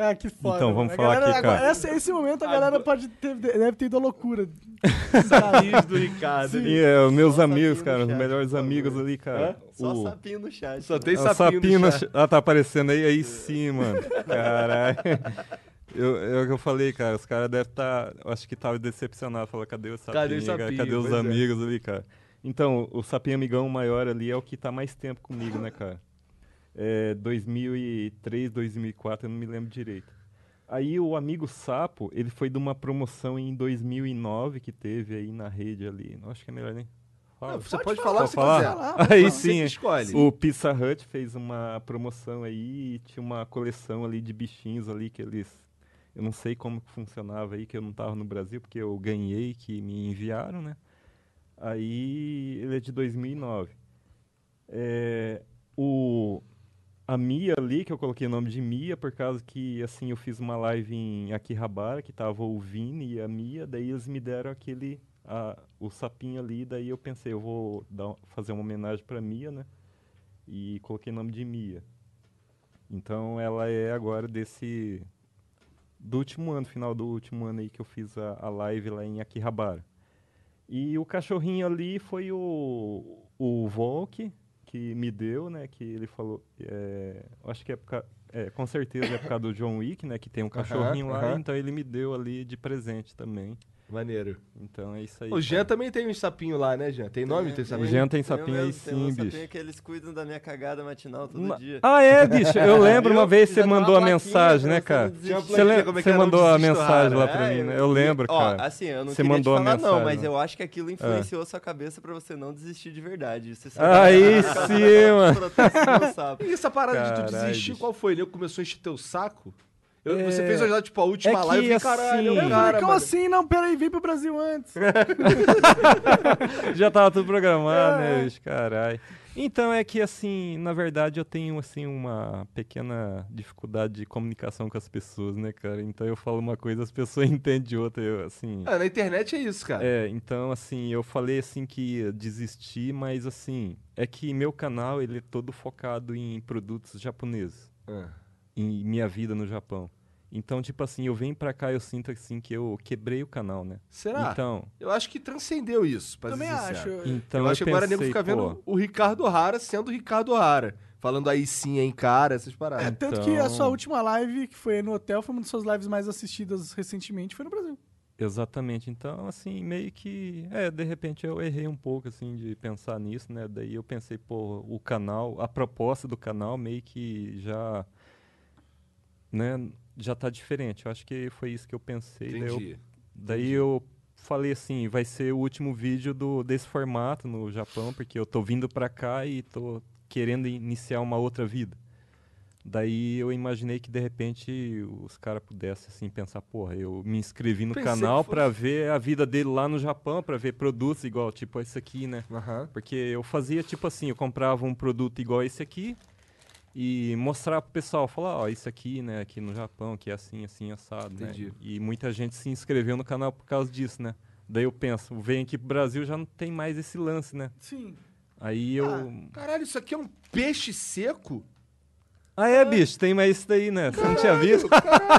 Ah, que foda.
Então, vamos
A
falar
galera,
aqui, cara.
agora- esse, esse momento a galera pode ter, deve ter ido à loucura.
Sapinhos do Ricardo.
E é, os meus
Só sapinho
amigos,
no
cara, os
chat,
melhores
por
amigos
favor.
ali, cara.
Só
O-
sapinho no chat. né?
Só tem
Ah,
sapinho,
sapinho
no
no
chat.
chat. Ah, tá aparecendo aí, aí sim, mano. Caralho. Eu, é o que eu falei, cara. Os caras devem estar. eu acho que tava decepcionado. Falou, cadê o sapinho?
Cadê o
cara?
sapinho?
Cadê os
Pois é.
amigos ali, cara? Então, o sapinho amigão maior ali é o que tá mais tempo comigo, né, cara? É, 2003, 2004, eu não me lembro direito. Aí o amigo sapo, ele foi de uma promoção em 2009 que teve aí na rede ali. Não, acho que é melhor nem. Fala.
Não, você pode, falar o que
Pode
você
falar?
quiser.
Aí
Você
sim,
que
é.
escolhe.
O Pizza Hut fez uma promoção aí e tinha uma coleção ali de bichinhos ali que eles. Eu não sei como que funcionava aí, que eu não tava no Brasil, porque eu ganhei que me enviaram, né? Aí ele é de 2009. É, o, a Mia ali, que eu coloquei o nome de Mia, por causa que assim eu fiz uma live em Akihabara, que tava o Vini e a Mia, daí eles me deram aquele. a- o sapinho ali, daí eu pensei, eu vou dar, fazer uma homenagem pra Mia, né? e coloquei o nome de Mia. Então ela é agora desse. do último ano, final do último ano aí que eu fiz a, a live lá em Akihabara. E o cachorrinho ali foi o, o Volk que me deu, né? Que ele falou. é, eu acho que é por ca- é, com certeza é por causa do John Wick, né? Que tem um cachorrinho lá,
aham.
então ele me deu ali de presente também.
Maneiro.
Então é isso aí.
O Jean
cara.
também tem uns sapinhos lá, né, Jean? Tem nome? Tem sapinho?
O Jean
Tem
tem sapinho
mesmo,
aí
tem um
sim, bicho.
sapinho que eles cuidam da minha cagada matinal todo
Ma-
dia.
Ah, é, bicho. Eu lembro uma
Viu?
vez você
Já deu uma
mandou a
plaquinha um
mensagem,
pra
né,
você
cara?
não desistir.
Tinha uma
Você,
plaquinha,
lem-
como é que
você
era? Não
mandou a
desista,
mensagem lá
É,
pra mim,
eu-
né? Eu lembro,
Ó,
cara.
assim, eu não
Você
queria
mandou
te
a
falar não,
mensagem,
mas
né?
eu acho que aquilo influenciou a sua cabeça pra você não desistir de verdade. Você
assim,
Aí
por causa
sim,
da-
mano.
proteção do sapo.
E essa parada de tu
Caralho,
desistir,
bicho.
qual foi? Ele começou a encher teu saco? Eu-
É.
Você fez uma tipo a última
É
lá live,
que
eu falei, caralho,
assim-
o
Eu
Falei,
cara,
como
mano.
assim? Não, peraí, vem pro Brasil antes.
assim.
Já tava tudo programado,
É.
né, bicho? Caralho. Então é que, assim, na verdade eu tenho, assim, uma pequena dificuldade de comunicação com as pessoas, né, cara? Então eu falo uma coisa, as pessoas entendem outra, eu, assim...
Ah, na internet é isso, cara.
É, então assim, eu falei assim que ia desistir, mas assim, é que meu canal ele é todo focado em produtos japoneses,
Ah.
em minha vida no Japão. Então, tipo assim, eu venho pra cá eu sinto assim que eu quebrei o canal, né?
Será?
Então,
Eu acho que transcendeu isso, é pra
Também
ser sincero.
acho.
então
Eu,
eu
acho que agora
pensei,
nego fica
pô,
vendo o Ricardo O'Hara sendo o Ricardo O'Hara. Falando aí sim, hein, cara, essas
É,
paradas.
tanto que a
Então-
sua última live, que foi no hotel, foi uma das suas lives mais assistidas recentemente, foi no Brasil.
Exatamente. Então, assim, meio que. É, de repente eu errei um pouco, assim, de pensar nisso, né? Daí eu pensei, pô, o canal, a proposta do canal meio que já. Né? Já tá diferente. Eu acho que foi isso que eu pensei. Daí eu-
Entendi.
Daí eu falei assim, vai ser o último vídeo do, desse formato no Japão, porque eu tô vindo pra cá e tô querendo iniciar uma outra vida. Daí eu imaginei que de repente os caras pudessem assim pensar, porra, eu me inscrevi no
Pensei que
canal
fosse.
pra ver a vida dele lá no Japão, pra ver produtos igual, tipo esse aqui, né?
Aham.
Porque eu fazia tipo assim, eu comprava um produto igual esse aqui e mostrar pro pessoal, falar, ó, isso aqui, né, aqui no Japão, que é assim, assim, assado,
Entendi.
né? E muita gente se inscreveu no canal por causa disso, né? Daí eu penso, vem aqui pro Brasil já não tem mais esse lance, né?
Sim.
Aí eu
Ah. Caralho, isso aqui é um peixe seco?
Ah, é, bicho, tem mais isso daí, né? Você não tinha visto?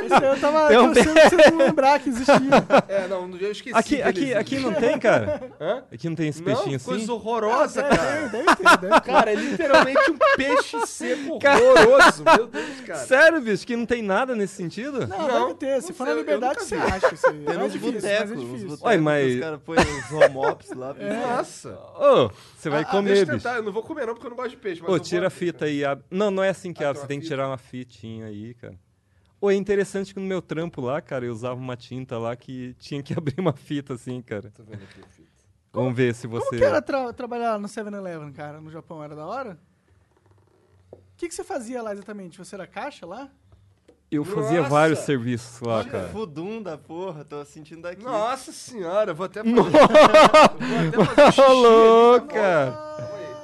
Esse aí eu tava
Tem um
torcendo pra vocês não lembrar que existia.
É, não, um dia eu esqueci.
Aqui,
que
aqui,
eles-
aqui não tem, cara?
Hã?
Aqui não tem esse peixinho
Não,
assim?
coisa horrorosa, cara.
Deve ter, deve ter.
Cara, é literalmente um peixe seco horroroso. Meu Deus, cara.
Sério, bicho, que não tem nada nesse sentido?
Não,
Não,
deve ter. Se
não sei,
for na
eu
liberdade,
nunca
você
vi.
acha isso aí.
Tem
Não é
uns
difícil,
botecos,
mas é
uns
difícil. É.
botecos
Ué,
que
mas-
os caras põem uns home ops lá.
Nossa.
Ô, É. você vai
Ah,
comer,
deixa eu
bicho.
tentar, eu não vou comer não, porque eu não gosto de peixe. Mas
Ô,
eu vou
tira a
abrir,
fita aí. abre. Não, não é assim que
Ah,
abre.
tem
Você
uma
tem que
fita.
tirar uma fitinha aí, cara. Ô, é interessante que no meu trampo lá, cara, eu usava uma tinta lá que tinha que abrir uma fita assim, cara.
Tô vendo aqui a fita.
Vamos ver se você.
Como que era tra- trabalhar no 7-Eleven, cara, no Japão? Era da hora? O que, que você fazia lá exatamente? Você era caixa lá?
Eu fazia
Nossa!
vários serviços lá,
Olha,
cara.
fudum da porra, tô sentindo daqui.
Nossa senhora, vou até fazer, vou até fazer um xixi
Ô,
ali,
louca!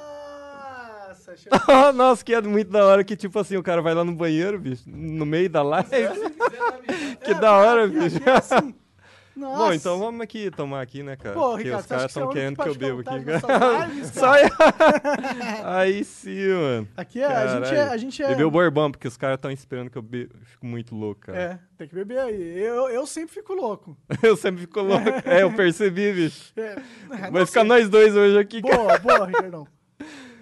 Nossa, achei...
Nossa, que é muito da hora que, tipo assim, o cara vai lá no banheiro, bicho, no meio da live.
É, tá
que da hora,
Aqui-
bicho.
aqui é assim. Nossa.
Bom, então vamos aqui tomar aqui, né, cara?
Pô,
Porque
Ricardo,
os
você acha
caras
que você é o
estão
único que
querendo que eu
pode
bebo
contar
aqui,
nas suas
cara.
lives, cara?
Sai!
né?
Aí sim, mano.
Aqui é, a gente é... A gente é...
Bebeu borbão, porque os caras estão esperando que eu be... fico muito louco, cara.
É, tem que beber aí. Eu, eu sempre fico louco.
Eu sempre fico louco. É, eu percebi, bicho.
É,
Vai
não
ficar
sei.
nós dois hoje aqui,
Boa,
cara.
boa, Ricardão.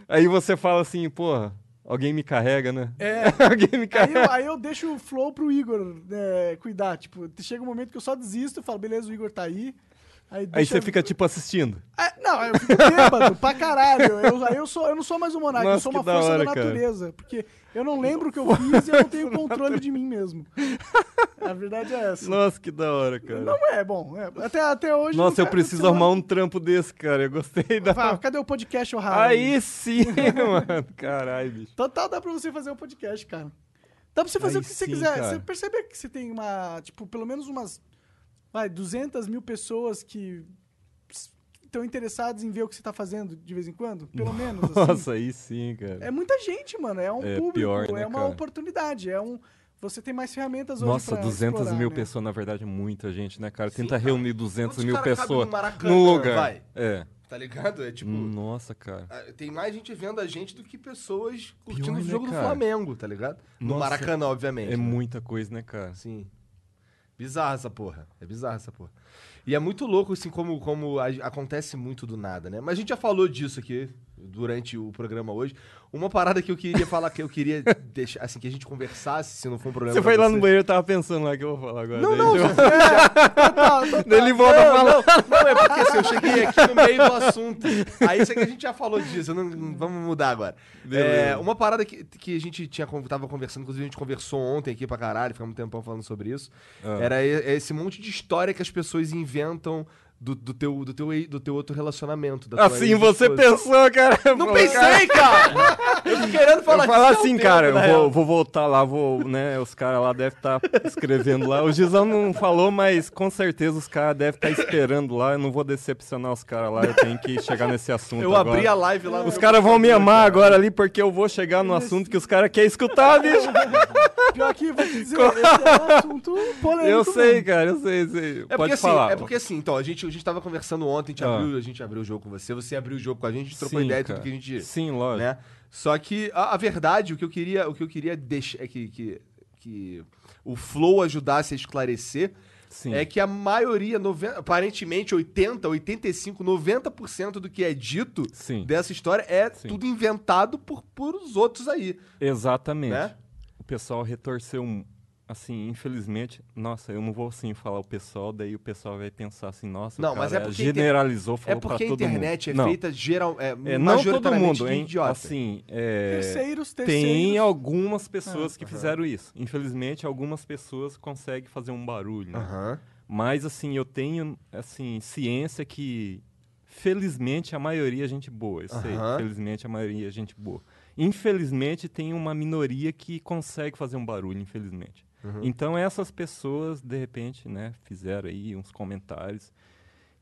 Aí você fala assim, porra, alguém me carrega, né?
É,
alguém me
Aí
carrega.
eu, aí eu deixo o flow pro Igor né, cuidar. Tipo, chega um momento que eu só desisto e falo, beleza, o Igor tá aí. Aí,
Aí
deixa
você
eu-
fica, tipo, assistindo.
É, não, eu fico bêbado pra caralho. Eu, aí eu, sou, eu não sou mais um monarca, eu
Nossa,
sou uma
que da
força da
hora, cara.
natureza. Porque eu não lembro o que eu fiz e eu não tenho controle de mim mesmo. A verdade é essa. Não,
Nossa, que da hora, cara.
é, bom. é, até, até hoje.
Nossa, eu
nunca-
preciso
sei lá.
arrumar um trampo desse, cara. Eu gostei da...
Vá, cadê o podcast, o
Aí sim, mano. Caralho, bicho.
Total, dá pra você fazer um podcast, cara. Dá pra você fazer
Aí
o que você
sim,
quiser.
cara.
Você percebe que você tem uma, tipo, pelo menos umas, vai, 200 mil pessoas que ps- estão interessadas em ver o que você tá fazendo de vez em quando? Pelo menos, assim.
Nossa, aí sim, cara.
É muita gente, mano. É um
É
público,
pior, né,
é uma
cara?
oportunidade. É um... Você tem mais ferramentas hoje
Nossa,
pra
200
explorar,
mil
né?
pessoas, na verdade, é muita gente, né, cara? Tenta reunir 200
Quantos
mil
cara cabe
pessoas
no Maracanã,
num lugar. Hum.
vai?
É.
Tá ligado? É tipo...
Nossa, cara.
ah, Tem mais gente vendo a gente do que pessoas curtindo
Pior,
o
né,
jogo do
cara?
Flamengo, tá ligado? No
Nossa,
Maracanã, obviamente.
É
né?
muita coisa, né, cara?
Sim. Bizarra essa porra. É bizarra essa porra. E é muito louco, assim, como, como a- acontece muito do nada, né? Mas a gente já falou disso aqui durante o programa hoje. Uma parada que eu queria falar, que eu queria deixar, assim, que a gente conversasse, se não for um problema.
Você
pra
foi lá no
vocês.
banheiro, eu tava pensando lá que eu vou falar agora.
Não,
Daí
não,
eu-
Total, total.
Daí ele volta a falar.
Não, é porque assim, eu cheguei aqui no meio do assunto. Aí isso aqui a gente já falou disso, eu não- não- vamos mudar agora.
Beleza.
É, uma parada que, que a gente tinha, con- tava conversando, inclusive a gente conversou ontem aqui pra caralho, ficamos um tempão falando sobre isso.
Ah.
Era e- é esse monte de história que as pessoas inventam do, do teu, do, teu, ei- do teu outro relacionamento. da tua
Assim, você
ex-esposa.
pensou, cara.
Não
Falou, cara,
pensei, cara! Eu tô querendo
Eu
falar
vou falar
disso há um
assim,
tempo,
cara,
na
eu
real.
vou, vou voltar lá, vou, né? Os caras lá devem estar escrevendo lá. O Gizão não falou, mas com certeza os caras devem estar esperando lá. Eu não vou decepcionar os caras lá, eu tenho que chegar nesse assunto.
Eu abri
agora.
a live lá. no
Os
meu
caras vão me
computador,
amar
cara.
agora ali porque eu vou chegar no assunto que os caras querem escutar, bicho.
Pior que, vou te dizer, esse é um assunto polêmico.
Eu sei,
mesmo.
cara, eu sei, sei.
É porque,
Pode
assim,
falar.
é porque assim, então, a gente, a gente tava conversando ontem, a gente,
Ah.
abriu, a gente abriu o jogo com você, você abriu o jogo com a gente, a gente trocou
Sim,
ideia de
cara.
tudo que a gente.
Sim, lógico.
né? Só que a, a verdade, o que eu queria, o que eu queria deixar é que, que, que o Flow ajudasse a esclarecer
Sim.
é que a maioria, noven- aparentemente 80, 85, 90% do que é dito
Sim.
dessa história é
Sim.
tudo inventado por, por os outros aí.
Exatamente.
Né?
O pessoal retorceu, mu- assim, infelizmente. Nossa, eu não vou assim falar o pessoal, daí o pessoal vai pensar assim, nossa,
Não,
o cara
mas é porque a inter-
generalizou, falou
é
pra
porque a
todo
internet
mundo.
é
Não,
feita geral, é,
é, não todo
majoritariamente
mundo,
de
hein?
idiota.
Assim, é...
Terceiros, terceiros.
Tem algumas
Ah,
pessoas que fizeram isso. Infelizmente, algumas pessoas conseguem fazer um barulho, né?
Aham.
Mas, assim, eu tenho, assim, ciência que, felizmente, a maioria é gente boa. Eu sei,
Aham.
felizmente, a maioria é gente boa. Infelizmente, tem uma minoria que consegue fazer um barulho, infelizmente.
Uhum.
Então, essas pessoas, de repente, né, fizeram aí uns comentários.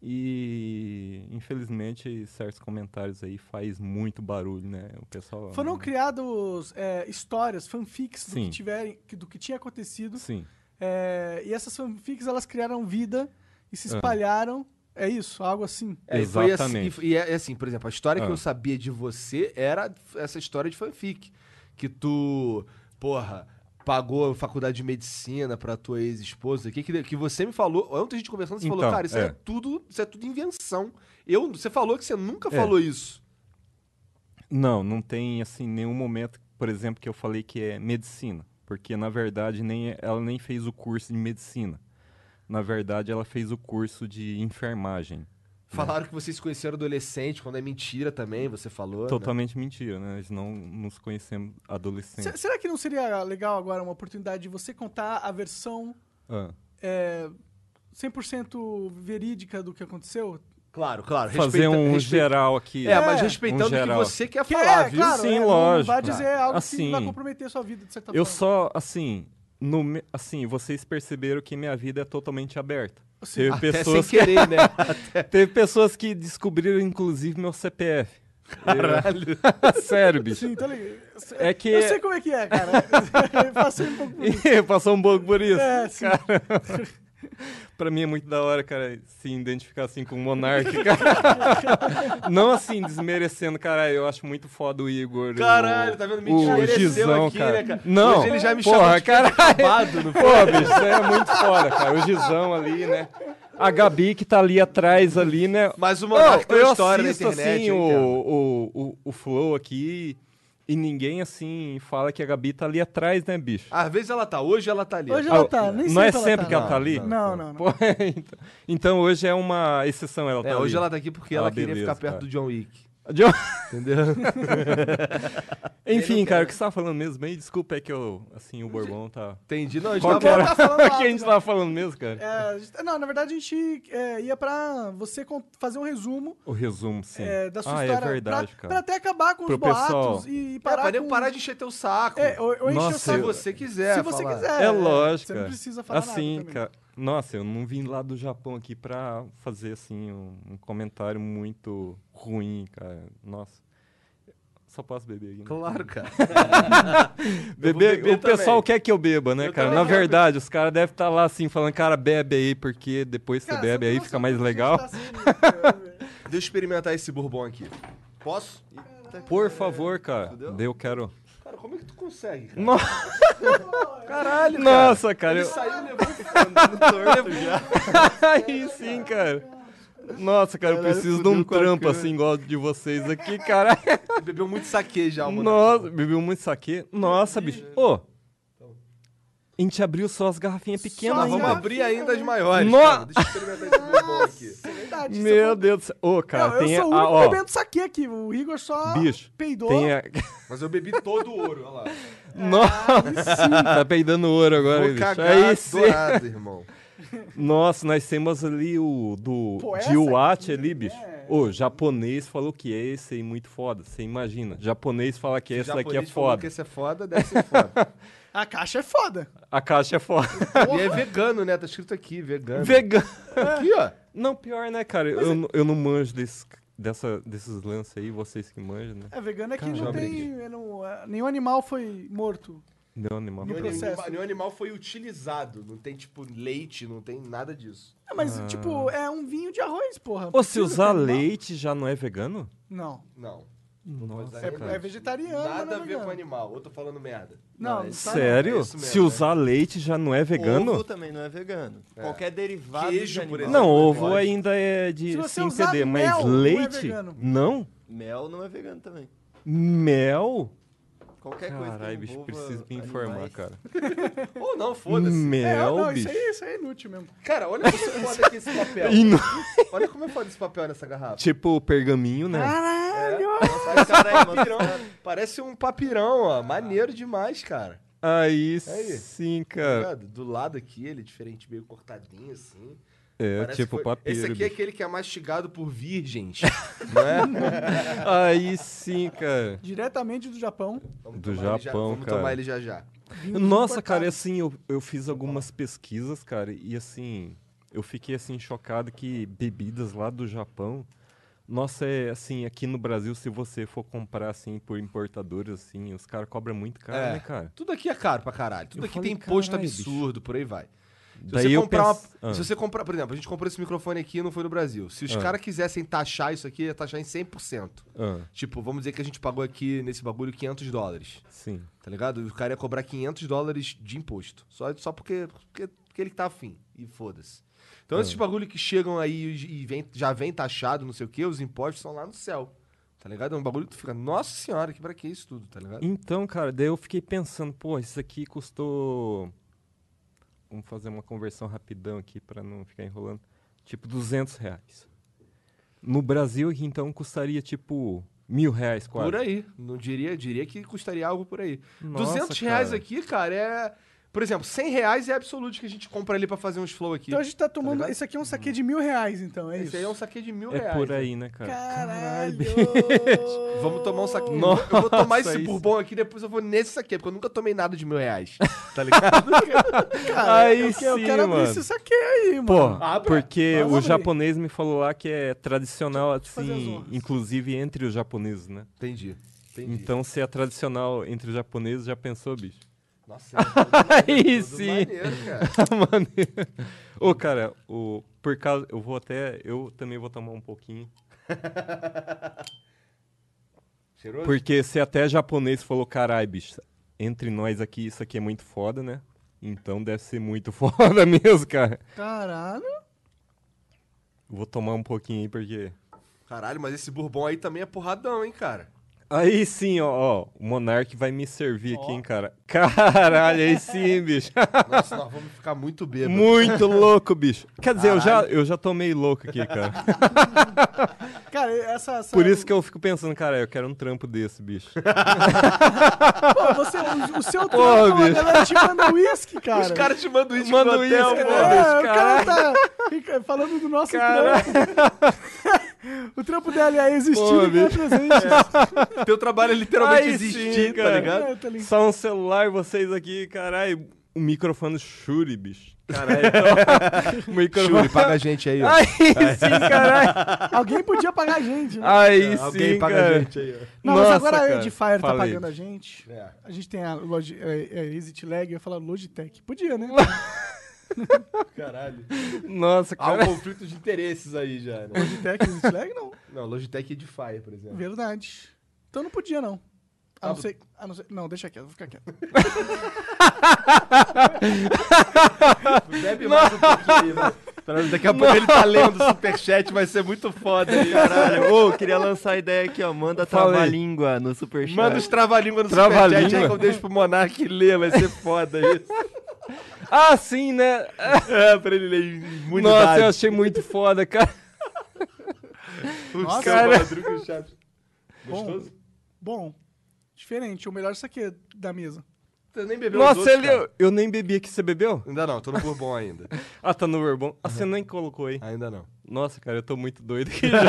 E, infelizmente, certos comentários aí faz muito barulho, né? O pessoal...
Foram criados é, histórias, fanfics do que,
Sim.
tiverem, que- do que tinha acontecido.
Sim.
É, e essas fanfics, elas criaram vida e se
Aham.
espalharam. É isso, algo assim.
É, e foi assim-
Exatamente.
e, e é, é assim, por exemplo, a história que
Ah.
eu sabia de você era essa história de fanfic. Que tu porra, pagou faculdade de medicina pra tua ex-esposa, que, que, que você me falou, ontem a gente conversando, você falou,
Então,
cara, isso é.
é.
tudo, isso é tudo invenção. Eu, você falou que você nunca
É.
falou isso.
Não, não tem assim nenhum momento, por exemplo, que eu falei que é medicina, porque na verdade nem é, ela nem fez o curso de medicina. Na verdade, ela fez o curso de enfermagem.
Falaram que vocês se conheceram adolescente, quando é mentira também, você falou. né?
Totalmente mentira, né? Nós não nos conhecemos adolescentes.
Se- Será que não seria legal agora uma oportunidade de você contar a versão
Ah,
é, 100% verídica do que aconteceu?
Claro, claro.
Fazer
respeita-
um
respeita-
geral aqui.
É, mas
É,
respeitando
um
o que
geral.
você quer
Que
falar,
é,
viu?
claro,
Sim,
é,
lógico.
não vai dizer algo que
Assim,
vai comprometer a sua vida, de certa
tá
Eu
forma.
só, assim, no, me- assim, vocês perceberam que minha vida é totalmente aberta.
Sim.
Teve
Assim, Até
pessoas,
sem querer, né?
que, teve pessoas que descobriram, inclusive, meu CPF.
Caralho.
Sério, bicho.
então
Sim, tá ligado.
É que-
Eu sei como é que é, cara. Eu Passei um pouco por isso.
E passou um pouco por isso.
É, sim.
Pra mim é muito da hora, cara, se identificar assim com o Monark, cara. Não assim, desmerecendo, cara. Eu acho muito foda o Igor.
Caralho,
o,
tá vendo? Me
o
desmereceu
Gizão,
aqui,
cara.
né, cara?
Não,
Hoje ele já me
porra,
chama de
caralho.
roubado, não foi?
Pô, bicho, isso é muito foda, cara. O Gizão ali, né? A Gabi que tá ali atrás ali, né?
Mas o
Não,
Monark tem uma
eu
história na
assisto,
internet,
assim,
hein,
o,
cara?
o, o, o Flow aqui e ninguém, assim, fala que a Gabi tá ali atrás, né, bicho?
Às vezes ela tá, hoje ela tá ali.
Hoje
Ah,
Ah, ela tá, nem
não
sei
é
se ela
sempre
tá.
que ela tá ali?
Não, não, não.
Pô, então, então hoje é uma exceção ela tá
É,
ali.
hoje ela tá aqui porque
Ah,
ela queria
beleza,
ficar perto
cara.
do John Wick.
Jo-
Entendeu?
Enfim, cara, o que você tava falando mesmo aí? Desculpa, é que eu, assim, o Bourbon tá...
Entendi. Não, a gente
Qual que
tava-
era?
tá falando
O que a
alto,
gente
né?
tava falando mesmo, cara?
É, a gente- não, na verdade a gente é, ia pra você con- fazer um resumo
O resumo, sim.
é, da sua
ah,
história.
é verdade,
pra,
cara.
pra até acabar com
Pro
os boatos
pessoal.
e
É,
parar
pra nem
com...
parar de encher teu saco.
um- É, ou, ou encher
Nossa,
o
se
eu-
saco.
você quiser
Se você
falar.
quiser.
É, lógico.
Você não
cara.
precisa falar
assim,
nada também.
cara. Nossa, eu não vim lá do Japão aqui pra fazer assim um, um comentário muito ruim, cara. Nossa. Só posso beber aqui. né?
Claro, cara.
Beber,
beber
o
também.
pessoal quer que eu beba, né,
Eu
cara?
também
Na
quero
verdade, os caras devem estar lá assim falando, cara, bebe aí porque depois
Cara,
você bebe
você
aí
não
fica
sabe
mais
como a gente
legal.
tá assim, né?
Deixa eu experimentar esse bourbon aqui. Posso?
Por favor, cara.
Fudeu?
Deu, quero.
Cara, como é que tu consegue, cara?
No-
Caralho, cara.
Nossa, cara.
Ele
eu-
saiu
Andando torto já.
Aí sim, cara. Nossa, cara, eu
Caralho,
preciso de
fudeu
um
com a
trampo
câmera.
assim igual de vocês aqui, cara.
levando- Bebeu muito saque já, o Monark.
Nossa, bebeu muito saque. Nossa, bicho. Ô, a gente abriu só as garrafinhas pequenas
Só
Mas
as
vamos
ainda.
garrafinhas.
abrir ainda as maiores.
No-
cara. Deixa eu experimentar esse bourbon aqui.
É verdade, isso é
Meu
bom.
Deus do céu. Ô, cara,
Não,
tem
eu
a... ah,
sou o único
ó,
bebendo saque aqui. O Igor só
Bicho,
peidou.
tem a...
Mas eu bebi todo o ouro, olha lá.
Nossa, tá peidando ouro agora,
Vou
bicho.
cagar
Aí sim.
dourado, irmão.
Nossa, nós temos ali o do
Pô, essa
de Iwate ali, bicho. Ô, japonês falou que é esse aí muito foda. Você imagina. Japonês fala que esse daqui é
Japonês falou
foda.
que esse é foda, deve ser foda.
A caixa é foda.
A caixa é foda.
E é vegano, né? Tá escrito aqui, vegano.
Vegano.
Aqui, ó.
Não, pior, né, cara? Eu, n- eu não manjo desse, dessa, desses lances aí, vocês que manjam, né?
É vegano aqui,
Cara,
não tem... é, não- é, nenhum animal foi morto.
Meu animal.
No
Nenhum
processo.
animal, nenhum animal foi utilizado. Não tem, tipo, leite, não tem nada disso.
É, mas, tipo, é um vinho de arroz, porra.
Ah. Ô, se
Precisa ter
usar
é animal?
leite já não é vegano?
Não.
Não.
Nossa,
É- é
cara.
É vegetariano, mas
nada
não
a
é
ver
vegano.
com animal. Eu tô falando merda.
Não,
Não,
não
esse
tá, não.
Sério?
É isso mesmo,
se
né?
usar leite já não é vegano?
Ovo também não é vegano. Qualquer derivado
Queijo,
de
por
animal.
exemplo.
Não, ovo
Pode.
ainda é
Se
de
você
sem
usar
TD,
mel,
mas
não é
leite?
vegano.
Não?
Mel não é vegano também.
Mel?
Qualquer coisa
Caralho,
que
bicho,
envolva
preciso me informar,
animais.
cara.
Ou não, foda-se.
É,
Mel,
não, isso
bicho.
aí, isso aí é inútil mesmo.
Cara, olha como é foda aqui esse papel.
E não-
Olha como é foda esse papel nessa garrafa.
Tipo pergaminho, né?
Caralho!
É. Nossa, cara, papirão. Parece um papirão, ó. Maneiro demais, cara.
Aí,
Aí.
sim,
Tá
cara.
ligado? Do lado aqui, ele é diferente, meio cortadinho, assim.
É,
Parece que
tipo
foi-
papiro.
Esse aqui é
bicho.
aquele que é mastigado por virgens.
Aí sim, cara.
É, Diretamente do Japão.
Vamos tomar
Do
ele já-
Japão,
Vamos
cara.
tomar ele já já.
Nossa,
importado.
cara, assim, eu, eu fiz algumas pesquisas, cara, e assim, eu fiquei assim chocado que bebidas lá do Japão, nossa, é assim, aqui no Brasil, se você for comprar assim por importadores assim, os caras cobram muito caro,
É.
né, cara?
Tudo aqui é caro pra caralho. Tudo
Eu
aqui
falei,
tem imposto
"Caralho,
absurdo, por aí vai. Se
Daí
você
eu
comprar
pens-
uma-
Ah.
Se você comprar, por exemplo, a gente comprou esse microfone aqui e não foi no Brasil. Se os caras quisessem taxar isso aqui, ia taxar em 100%.
Ah,
Tipo, vamos dizer que a gente pagou aqui nesse bagulho 500 dólares,
sim.
tá ligado? O cara ia cobrar 500 dólares de imposto. Só, só porque, porque, porque ele tá afim. E foda-se. Então
É.
esses bagulho que chegam aí e e vem- já vem taxado, não sei o quê, os impostos são lá no céu. Tá ligado? É um bagulho que tu fica, nossa senhora, que pra que isso tudo, tá ligado?
Então, cara, daí eu fiquei pensando, pô, isso aqui custou. Vamos fazer uma conversão rapidão aqui pra não ficar enrolando. Tipo, 200 reais. No Brasil, aqui, então, custaria tipo mil reais quase.
Por aí. Não diria, diria que custaria algo por aí.
Nossa,
200 reais
cara.
aqui, cara, é. Por exemplo, 100 reais é absoluto que a gente compra ali pra fazer uns flow aqui.
Então a gente tá tomando.
ligado?
isso aqui é um saque de mil reais, então, é
Hum. Esse
isso.
aí é um saque de mil
É
reais.
por aí, né, cara?
Caralho!
Vamos tomar um saquinho.
Nossa,
eu vou tomar esse
isso.
bourbon aqui, depois eu vou nesse saque, porque eu nunca tomei nada de mil reais. Tá ligado?
Cara,
Aí
eu, que- eu
sim,
quero
mano.
abrir esse saque aí, mano.
Pô,
Abre,
porque
vamos
o
abrir.
japonês me falou lá que é tradicional,
fazer as
assim,
honras.
inclusive entre os japoneses, né?
Entendi. Entendi.
Então, se é tradicional entre os japoneses, já pensou, bicho?
Nossa, é tudo-
Aí
tudo
sim.
maneiro, cara.
Mano. Tá Ô, cara, o, por causa. Eu vou até. Eu também vou tomar um pouquinho.
Cheiroso?
Porque se até japonês falou, carai, bicho, entre nós aqui, isso aqui é muito foda, né? Então deve ser muito foda mesmo, cara.
Caralho!
Vou tomar um pouquinho aí, porque.
Caralho, mas esse bourbon aí também é porradão, hein, cara.
Aí sim, ó, ó, o Monark vai me servir aqui, hein, cara. Caralho, aí sim, bicho.
Nossa, nós vamos ficar muito bêbados.
Muito louco, bicho. Quer dizer, eu já, eu já tomei louco aqui, cara.
Cara, essa. essa-
Por isso que eu fico pensando, cara, eu quero um trampo desse, bicho.
Pô, você, o, o seu
Porra,
trampo, a
bicho.
galera te manda um uísque, cara.
Os caras te mandam isso
Mandam
pro hotel,
isso,
pô.
É,
né?
o cara
Caralho.
tá fica falando do nosso
Caralho.
trampo. o trampo dele aí existiu
Pô,
e não é
bicho.
presente.
Teu trabalho é literalmente
Aí sim,
existir, tá
cara.
ligado?
É, tá ligado?
Só um celular, vocês aqui, caralho. Um microfone Shure, bicho.
Caralho.
Um microfone.
Shuri, então. paga a gente aí, ó.
Aí sim, caralho.
Alguém podia pagar a gente, né?
Aí sim,
Alguém paga
cara.
a gente aí, ó.
Não,
Ah, Nossa,
mas agora
cara.
a Edifier tá
Falei.
pagando a gente.
É.
A gente tem a, Logi, é, é, Exit Lag, eu ia falar Logitech. Podia, né?
Caralho.
Nossa,
Há um
cara.
conflito de interesses aí já, né?
Logitech, Exit Lag, não.
Não, Logitech Edifier, por exemplo.
Verdade. Então não podia, não. A
Ah,
não
bu-
ser... A não, ser, não, deixa quieto, vou ficar quieto.
Bebe mais um pouquinho aí, vai. Caralho, Daqui a pouco ele tá lendo o superchat, vai ser muito foda aí, caralho.
Caralho, ô, queria lançar a ideia aqui, ó. Manda
Fala aí.
trava-língua no superchat.
Manda os trava-língua no
Trava-língua.
superchat aí que eu deixo pro Monark ler, vai ser foda isso.
Ah, sim, né?
É, pra ele ler imunidade.
Nossa, eu achei muito foda, cara.
O
Nossa,
seu
cara.
Madruga e o Chaves.
Bom.
Gostoso?
Bom, diferente. O melhor isso aqui é da mesa.
Você nem bebeu os
Nossa,
outros,
ele, é
cara.
eu, eu nem bebi aqui. Você bebeu?
Ainda não, tô no bourbon ainda.
Ah, tá no Bourbon. Ah,
Uhum.
você nem colocou aí.
Ainda não.
Nossa, cara, eu tô muito doido aqui já.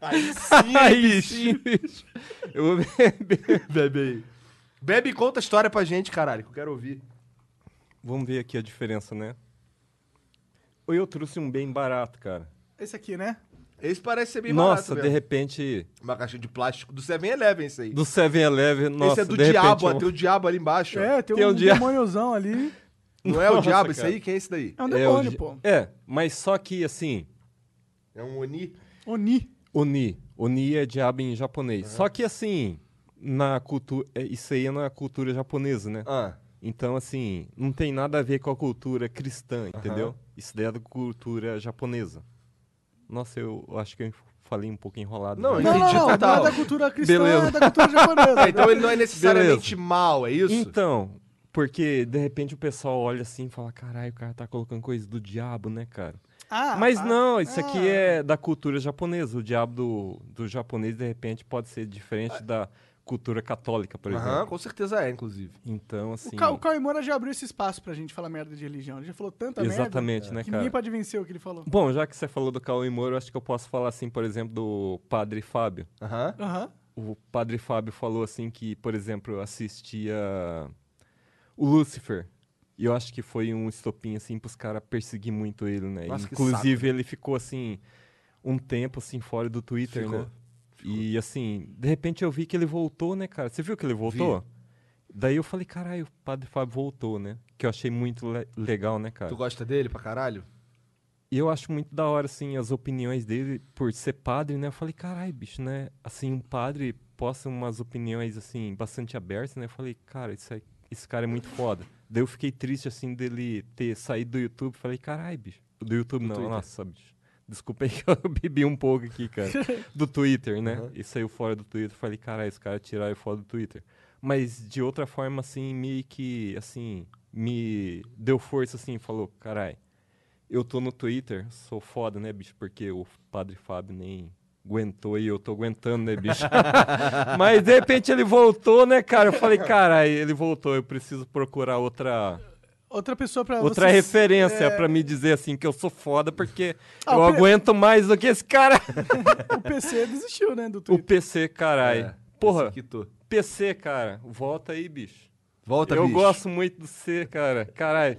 Aí sim,
Aí sim, bicho. Eu vou beber.
Bebe aí. Bebe e conta a história pra gente, caralho, que eu quero ouvir.
Vamos ver aqui a diferença, né? Ou eu trouxe um bem barato, cara.
Esse aqui, né?
Esse parece ser bem
Nossa,
barato
de
mesmo.
repente,
Uma caixa de plástico do 7-Eleven, isso aí.
do 7-Eleven,
Esse
nossa,
é do
de
diabo, ó,
repente, um-
tem o diabo ali embaixo. ó.
É, tem,
Tem
um,
um dia-
demôniozão ali.
Não é o
Nossa,
diabo, esse
cara.
aí? Quem é esse daí?
É um
é,
demônio,
o di-
pô.
é, mas só que, assim,
É um Oni?
Oni.
Oni. Oni é diabo em japonês. Só que, assim, na cultura... Isso aí é na cultura japonesa, né?
Ah,
Então, assim, não tem nada a ver com a cultura cristã, entendeu? Isso daí é da cultura japonesa. Nossa, eu eu acho que eu falei um pouco enrolado.
Não,
né?
Não, não,
Entendi
não,
total.
não é da cultura cristã,
Beleza.
é da cultura japonesa.
Ah, então ele não é necessariamente
Beleza.
mal, é isso?
Então, porque de repente o pessoal olha assim e fala: caralho, o cara tá colocando coisa do diabo, né, cara?
Ah,
Mas
tá.
não, isso aqui
Ah.
é da cultura japonesa. O diabo do, do japonês, de repente, pode ser diferente
Ah.
da cultura católica, por
Aham,
exemplo.
com certeza é, inclusive.
Então, assim.
O, Ca... o Cauê Moura já abriu esse espaço pra gente falar merda de religião. Ele já falou tanta merda
exatamente, né,
que
cara?
ninguém pode vencer o que ele falou.
Bom, já que você falou do Cauê Moro, eu acho que eu posso falar assim, por exemplo, do padre Fábio.
Aham.
Aham.
O padre Fábio falou assim que, por exemplo, assistia o Lúcifer. E eu acho que foi um estopim, assim, pros caras perseguir muito ele, né?
Nossa, que saco.
Inclusive, ele ficou, assim, um tempo, assim, fora do Twitter,
Ficou.
né? E, assim, de repente eu vi que ele voltou, né, cara? Você viu que ele voltou? Daí eu falei, caralho, o Padre Fábio voltou, né? Que eu achei muito le- legal, né, cara?
Tu gosta dele pra caralho?
E eu acho muito da hora, assim, as opiniões dele por ser padre, né? Eu falei, caralho, bicho, né? Assim, um padre posta umas opiniões, assim, bastante abertas, né? Eu falei, cara, isso aí- esse cara é muito foda. Daí eu fiquei triste, assim, dele ter saído do YouTube. Falei, caralho, bicho. Do YouTube não,
Twitter.
nossa, bicho. Desculpa aí que eu bebi um pouco aqui, cara. Do Twitter, né? E saiu fora do Twitter. Falei, caralho, esse cara tiraram ele fora do Twitter. Mas de outra forma, assim, meio que, assim, me deu força, assim, falou, caralho. Eu tô no Twitter, sou foda, né, bicho? Porque o Padre Fábio nem aguentou e eu tô aguentando, né, bicho? Mas de repente ele voltou, né, cara? Eu falei, caralho, ele voltou, eu preciso procurar outra,
Outra pessoa pra
outra
vocês-
referência
é,
pra me dizer assim que eu sou foda, porque
Ah,
eu
o pe-
aguento mais do que esse cara.
O PC desistiu, né, do
o
Twitter.
PC, caralho.
É,
Porra,
esse quitou.
PC, cara, volta aí, bicho.
Volta,
eu
bicho.
gosto muito de você, cara. Caralho.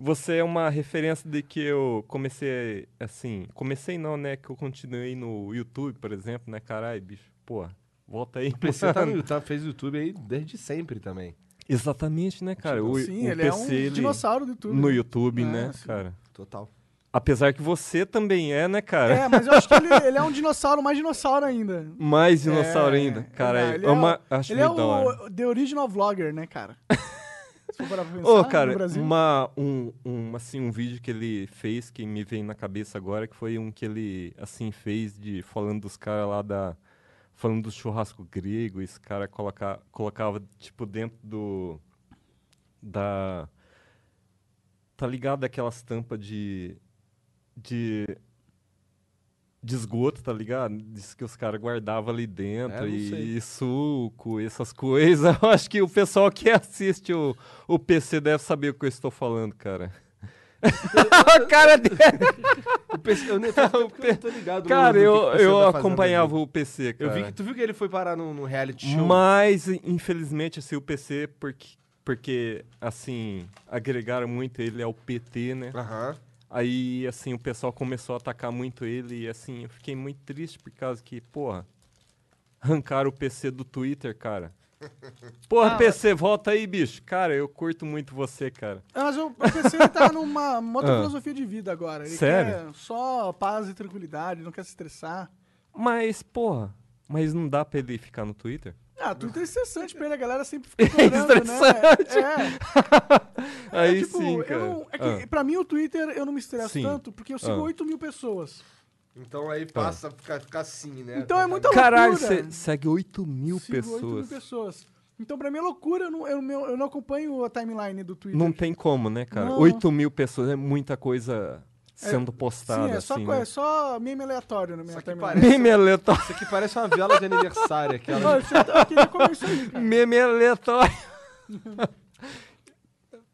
Você é uma referência de que eu comecei, assim, comecei não, né, que eu continuei no YouTube, por exemplo, né, caralho, bicho. Porra, volta aí.
O PC tá
mano.
no YouTube, fez YouTube aí desde sempre também.
Exatamente, né, cara? O,
Sim,
o
ele é
PC,
um
ele-
dinossauro do YouTube.
no YouTube,
É,
né,
sim.
cara?
Total.
Apesar que você também é, né, cara?
É, mas eu acho que ele, ele é um dinossauro mais dinossauro ainda.
Mais dinossauro
É,
ainda.
é,
Cara,
ele
eu
é
ama-
o-
acho
Ele é
muito da hora.
o The Original Vlogger, né, cara? Se for parar pra pensar, né,
Ô,
no
cara,
Brasil.
uma, um, um, assim, um vídeo que ele fez que me vem na cabeça agora, que foi um que ele, assim, fez de falando dos caras lá da... Falando do churrasco grego, esse cara coloca, colocava, tipo, dentro do... Da... Tá ligado aquelas tampas de... De... De esgoto, tá ligado? Diz que os caras guardavam ali
É,
dentro
não sei.
e, e suco, essas coisas. Eu acho que o pessoal que assiste o, o PC deve saber o que eu estou falando, cara. A cara dele.
O PC, eu nem faz tempo que eu não tô ligado. no-
Cara,
no que
eu,
que o PC
eu
tá fazendo
acompanhava
aí.
o É. PC, cara.
Eu vi que, tu viu que ele foi parar num, num reality show?
Mas, infelizmente, assim, o PC, porque, porque, assim, agregaram muito ele ao PT, né?
Aham.
Aí, assim, o pessoal começou a atacar muito ele e, assim, eu fiquei muito triste por causa que, porra, arrancaram o PC do Twitter, cara.
Ah.
Porra, PC, volta aí, bicho. Cara, eu curto muito você, cara.
Ah, mas o o PC ele tá numa uma outra
Ah.
filosofia de vida agora. Ele
Sério?
quer só paz e tranquilidade, não quer se estressar.
Mas, porra, mas não dá pra ele ficar no Twitter?
Ah, tudo é estressante pra ele, a galera sempre fica cobrando,
É estressante.
né? É.
aí
é, tipo,
sim,
eu
cara.
não- é que
Ah.
pra mim o Twitter eu não me estresso
Sim.
tanto, porque eu sigo
Ah.
8 mil pessoas.
Então
É.
aí passa a ficar, ficar assim, né?
Então é muita
Caralho,
loucura.
você segue 8 mil
Sigo 8 mil
pessoas.
pessoas. Então pra mim é loucura, eu não, eu, meu- eu não acompanho a timeline do Twitter.
Não tem como, né, cara?
Não. É,
8 mil pessoas é muita coisa sendo postada,
Sim, é só, É
assim,
co-
né?
é só meme aleatório na minha
Só que
timeline.
Meme aleatório.
Isso aqui parece uma vela de aniversário,
Ó,
aquela.
eu tinha- eu queria comer isso aí, cara.
Meme é aleatório.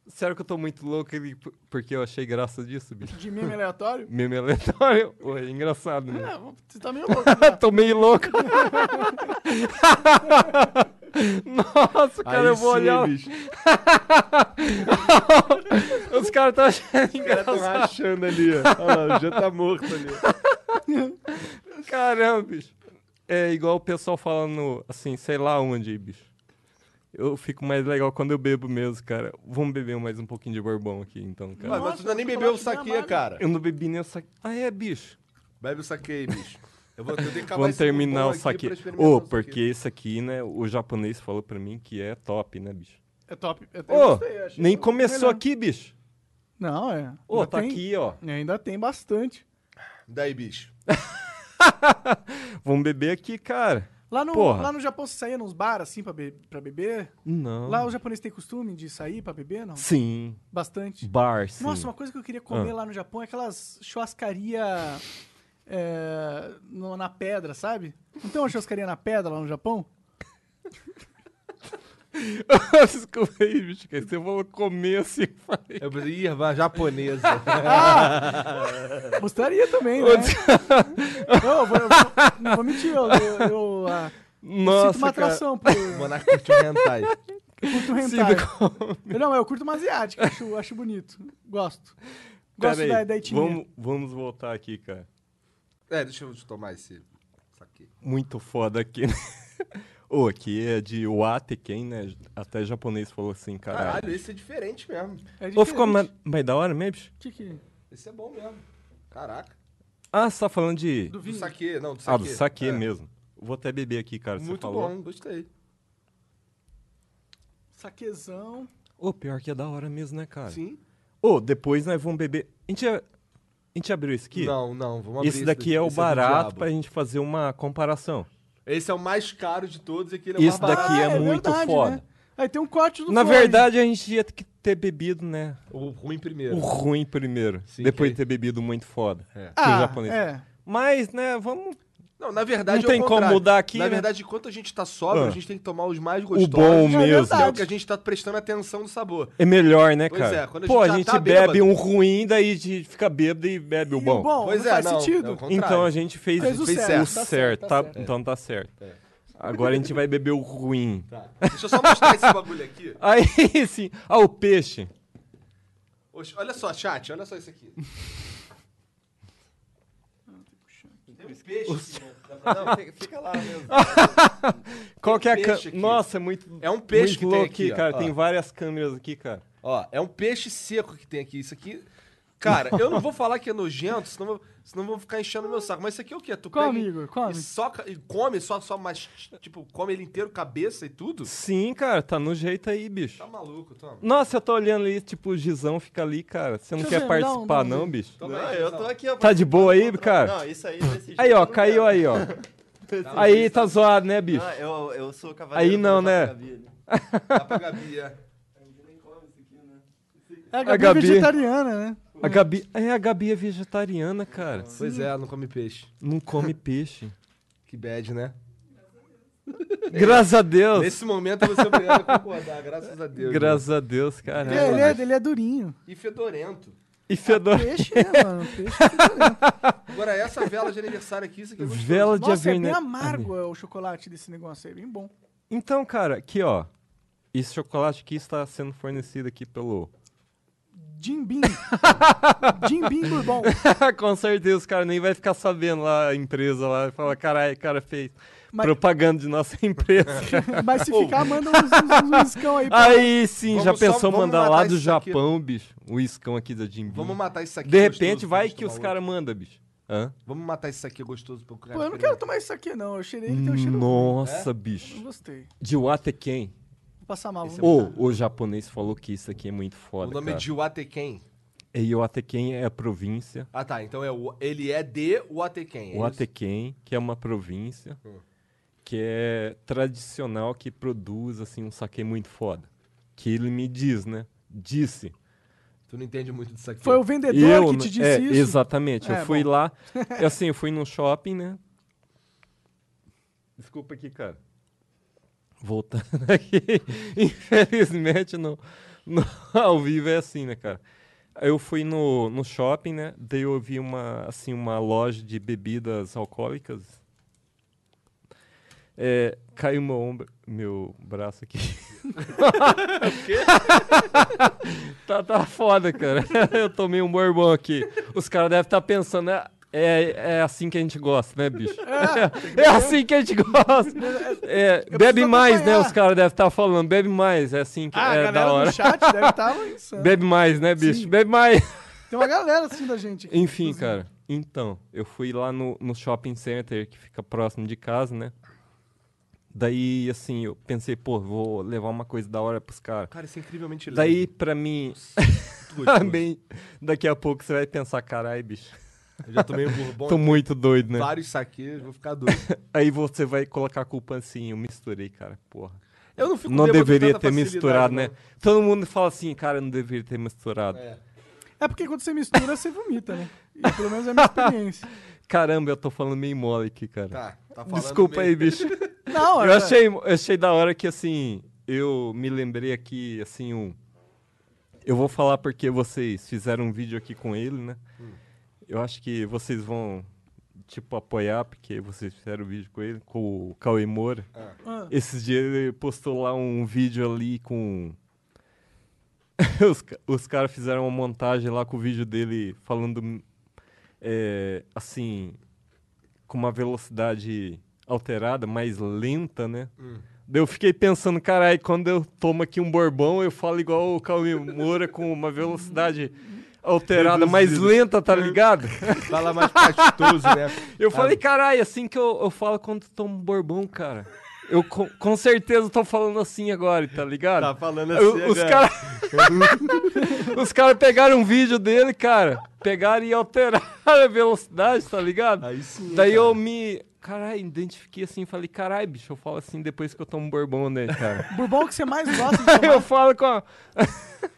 Sério que eu tô muito louco ele- porque eu achei graça disso, bicho.
De meme aleatório?
Meme é aleatório. Ué, é engraçado, né?
É, você tá meio louco. né?
tô meio louco. Nossa, cara, eu vou olhar.
bicho.
Os caras estão achando
Os caras tão
engraçado.
tá rachando ali, ó. Olha lá, já tá morto ali.
Caramba, bicho. É igual o pessoal falando, assim, sei lá onde, bicho. Eu fico mais legal quando eu bebo mesmo, cara. Vamos beber mais um pouquinho de bourbon aqui, então,
Ué,
cara.
mas
Nossa,
tu ainda nem
chocolate
bebeu o
de
saque,
gramado.
cara.
Eu não é bebi nem essa... Ah, é, bicho.
Bebe o saque aí, bicho. Eu vou eu tenho que acabar
Vamos
esse bombom
terminar o
aqui pra
saque.
experimentar o
Ô,
saque.
porque isso aqui, né, o japonês falou pra mim que é top, né, bicho?
É top. Eu, eu
Ô,
gostei, eu achei
nem
melhor.
começou aqui, bicho.
Não, é.
Ô,
Ainda
tá
tem-
aqui, ó.
Ainda tem bastante.
Daí, bicho.
Vamos beber aqui, cara.
Lá no,
Porra.
lá no Japão, você saía nos bar, assim, pra, be- pra beber?
Não.
Lá os japoneses têm costume de sair pra beber, não?
Hum. Sim.
Bastante.
Bar, sim.
Nossa, uma coisa que eu queria comer
Ah.
lá no Japão é aquelas churrascaria é, no- na pedra, sabe? Não tem uma churrascaria na pedra lá no Japão?
Desculpa aí, bicho. Que aí você falou comer assim. eu Falei.
Eu pensei, ih, vai, japonesa.
Gostaria também, né? não, eu vou, eu vou- não vou mentir, eu, eu, eu, ah,
Nossa,
sinto uma
cara.
atração por,
Monarca curte um hentai.
eu curto um
Sim,
hentai.
do-
Eu não, eu curto uma asiática, acho, acho bonito. Gosto.
Pera
Gosto
aí,
da, da etnia.
Vamos, vamos voltar aqui, cara.
É, deixa eu tomar esse saque.
Muito foda aqui. né? Ô, aqui é de Wateken, né? Até japonês falou assim, caralho.
Caralho, esse é diferente mesmo.
É
Ô, ficou mais,
diferente.
mais da hora mesmo? bicho?
Que que-
Esse é bom mesmo. Caraca.
Ah, você tá falando de...
Do saque, não, do saque.
ah, do saque
É.
mesmo. Vou até beber aqui, cara, você
Muito
falou.
bom, gostei.
Saquezão.
Ô, pior que é da hora mesmo, né, cara?
Sim.
Ô, depois nós vamos beber... A gente, a gente abriu esse aqui?
Não, não, vamos abrir
Esse daqui é o
esse do
barato
diabo.
pra gente fazer uma comparação. Esse,
Esse é o mais caro de todos e aquele é o mais barato.
daqui é,
Ah,
muito
verdade,
foda.
né? Aí tem um corte do
Na
Floyd.
verdade, a gente ia ter que ter bebido, né?
O ruim primeiro.
O ruim primeiro.
É. Sim,
depois
que-
de ter bebido muito foda.
É.
Que
ah,
o japonês.
É.
Mas, né, vamos.
Não, na verdade
Não
é o
tem como
contrário.
mudar aqui,
Na
né?
verdade, enquanto a gente tá sóbrio,
Ah.
a gente tem que tomar os mais
O
gostosos.
bom
é
mesmo.
que é o
verdade.
que a gente tá prestando atenção no sabor.
É melhor, né,
Pois
cara?
é, quando a
Pô,
gente
a
já
gente
tá
bebe
bêbado.
um ruim, daí a gente fica bêbado e bebe o
E
bom.
o bom
pois
não
é,
faz
não,
sentido.
é o contrário.
então a gente fez,
Fez o
fez
certo.
certo.
Tá certo,
tá- Então tá certo.
É.
Agora a gente vai beber o ruim.
Tá. Deixa eu só mostrar esse bagulho aqui.
Aí sim. Ah, o peixe.
Oxe, Olha só, chat, olha só isso aqui. Tem um peixe aqui, né? Dá pra-
Não, fica- um fica lá mesmo.
Qual que é a
peixe
câmera?
aqui.
Nossa, é muito.
É um peixe
muito
que tem
louco
aqui, ó,
cara.
ó.
Tem várias câmeras aqui, cara.
Ó, é um peixe seco que tem aqui. Isso aqui. Cara, eu não vou falar que é nojento, senão, eu- senão eu vou ficar enchendo meu saco. Mas isso aqui é o quê? Tu
Come,
pega e-
Igor, come.
E, soca, e come, só, só mas, tipo, come ele inteiro, cabeça e tudo?
Sim, cara, tá no jeito aí, bicho.
Tá maluco, toma.
Nossa, eu tô olhando ali, tipo, o Gizão fica ali, cara. Você não
Deixa eu ver, dá
quer
um-
participar,
dá um
não,
jeito.
bicho?
Toma
Não,
aí,
eu
Gizão.
tô aqui, ó.
Tá de boa aí, cara?
Não, isso aí, desse jeito
Aí,
eu não
ó, caiu
quero.
aí, ó.
Desse jeito
Aí
eu
tá
não-
zoado, né, bicho?
Ah, eu, eu sou o cavaleiro.
Aí não,
do Rafa
né?
Gabi.
Dá pra Gabi, é.
Nem come isso aqui, né?
É a
A
Gabi,
Gabi.
vegetariana, né?
A Gabi. É, a Gabi é vegetariana, cara.
Pois é, não come peixe.
Não come peixe.
Que bad, né?
Graças a Deus.
Nesse momento você é obrigado a concordar, graças a Deus.
Graças a Deus, cara.
Ele, ele é, ele é durinho.
né? E fedorento.
E fedor.
Peixe, né, mano? Peixe é fedorento.
Agora, essa vela de aniversário aqui, isso aqui é gostoso.
Vela de
Nossa, é bem
averne-
amargo é, o chocolate desse negócio aí, bem bom.
Então, cara, aqui, ó. Esse chocolate aqui está sendo fornecido aqui pelo.
Jim Beam. Jim Beam Bourbon.
Com certeza, os caras nem vai ficar sabendo lá a empresa lá. Fala, caralho, o cara fez
Mas-
propaganda de nossa empresa.
Mas se ficar, manda uns, uns, uns iscão aí. pra-
Aí sim,
Então, Vamos
já
só-
pensou
vamos
mandar
matar
lá do
isso aqui.
Japão, bicho? O iscão aqui da Jim Beam.
Vamos matar isso aqui. é
De repente
gostoso,
vai
pra
que os
tomar um
caras mandam, bicho. Hã?
outro. Vamos matar isso aqui é gostoso pro cara.
Pô, eu não quero tomar isso aqui, não. Eu cheirei que tem um cheiro...
Nossa,
né?
Não
bicho.
gostei.
De Wateken.
Vou passar mal. vou-
Ou o japonês falou que isso aqui é muito
O
foda.
nome é
cara.
de Watequém.
E Wateken é a província.
Ah, tá. Então é o, ele é de Watequém. é isso?
Watequém, que é uma província que é tradicional, que produz assim um saque muito foda. Que ele me diz, né? Disse.
Tu não entende muito disso aqui.
Foi o vendedor
eu,
que te disse
é,
isso?
Exatamente.
É,
eu fui
bom.
lá, eu, assim, eu fui num shopping, né? Desculpa aqui, cara. Voltando aqui, infelizmente no, no- ao vivo é assim, né, cara? Eu fui no, no shopping, né? Daí eu vi uma, assim, uma loja de bebidas alcoólicas. É, caiu meu ombro, meu braço aqui. Tá, tá foda, cara. Eu tomei um borbão aqui. Os caras devem estar pensando, né? É, é assim que a gente gosta, né, bicho? É, assim que a gente gosta. É, bebe
preciso
mais, né?
acompanhar.
Os caras devem estar falando, bebe mais. É assim que
Ah, a
é da
galera
hora.
do chat deve estar insana.
Bebe mais, né, bicho?
Sim.
Bebe mais.
Tem uma galera assistindo a gente. aqui,
Enfim,
inclusive.
cara. Então, eu fui lá no, no shopping center que fica próximo de casa, né? Daí, assim, eu pensei, pô, vou levar uma coisa da hora pros caras.
Cara, isso é incrivelmente leve.
Daí, pra mim,
Muito gostoso.
Também, daqui a pouco você vai pensar, carai, bicho,
Eu já tomei um bourbon,
tô muito doido, né?
vários saqueiros, vou ficar doido.
Aí você vai colocar a culpa assim, eu misturei, cara, porra.
Eu não fico
Não
bêbado com
deveria
tanta
ter
facilidade,
misturado,
não.
né? Todo mundo fala assim, cara, não deveria ter misturado.
É.
É porque quando você mistura, você vomita, né? E pelo menos é a minha experiência.
Caramba, eu tô falando meio mole aqui, cara.
Tá, tá falando
Desculpa
meio-
aí, bicho.
Não,
Eu
é-
achei, eu achei da hora que, assim, eu me lembrei aqui, assim, um... Eu vou falar porque vocês fizeram um vídeo aqui com ele, né? Eu acho que vocês vão, tipo, apoiar, porque vocês fizeram o vídeo com ele, com o Cauê Moura.
Ah,
Esses dias ele postou lá um vídeo ali com... os ca- os caras fizeram uma montagem lá com o vídeo dele falando, é, assim, com uma velocidade alterada, mais lenta, né?
Hum.
Daí eu fiquei pensando, carai, quando eu tomo aqui um borbão, eu falo igual o Cauê Moura com uma velocidade alterada, mais lenta,
É.
tá ligado?
Fala mais pastoso, né?
Eu falei, carai, assim que eu, eu falo quando tomo borbão, cara. Eu com, com certeza tô falando assim agora, tá ligado?
Tá falando
Eu-
assim
os
agora.
caras Os caras pegaram um vídeo dele, cara. Pegaram e alteraram a velocidade, tá ligado?
Aí sim,
Daí
cara.
eu me. Caralho, identifiquei assim, falei, caralho, bicho, eu falo assim depois que eu tomo bourbon, né, cara?
Bourbon que você mais gosta de tomar.
eu falo com a.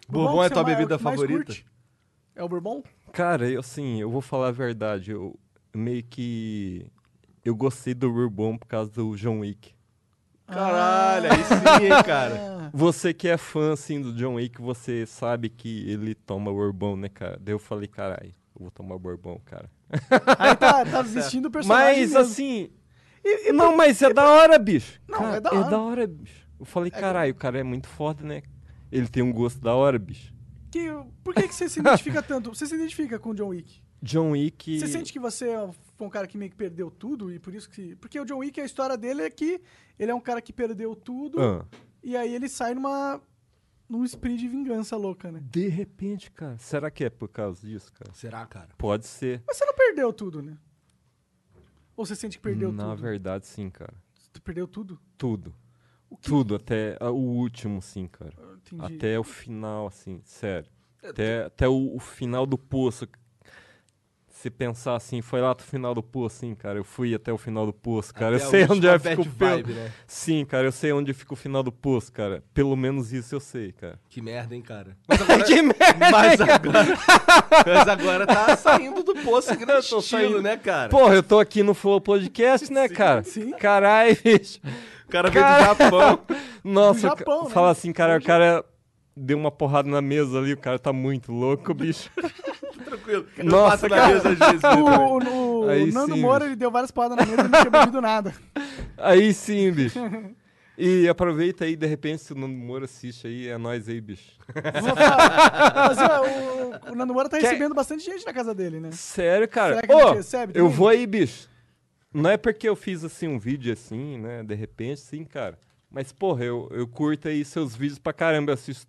Bourbon
que
é
você
tua
mais-
bebida
que mais
favorita?
curte? É o bourbon?
Cara, eu assim, eu vou falar a verdade. Eu meio que. Eu gostei do bourbon por causa do John Wick.
Caralho, aí sim,
Ah.
hein, cara.
Você que é fã, assim, do John Wick, você sabe que ele toma bourbon, né, cara? Daí eu falei, caralho, eu vou tomar bourbon, cara.
Aí tá, tá vestindo o personagem
Ah, Mas,
mesmo.
assim... não, mas é da hora, bicho.
Não,
Cara,
é da hora.
bicho. Eu falei, caralho, o cara é muito foda, né? Ele tem um gosto da hora, bicho.
Que- por que, que você se identifica tanto? Você se identifica com o John Wick?
John Wick...
Você sente que você é um- foi um cara que meio que perdeu tudo e por isso que... Porque o John Wick, a história dele é que ele é um cara que perdeu tudo
Ah,
e aí ele sai numa... num spree de vingança louca, né?
de repente, cara, será que é por causa disso, cara?
Será, cara?
Pode ser.
Mas você não perdeu tudo, né? Ou você sente que perdeu
Na
tudo?
verdade, sim, cara.
Tu perdeu tudo?
Tudo.
O que-
Tudo, até ah, o último, sim, cara.
Entendi.
Até o final, assim, sério.
É,
Até, até o, o final do poço. Se pensar assim, foi lá pro final do poço, sim, cara. Eu fui até o final do poço, cara.
Até
eu
a
sei onde
última
é fica o
bad
pelo-
vibe, né?
Sim, cara, eu sei onde fica o final do poço, cara. Pelo menos isso eu sei, cara.
Que merda, hein, cara? Mas agora,
Que merda!
mas agora, mas agora tá saindo do poço grande estilo,
saindo.
né, cara?
Porra, eu tô aqui no Flow Podcast, né, cara?
sim.
Caralho, bicho.
o cara veio
Cara-
do Japão.
Nossa,
No Japão,
ca-
né?
fala assim, cara, o cara deu uma porrada na mesa ali, o cara tá muito louco, bicho.
Tranquilo. Eu passo
Nossa,
na
cara.
mesa às vezes. né, também.
O, o- o
Aí
Nando
sim,
Moura,
bicho.
ele deu várias porradas na mesa e não tinha bebido nada.
Aí sim, bicho. E aproveita aí, de repente, se o Nando Moura assiste aí, é nós aí, bicho.
Mas, ó, o, o Nando Moura tá
Quer-
recebendo bastante gente na casa dele, né?
Sério, cara.
Será que a
Ô,
gente recebe
eu
também?
vou aí, bicho. Não é porque eu fiz, assim, um vídeo assim, né, de repente, sim, cara. Mas, porra, eu, eu curto aí seus vídeos pra caramba, eu assisto.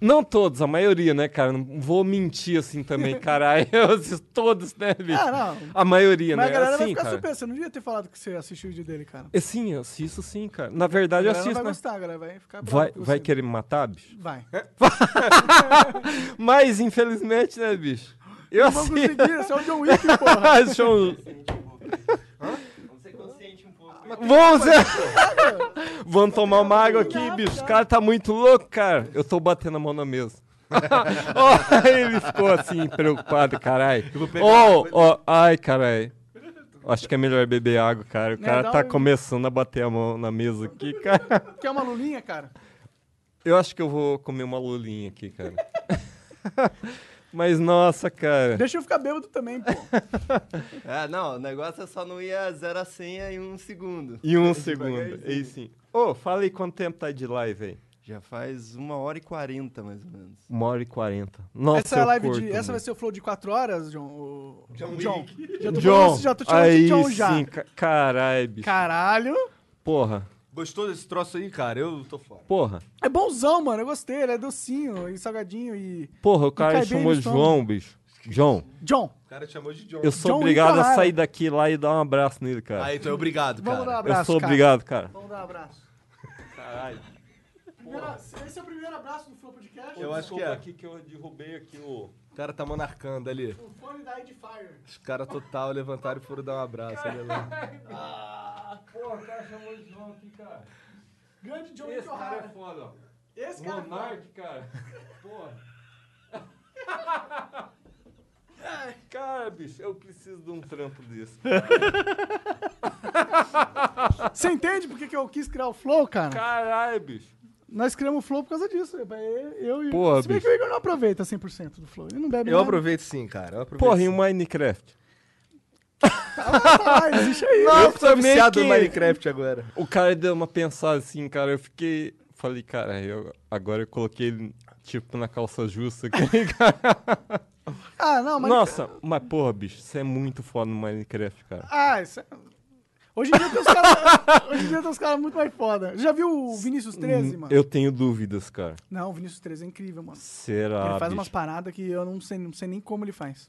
Não todos, a maioria, né, cara? Não vou mentir assim também, caralho. Eu assisto todos, né, bicho?
Ah, não.
A maioria,
Mas a
né?
galera vai
assim,
ficar
cara.
surpresa. Você não devia ter falado que você assistiu o vídeo dele, cara.
É, sim, eu assisto sim, cara. Na
A
verdade, eu
galera não
assisto,
vai
né?
gostar, a galera vai ficar brava
Vai,
com você.
vai querer me matar, bicho?
Vai.
Mas, infelizmente, né, bicho? Eu
Vamos
assim.
conseguir, esse é o John Wick, porra.
Show.
um Vamos ser consciente um pouco.
Vamos, Vamos tomar uma água aqui, bicho. O cara tá muito louco, cara. Eu tô batendo a mão na mesa. Ó, ele ficou assim, preocupado, caralho. Ó, ó, ai, caralho. Acho que é melhor beber água, cara. O
Né,
cara
dá
tá
um-
começando a bater a mão na mesa aqui, cara.
Quer uma lulinha, cara?
Eu acho que eu vou comer uma lulinha aqui, cara. Mas, nossa, cara.
Deixa eu ficar bêbado também, pô.
É, não, o negócio é só não ir a 0 a 100 em um segundo.
E um segundo.
devagarzinho.
Aí sim. Ô, fala aí quanto tempo tá de live aí?
Já faz uma hora e 40, mais ou menos.
Uma hora e quarenta. Nossa,
essa é a
eu
live
curto,
de. Essa vai
mano.
ser o flow de 4 horas, John. O... John. John. Já tô,
John,
falando- já tô te chamando
aí
de John
sim,
já.
ca- caralho, bicho.
Caralho.
Porra,
Gostou desse troço aí, cara? Eu tô fora.
porra,
É bonzão, mano. Eu gostei. Ele é docinho e salgadinho e.
porra, o
cai
cara
bem
chamou
no
João, bicho. João,
John,
O cara te chamou de John.
eu sou
John
obrigado a
Nicolai.
sair daqui lá e dar um abraço nele, cara.
Ah, então obrigado, cara.
vamos dar um abraço.
eu sou
cara.
obrigado, cara.
Vamos dar um abraço. Caralho. Esse é o primeiro abraço do Flow Podcast.
Eu acho que é.
que eu derrubei aqui
O cara tá monarcando ali.
O fone da Ed Fire.
Os caras total levantaram e foram dar um abraço. Olha lá.
Porra, o cara chamou de João aqui, cara. é
Grande John
foda, ó.
Esse é
Monark, cara. Porra. Cara, bicho, eu preciso de um trampo desse.
Você entende por que que eu quis criar o Flow, cara?
Caralho, bicho.
Nós criamos o Flow por causa disso. Eu e
Porra,
Se bem que
bicho.
o Igor não aproveita 100% do Flow. Ele não bebe
Eu
nada.
aproveito sim, cara. Eu aproveito.
Porra, e
sim.
o Minecraft?
Ah, existe aí.
Não,
Eu que sou
também
viciado
que-
no Minecraft agora.
O cara deu uma pensada assim, cara. Eu fiquei. Falei, cara, eu... agora eu coloquei ele, tipo, na calça justa aqui, cara.
Ah, não, mas.
Nossa, mas porra, bicho, você é muito foda no Minecraft, cara.
Ah, isso é... Hoje em dia tem uns caras. hoje em dia tem uns caras muito mais foda. Já viu o Vinícius 13, mano?
Hum, Eu tenho dúvidas, cara.
Não, o Vinícius 13 é incrível, mano.
Será?
ele faz umas
Ah, bicho?
paradas que eu não sei, não sei nem como ele faz.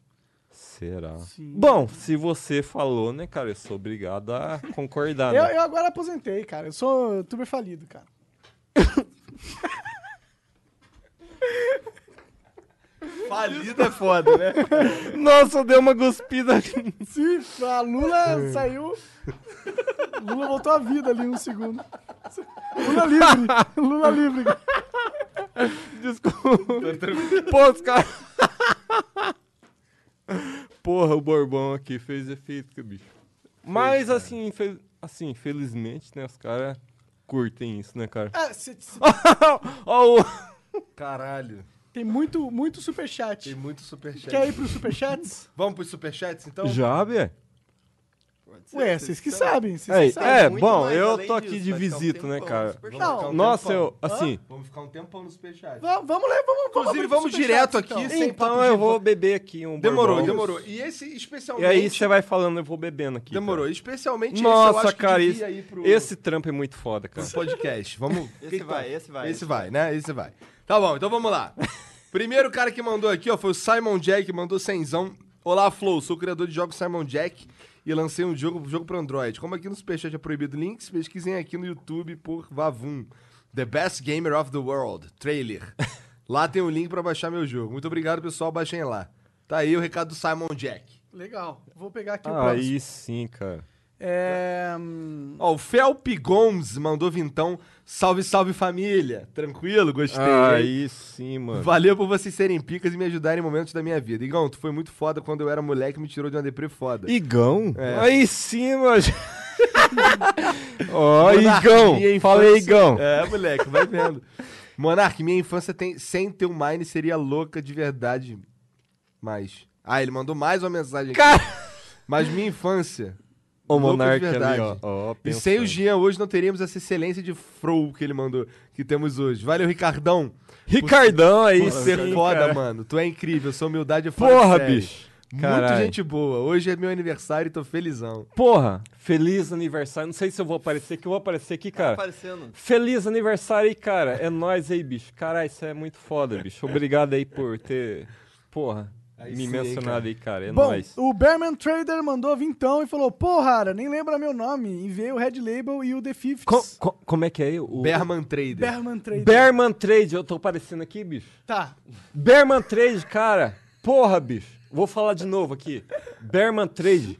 Será?
Sim.
Bom, se você falou, né, cara, eu sou obrigado a concordar.
Eu,
né?
eu agora aposentei, cara. Eu sou youtuber falido, cara.
Falido é foda, né?
Nossa, deu uma guspida.
Sim, a Lula saiu. Lula voltou à vida ali um segundo. Lula livre. Lula livre.
Desculpa. Pô, os caras. Porra, o Borbão aqui fez efeito, que bicho. Mas assim, infel- assim, infelizmente, né, os caras curtem isso, né, cara?
Ah, cê- cê-
Ó, o-
Caralho.
tem muito, muito superchat.
Tem muito superchat.
Quer ir pros superchats?
Vamos pros superchats, então?
Já, velho?
Pode ser,
Ué, vocês que
são-
sabem. Vocês
Aí,
que sabem.
É,
Muito
bom,
mais
eu
além
tô aqui
disso,
de
vai ficar um
visita, né,
tempão
cara?
no superchat.
Não,
ficar um
Nossa, eu.
tempão.
Assim.
Vamos ficar um tempão no superchat.
Va- Vamos lá, vamos, vamos
Inclusive,
abrir
vamos
superchats,
direto aqui, sem papo
Então
de
eu vou beber aqui um
Demorou,
Bourbon.
demorou. E é- esse especialmente.
E aí você vai falando, eu vou bebendo aqui.
Demorou. Especialmente
Cara.
esse eu
Nossa,
acho
cara,
que
esse,
devia ir pro...
esse trampo é muito foda, cara.
pro podcast. Vamos.
Tá.
tá?
Esse vai, esse vai.
Esse vai, né? Esse vai. Tá bom, então vamos lá. Primeiro cara que mandou aqui, ó, foi o Simon Jack, mandou cenzão. Olá, Flow, sou o criador de jogos Simon Jack e lancei um jogo, jogo para Android. Como aqui no Superchat é proibido links, pesquisem aqui no YouTube por Vavum. The Best Gamer of the World, trailer. Lá tem o link pra baixar meu jogo. Muito obrigado, pessoal, baixem lá. Tá aí o recado do Simon Jack.
Legal, vou pegar aqui o
é
próximo.
Aí sim, cara.
É, hum,
Ó, o Felp Gomes mandou vintão. Salve, salve família. Tranquilo? Gostei. hein?
Aí sim, mano.
Valeu por vocês serem picas e me ajudarem em momentos da minha vida. Igão, tu foi muito foda quando eu era moleque e me tirou de uma deprê foda.
Igão?
É.
Aí sim, mano. Ó,
Monark,
Igão.
minha infância-
Falei, Igão.
É, moleque, vai vendo. Monark, minha infância tem- sem ter um Mine seria louca de verdade. Mas. Ah, ele mandou mais uma mensagem aqui.
Cara.
Mas minha infância.
O
louco de
Monark ali,
verdade.
ó. ó
E
pensando.
sem o Jean, hoje não teríamos essa excelência de Frow que ele mandou, que temos hoje. Valeu, Ricardão.
Ricardão aí,
Por ser
sim,
é foda,
cara.
mano. Tu é incrível, sua humildade é fora de
Porra,
série.
bicho.
Muito
Caralho.
gente boa. Hoje é meu aniversário e tô felizão.
Porra, feliz aniversário. Não sei se eu vou aparecer, que eu vou aparecer aqui,
Tá
cara.
aparecendo.
Feliz aniversário aí, cara. É nóis aí, bicho. Caralho, isso é muito foda, bicho. Obrigado aí por ter, porra,
Aí
me
sim,
mencionado
cara.
aí, cara. É
Bom,
nóis.
o Bearman Trader mandou vintão e falou: Porra, Ara, nem lembra meu nome. Enviei o Red Label e o The Fifths.
Co- co- como é que é aí? o...
Berman Trader.
Bearman Trader.
Berman Trade. Eu tô aparecendo aqui, bicho.
Tá.
Berman Trade, cara. Porra, bicho. Vou falar de novo aqui. Berman Trade.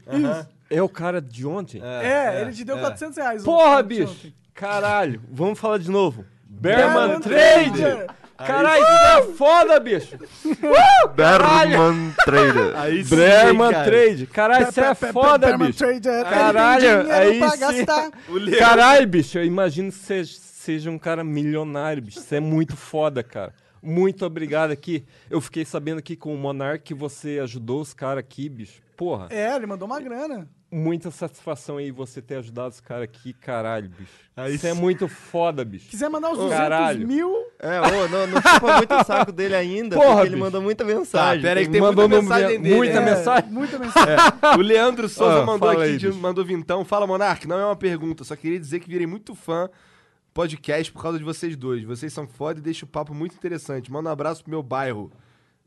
É o cara de ontem?
É, ele te deu 400 reais.
Porra,
ontem.
bicho. Caralho. Vamos falar de novo.
Bearman
Berman Trade.
Trader.
Caralho, isso é foda, bicho. Berman
Trader. Aí sim,
É. Berman
hein, cara.
Trade. Caralho, isso é
Pe- pe- pe-
foda,
Bearman
bicho.
Trader.
Caralho,
ele tem dinheiro
aí
pra
sim.
gastar.
Caralho, bicho, eu imagino que você seja um cara milionário, bicho. Você é muito foda, cara. Muito obrigado aqui. Eu fiquei sabendo aqui com o Monark que você ajudou os caras aqui, bicho. Porra,
É, ele mandou uma grana.
muita satisfação aí você ter ajudado os caras aqui, caralho, bicho.
Aí
Você é
sim.
muito foda, bicho.
Quiser mandar os 200
Caralho.
mil.
É, ô, não, não chupa muito o saco dele ainda,
Porra,
porque ele
bicho.
mandou muita
Tá,
mensagem.
pera aí que tem
Mandou
muita
no-
mensagem dele.
muita
né?
mensagem.
Muita mensagem.
O Leandro Souza
Ah,
mandou
fala
aqui,
aí,
de-
bicho.
mandou vintão. Fala, Monark, não é uma pergunta, só queria dizer que virei muito fã do podcast por causa de vocês dois. Vocês são foda e deixam o papo muito interessante. Manda um abraço pro meu bairro.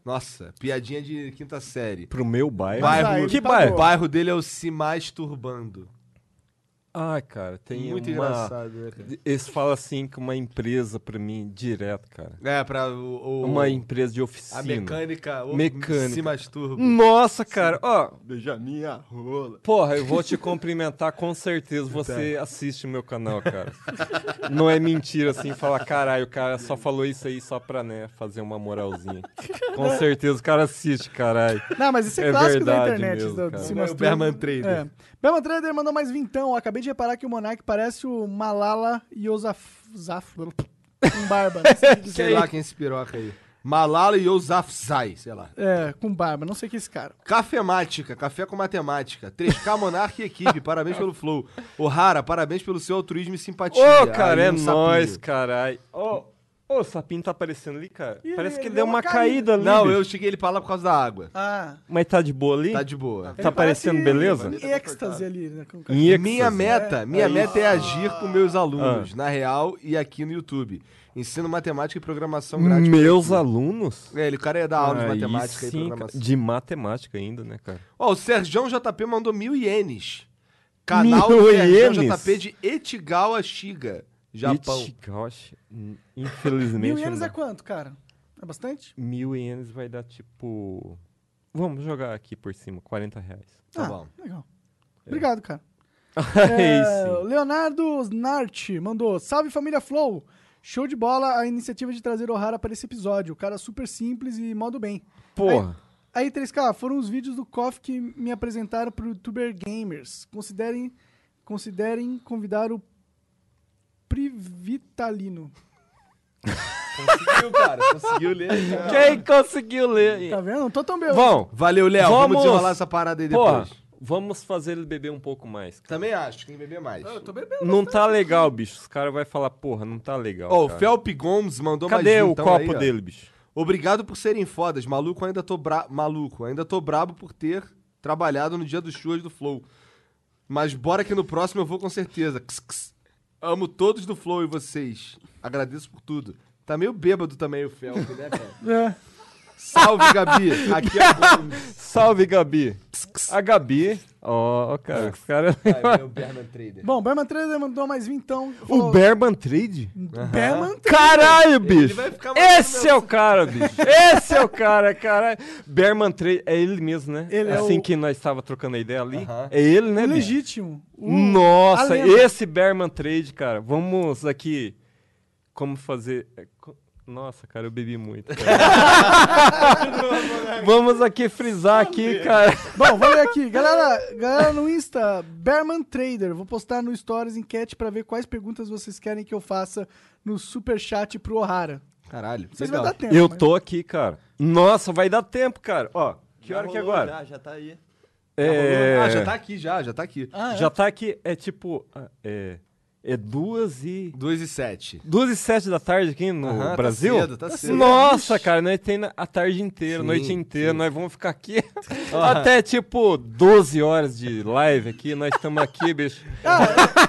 Nossa, piadinha de quinta série.
Pro meu bairro.
Bairro-
Mas aí,
que
tá
bairro?
O
boa.
bairro dele é o Se Masturbando.
Ah, cara, tem
Muito
uma...
engraçado, né, cara?
Eles falam assim que uma empresa pra mim, direto, cara.
É, pra o, o-
Uma empresa de
a
oficina.
mecânica, o
Mecânica.
Se Masturba.
Nossa, cara, ó,
Beija minha rola.
Porra, eu vou te cumprimentar com certeza. Você assiste o meu canal, cara. Não é mentira assim falar, caralho, o cara só falou isso aí só pra, né, fazer uma moralzinha. Com certeza o cara assiste, caralho.
Não, mas isso é,
É
clássico da
verdade
internet.
mesmo,
do, do
cara.
se
Não é o
masturba.
Berman Trader.
É. Berman Trader mandou mais vintão. Acabei de reparar que o Monark parece o Malala Yousafzai. Com barba. Não sei o que dizer.
Sei lá quem é esse piroca aí. Malala Yousafzai, sei lá.
É, com barba. Não sei que é esse cara.
Cafemática, café com matemática. 3K Monarca e equipe, parabéns pelo flow. Ô, Rara, parabéns pelo seu altruísmo e simpatia.
Ô, cara,
Aí
é
um sapinho.
nóis, caralho. Ô, Ô, o sapinho tá aparecendo ali, cara.
Ih,
Parece
ele
que ele
deu
deu
uma
uma caída ali.
Não,
bicho.
eu cheguei ele pra lá por causa da água.
Ah.
Mas tá de boa ali?
Tá de boa.
Tá aparecendo, beleza?
Em êxtase ali, né? com o cara.
Em êxtase.
Minha meta, minha meta é agir com meus alunos,
Ah.
na real e aqui no YouTube. Ensino matemática e programação grátis.
Meus alunos?
É, ele, o cara ia dar aula de
Aí
matemática e
sim,
programação.
cara. De matemática ainda, né, cara?
Ó, o Serjão JP mandou mil ienes. Canal
Mil
Serjão
ienes?
JP de Etigawa Shiga, Japão.
Ichigoshi, in- Hum, Infelizmente.
Mil ienes
não
é
dá.
quanto, cara? É bastante?
Mil ienes vai dar tipo. Vamos jogar aqui por cima, 40 reais.
Tá
ah,
bom.
Legal. Obrigado, cara.
Aí
É,
sim.
Leonardo Snart mandou: Salve família Flow! Show de bola a iniciativa de trazer o O'Hara para esse episódio. O cara super simples e modo bem.
Porra.
Aí, 3K, foram os vídeos do KOF que me apresentaram pro YouTuber Gamers. Considerem, considerem convidar o Privitalino.
Conseguiu, cara. Conseguiu ler.
Quem conseguiu ler?
Tá vendo? Não tô tão bem.
Bom,
Valeu, Léo. Vamos,
Vamos.
desenrolar essa parada aí depois.
porra, vamos fazer ele beber um pouco mais. cara.
Também acho, tem que beber mais.
Eu
Ó,
tô bebendo.
Não tá legal, bicho. Os caras vão falar, porra, não tá legal.
o
cara.
Felp Gomes mandou mais
Cadê o
vintão aí,
copo
ó.
dele, bicho?
Obrigado por serem fodas. Maluco, ainda tô bra... Maluco, ainda tô brabo por ter trabalhado no dia dos shows do Flow. Mas bora que no próximo eu vou com certeza. Ks, ks. Amo todos do Flow e vocês. Agradeço por tudo. Tá meio bêbado também o Felp, né, cara?
É.
Salve, Gabi. Aqui é o Gomes.
Salve, Gabi. A Gabi. Ó, ó, cara, os caras.
Ai, né? meu Berman Trader.
Bom, Berman Trader mandou mais vintão.
O Berman Trade?
Berman
Caralho, bicho!
vai ficar mandando
Esse é o cara,
assim.
bicho! Esse é o cara, caralho! Berman Trade, é ele mesmo, né?
Ele é
assim
o-
que nós estava trocando a ideia ali.
Aham. Hum,
É ele, né,
o
bicho?
legítimo. O-
Nossa,
a lenda.
esse Berman Trade, cara. Vamos aqui. Como fazer. é, co- Nossa, cara, eu bebi muito. cara. Vamos aqui frisar aqui, cara.
Bom, vou ler aqui. Galera, galera no Insta, Berman Trader. Vou postar no Stories enquete pra ver quais perguntas vocês querem que eu faça no superchat pro O'Hara.
Caralho.
Vocês vão
legal.
dar tempo. né?
Eu
mas-
tô aqui, cara. Nossa, vai dar tempo, cara. Ó, que
Já
hora que é
rolou,
agora?
Já, já tá aí.
É...
Ah, já tá aqui, já, já tá aqui.
Ah, é?
Já tá aqui, é tipo. ah, É, é duas e.
2 e 7.
Duas e sete da tarde aqui no
Aham, tá
Brasil?
cedo, tá cedo.
Nossa, cara, nós tem na- a tarde inteira,
Sim,
noite inteira, nós vamos ficar aqui até tipo 12 horas de live aqui, nós estamos aqui, bicho.
né?
Ah,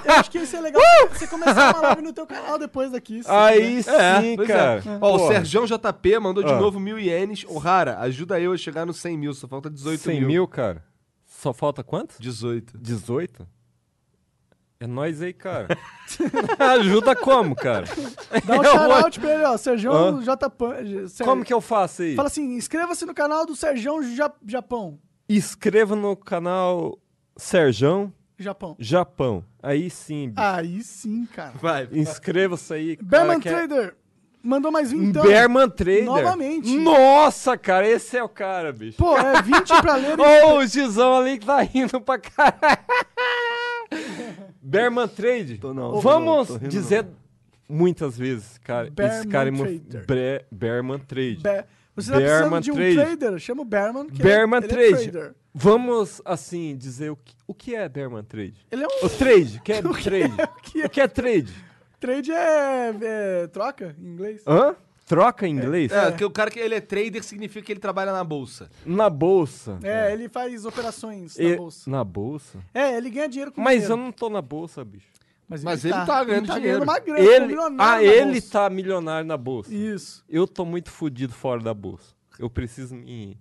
eu acho que isso é legal. Você começar uma live no teu canal depois daqui. se
Uh! Aí
quiser.
sim,
pois
cara.
é. Ó, o
Porra,
Serjão JP mandou de
Ah.
novo mil ienes. Ô, Rara, ajuda eu a chegar nos 100 mil, só falta 18
100 mil, cara. Só falta quanto?
18.
18? É nós aí, cara. Ajuda como, cara?
Tá.
Dá um
Eu vou-
shout-out pra ele, ó. Sergião
Hã?
J. Pan- Ser-
Como que é? eu faço aí?
Fala assim, inscreva-se no canal do Sergião Ja- Japão.
Inscreva no canal Serjão
Japão.
Japão. Aí sim, bicho.
Aí sim, cara.
Vai.
Inscreva-se aí. cara,
Ah. Berman
que é- um
Trader mandou mais vintão.
Berman Trader.
Novamente.
Nossa, cara, esse é o cara, bicho.
Pô, é 20 pra ler. e-
Ô, o Gizão ali que tá rindo pra caralho. Berman Trade.
Tô não, tô
Vamos
não, tô rindo
dizer muitas vezes, cara. esse
Berman
cara é uma...
Trader.
Bre- Berman Trade.
Be- Você tá
Berman
precisando de um
Trade.
trader? Chama o Berman. que ele-
Berman
ele é
Trade.
trader.
Vamos, assim, dizer o que, o que é Berman Trade.
Ele é
O
um
trade, o que é trade?
o que é?
O que é trade?
trade é, é troca em inglês.
Hã? Troca em inglês?
É, que o cara que ele é trader significa que ele trabalha na bolsa.
Na bolsa.
É, ele faz operações
E-
na bolsa.
Na bolsa?
É, ele ganha dinheiro com
Mas eu
dinheiro.
não tô na bolsa, bicho.
Mas ele tá ganhando dinheiro.
uma grana, ele é
Ele,
milionário
ah,
na
ele
bolsa.
tá milionário na bolsa.
Isso.
Eu tô muito fudido fora da bolsa. Eu preciso me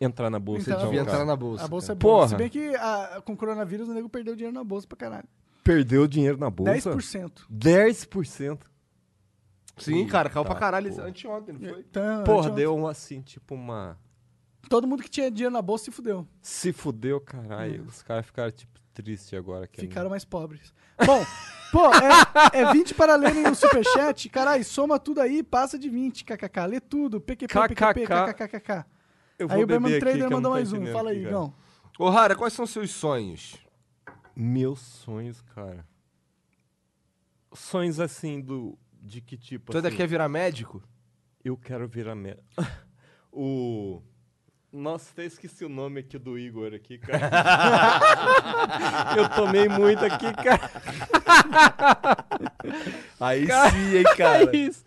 entrar na bolsa
Entrar na
então,
Devia
cara.
entrar na bolsa.
A bolsa é
cara.
boa.
Porra.
Se bem que ah, com o coronavírus o nego perdeu dinheiro na bolsa pra caralho.
Perdeu dinheiro na bolsa?
10%.
10%.
Sim, cara, caiu pra
Tá,
caralho
porra.
anteontem, não foi?
Então,
Porra,
adianta.
deu um, assim, tipo uma...
Todo mundo que tinha dinheiro na bolsa se fudeu.
Se fudeu, caralho. Os caras ficaram, tipo, tristes agora. Que
É.
é
Ficaram mais pobres. Bom, pô, é, é 20 para lerem no superchat. Caralho, soma tudo aí, passa de 20. KKK, lê tudo. PQP, PQP,
KKK.
KKKKK.
Eu vou
Aí o
beber
Berman
aqui, que eu
Trader
não
mandou
tô
mais um.
entendendo
Fala
aqui,
aí,
cara.
Igão.
Ô, Rara, quais são seus sonhos?
Meus sonhos, cara. Sonhos, assim, do... De que tipo,
Tu ainda
assim?
quer virar médico?
Eu quero virar merda. o. Nossa, até esqueci o nome aqui do Igor aqui, cara. eu tomei muito aqui, cara.
Aí
Cara,
sim, hein, cara.
é Isso.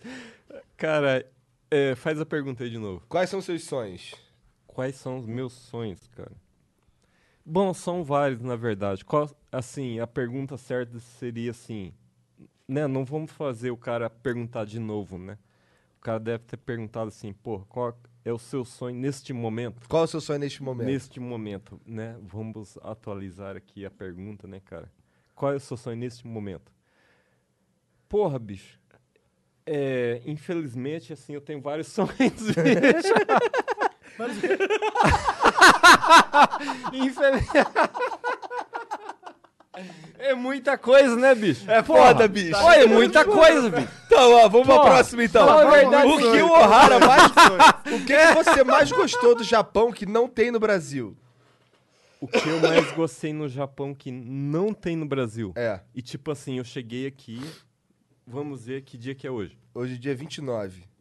Cara, é, faz a pergunta aí de novo.
Quais são os seus sonhos?
Quais são os meus sonhos, cara? Bom, são vários, na verdade. Qual- assim, a pergunta certa seria assim, né? Não vamos fazer o cara perguntar de novo, né? O cara deve ter perguntado assim, pô, qual é o seu sonho neste momento?
Qual é o seu sonho neste momento?
Neste momento, né? Vamos atualizar aqui a pergunta, né, cara? Qual é o seu sonho neste momento? Porra, bicho. É, infelizmente, assim, eu tenho vários sonhos, bicho. Infelizmente. É muita coisa, né, bicho?
É foda, bicho.
Olha, é muita coisa, bicho.
Então, ó, vamos pra
Porra,
próxima então.
fala a verdade,
o que
sonho.
o Ohara mais. o que que você mais gostou do Japão que não tem no Brasil?
O que eu mais gostei no Japão que não tem no Brasil.
É,
E tipo assim, eu cheguei aqui, vamos ver que dia que é hoje.
hoje é dia 29.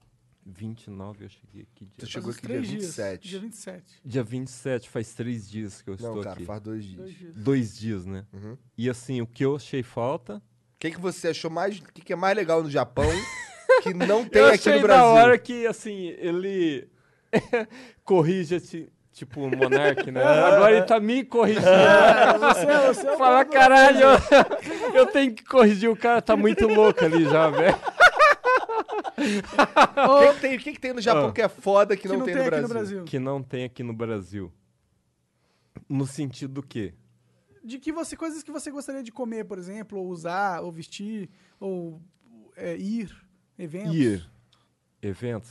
29 eu cheguei aqui.
Tu
Dia,
chegou
Faz uns
aqui dia
três dias.
27.
Dia 27.
dia 27, faz três dias que eu estou
Não, cara,
aqui.
faz dois dias.
Dois dias.
Dois dias, né?
Uhum.
E assim, o que eu achei falta...
O que, que você achou mais. O que, que é mais legal no Japão que não tem
eu
aqui
achei
no
da
Brasil?
hora que, assim, ele corrige esse... Tipo, o Monark, né? Agora ele tá me corrigindo.
é,
é
Fala, caralho, eu- eu tenho que corrigir o cara, tá muito louco ali já, velho.
O que, que tem, o que, que tem no Japão
Ah.
que é foda que,
um Que não tem aqui no Brasil.
que não tem aqui no Brasil. No sentido do quê?
De que você, coisas que você gostaria de comer, por exemplo, ou usar, ou vestir, ou é, ir, eventos.
Eventos?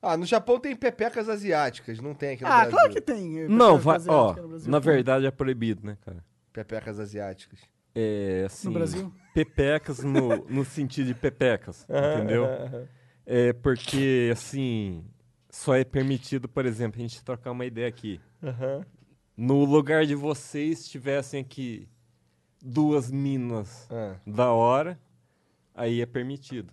Ah, no Japão tem pepecas asiáticas, não tem aqui no
Ah,
Brasil.
claro que tem. é,
Não,
pessoas
vai, ó,
asiáticas no Brasil.
na verdade é proibido, né, cara?
Pepecas asiáticas.
É, assim,
No Brasil?
pepecas no, no sentido de pepecas,
Ah,
entendeu? É porque, assim, só é permitido, por exemplo, a gente trocar uma ideia aqui. No lugar de vocês tivessem aqui duas minas
Ah.
da hora, aí é permitido.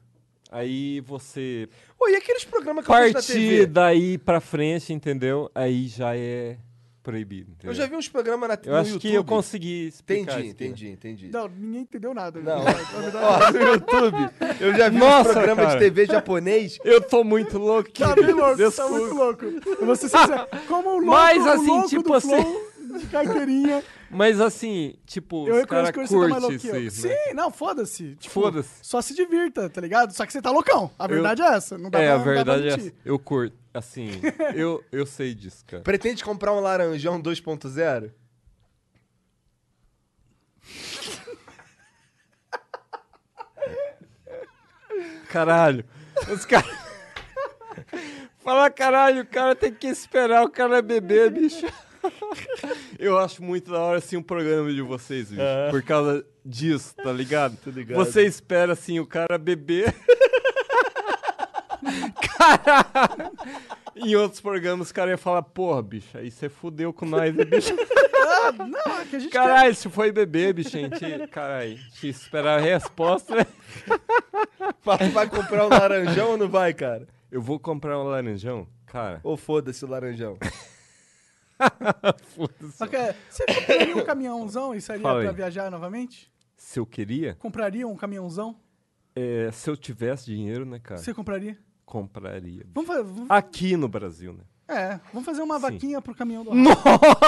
Aí você
Pô, e aqueles programas que eu vejo na
partir
TV?
daí pra frente, entendeu? Aí já é proibido. entendeu?
Eu já vi uns programas na,
Eu
no
acho
YouTube.
que eu consegui explicar.
Entendi,
isso, né?
entendi, entendi.
Não, ninguém entendeu nada. né?
Não.
Na verdade,
Ó, no YouTube, eu já vi uns
Nossa,
programas de
cara.
TV japonês.
Eu tô muito louco.
Tá
querido.
bem louco, tá
Desculpa.
muito louco. Eu vou ser sincero. Como o louco,
Mas,
o
assim,
louco
tipo
do
assim-
flow, de carteirinha.
Mas assim, tipo,
Eu
os
reconheço
caras
que você tá mais
curtem
louco que
isso
eu.
aí,
Sim,
né?
não, foda-se. Tipo,
Foda-se.
Só se divirta, tá ligado? Só que você tá loucão. A verdade é essa. Não dá
É,
pra,
a
não dá pra
verdade é
mentir.
essa. Eu curto. Assim, eu, eu sei disso, cara.
Pretende comprar um laranjão 2.0?
Caralho. Os caras. Fala caralho, o cara tem que esperar o cara beber, bicho. Eu acho muito da hora assim um programa de vocês, bicho. Por causa disso, tá É. ligado?
ligado.
Você espera assim o cara beber. Caralho! Em outros programas, o cara ia falar, porra, bicho, aí você fudeu com nós, né, bicho.
Não, é que a gente
Caralho, se foi beber, bicho, gente. Caralho, te esperar a resposta, né?
Vai vai comprar um laranjão ou não vai, cara?
Eu vou comprar um laranjão, cara.
Ou foda-se o laranjão.
Foda-se.
Só que, é, você compraria um caminhãozão e sairia
Fala aí.
pra viajar novamente?
Se eu queria,
Compraria um caminhãozão?
é, se eu tivesse dinheiro, né, cara,
Você compraria?
compraria.
Vamos fazer, vamos,
Aqui no Brasil, né?
é, vamos fazer uma
Sim.
vaquinha pro caminhão do Rafa.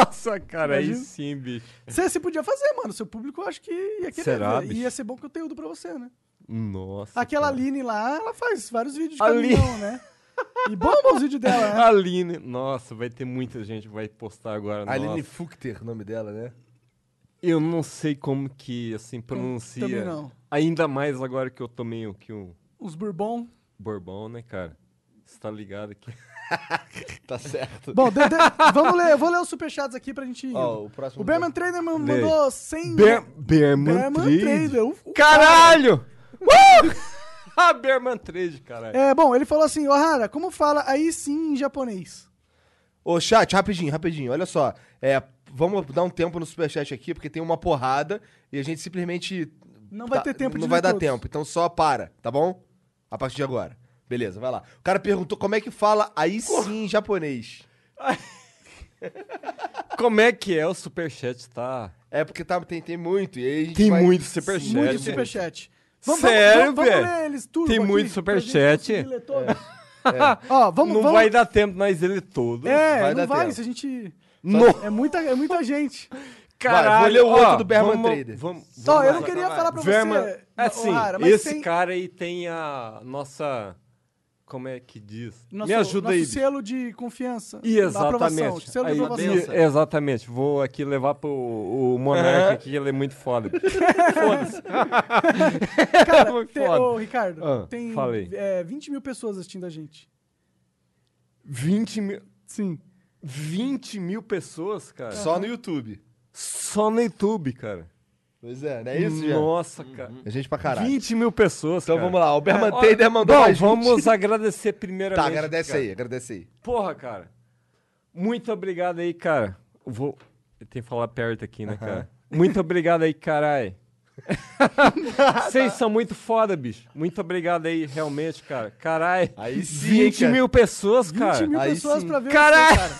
Nossa, cara, aí
Imagina.
sim, bicho.
Você, você podia fazer, mano. Seu público eu acho que ia querer
Será,
ver. E
bicho?
ia ser bom conteúdo pra você, né?
Nossa.
Aquela
cara.
Aline lá, ela faz vários vídeos de
Ali-
caminhão, né? E bomba os vídeos dela,
Ah,
né?
Aline, nossa, vai ter muita gente que vai postar agora.
Aline
nossa.
Fuchter, nome dela, né?
Eu não sei como que assim pronuncia.
Também não.
Ainda mais agora que eu tomei aqui um
Os bourbon.
bourbon, né, cara? Você tá ligado aqui?
Tá certo.
Bom, de- de- vamos ler, eu vou ler os superchats aqui pra gente ir.
Ó,
indo.
o próximo.
o Berman Trainer man-
Lê.
mandou 100...
Ber Berman
Berman
Trade.
Trader. o- o
Caralho! Uh! Berman Trade, caralho.
É, bom, ele falou assim, Ohara, como fala aí sim em japonês?
Ô, chat, rapidinho, rapidinho. Olha só. É, vamos dar um tempo no superchat aqui, porque tem uma porrada e a gente simplesmente.
Não vai
tá-
ter tempo de
Não
ler
vai dar
todos.
tempo. Então só para, tá bom? A partir de agora. Beleza, vai lá. O cara perguntou como é que fala aí sim em japonês.
Como é que é o superchat, tá?
É porque tá, tem, tem muito. E aí a gente
Tem
vai-
muito superchat.
Muito
né?
superchat. Vamos,
Sério,
vamos, vamos,
velho?
vamos ler eles tudo
Tem
aqui,
muito
pra gente
superchat. É.
conseguir ler todos. Ó, vamos,
não
vamos.
vai dar tempo de nós ele todo.
É,
vai
não
dar
vai,
tempo.
se a gente...
No-
É muita, é muita gente.
Caralho,
vou ler o outro
ó,
do Berman
vamos-
Trader.
Vamos,
Ó, eu
lá. então
não queria falar pra
Verma,
você,
assim,
Ohara, mas
esse
tem
cara aí tem a nossa, como é que diz?
nosso,
Me ajuda
nosso
aí. bicho.
selo de confiança.
E
aprovação,
exatamente.
Selo
Aí,
de aprovação.
e- exatamente. Vou aqui levar pro o Monarca aqui, ele é muito foda. Foda-se. É
Cara, te,
foda.
ô, Ricardo,
Ah,
tem
falei.
é, 20 mil pessoas assistindo a gente.
20 mil,
Sim.
20 mil pessoas, cara. Só,
Só no YouTube.
no YouTube, cara.
Pois é, não é isso, Jean?
Nossa, cara.
É gente pra caralho.
20 mil pessoas,
Então
cara.
vamos lá, o Berman
Ó,
Trader mandou
Bom,
mais 20.
vamos agradecer primeiramente.
Tá, agradece
cara.
aí, agradece aí.
Porra, cara. Muito obrigado aí, cara. Eu Vou. Tem que falar perto aqui, né, cara? Muito obrigado aí, carai. Vocês são muito foda, bicho. Muito obrigado aí, realmente, cara. Carai.
Aí sim,
20
cara.
mil pessoas,
20
cara.
mil
aí
pessoas
sim.
pra ver
Caralho!
você,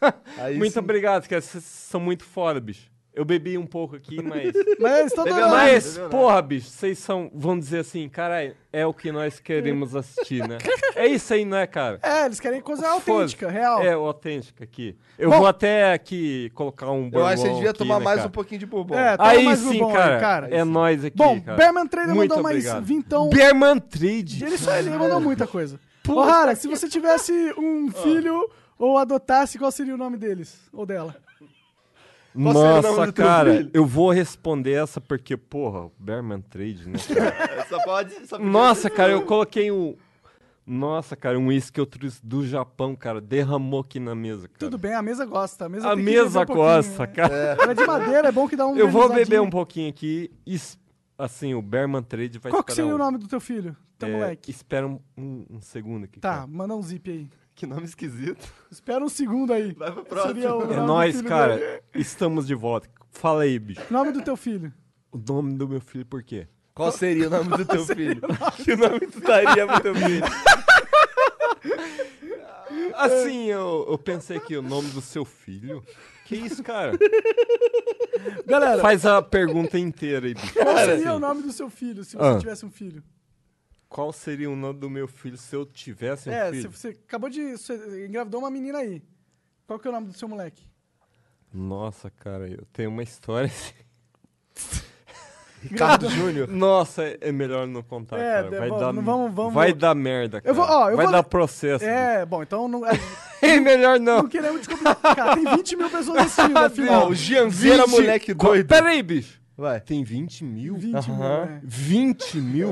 cara.
Aí
Muito
sim.
obrigado, cara. Vocês são muito foda, bicho. Eu bebi um pouco aqui, mas.
Mas eles estão
Bebeu
adorando.
mais?
Mas, porra, bicho, vocês são, vamos dizer assim, carai, é o que nós queremos assistir, né? É isso aí, né, cara?
É, eles querem coisa autêntica,
Foda-se.
real.
É, o autêntica aqui. Eu
Bom-
vou até aqui colocar um
Eu acho que você
bourbon
devia
aqui,
tomar
né,
mais
cara?
um pouquinho de bourbon.
É, toma
Aí
mais
um
sim,
bourbon aí,
cara,
cara.
É nóis aqui,
Bom,
cara.
Berman Trader
Muito
mandou
obrigado.
mais vintão.
Berman Trade.
Ele só ele mandou muita coisa. Ohara, se você tivesse um
Ah.
filho ou adotasse, qual seria o nome deles? Ou
Qual
dela?
seria o nome
Nossa,
do teu
cara,
filho?
eu vou responder essa porque, porra, o Berman Trade, né? cara?
É, Só pode. Só podia-
Nossa, cara, eu coloquei um... Nossa, cara, um uísque que eu trouxe do Japão, cara, derramou aqui na mesa, cara.
Tudo bem, a mesa gosta. A mesa,
A
tem que
mesa
beber um pouquinho,
gosta,
né?
cara.
Ela é de madeira, é bom que dá um
Eu vou beber
organizadinho.
um pouquinho aqui. e es- Assim, o Berman Trade vai
Qual que
esperar
seria
um-
o nome do teu filho? Teu
é,
moleque.
Espera um, um- um segundo aqui.
Tá,
cara.
manda um zip aí.
Que nome esquisito.
Espera um segundo aí.
Vai pro próximo.
Seria o nome
É
do
nóis,
filho dele.
cara. Estamos de volta. Fala aí, bicho.
Nome do teu filho.
O nome do meu filho por quê?
Qual seria o nome do teu filho?
Que nome tu daria pro teu filho? Assim, eu, eu pensei que o nome do seu filho. Que isso, cara?
Galera,
Faz a pergunta inteira aí, bicho.
qual seria
Assim,
o nome do seu filho se
Ah.
você tivesse um filho?
Qual seria o nome do meu filho se eu tivesse um
É, se
filho?
você acabou de. Você engravidou uma menina aí. Qual que é o nome do seu moleque?
Nossa, cara, eu tenho uma história assim.
Ricardo Júnior.
Nossa, é é melhor não contar,
É,
cara.
de-
Vai,
bom,
dar,
não vamos- vamos-
vai dar merda, cara.
vou- ó, eu
vai
vou
dar
le-
processo.
É, bom, então não, é,
É melhor não.
não queremos descobrir. Cara, tem 20 mil pessoas assistindo, afinal.
o Gianzeira,
20
moleque doido.
Pera aí, bicho.
Vai.
Tem 20 mil?
20 mil,
Aham.
é.
20 mil?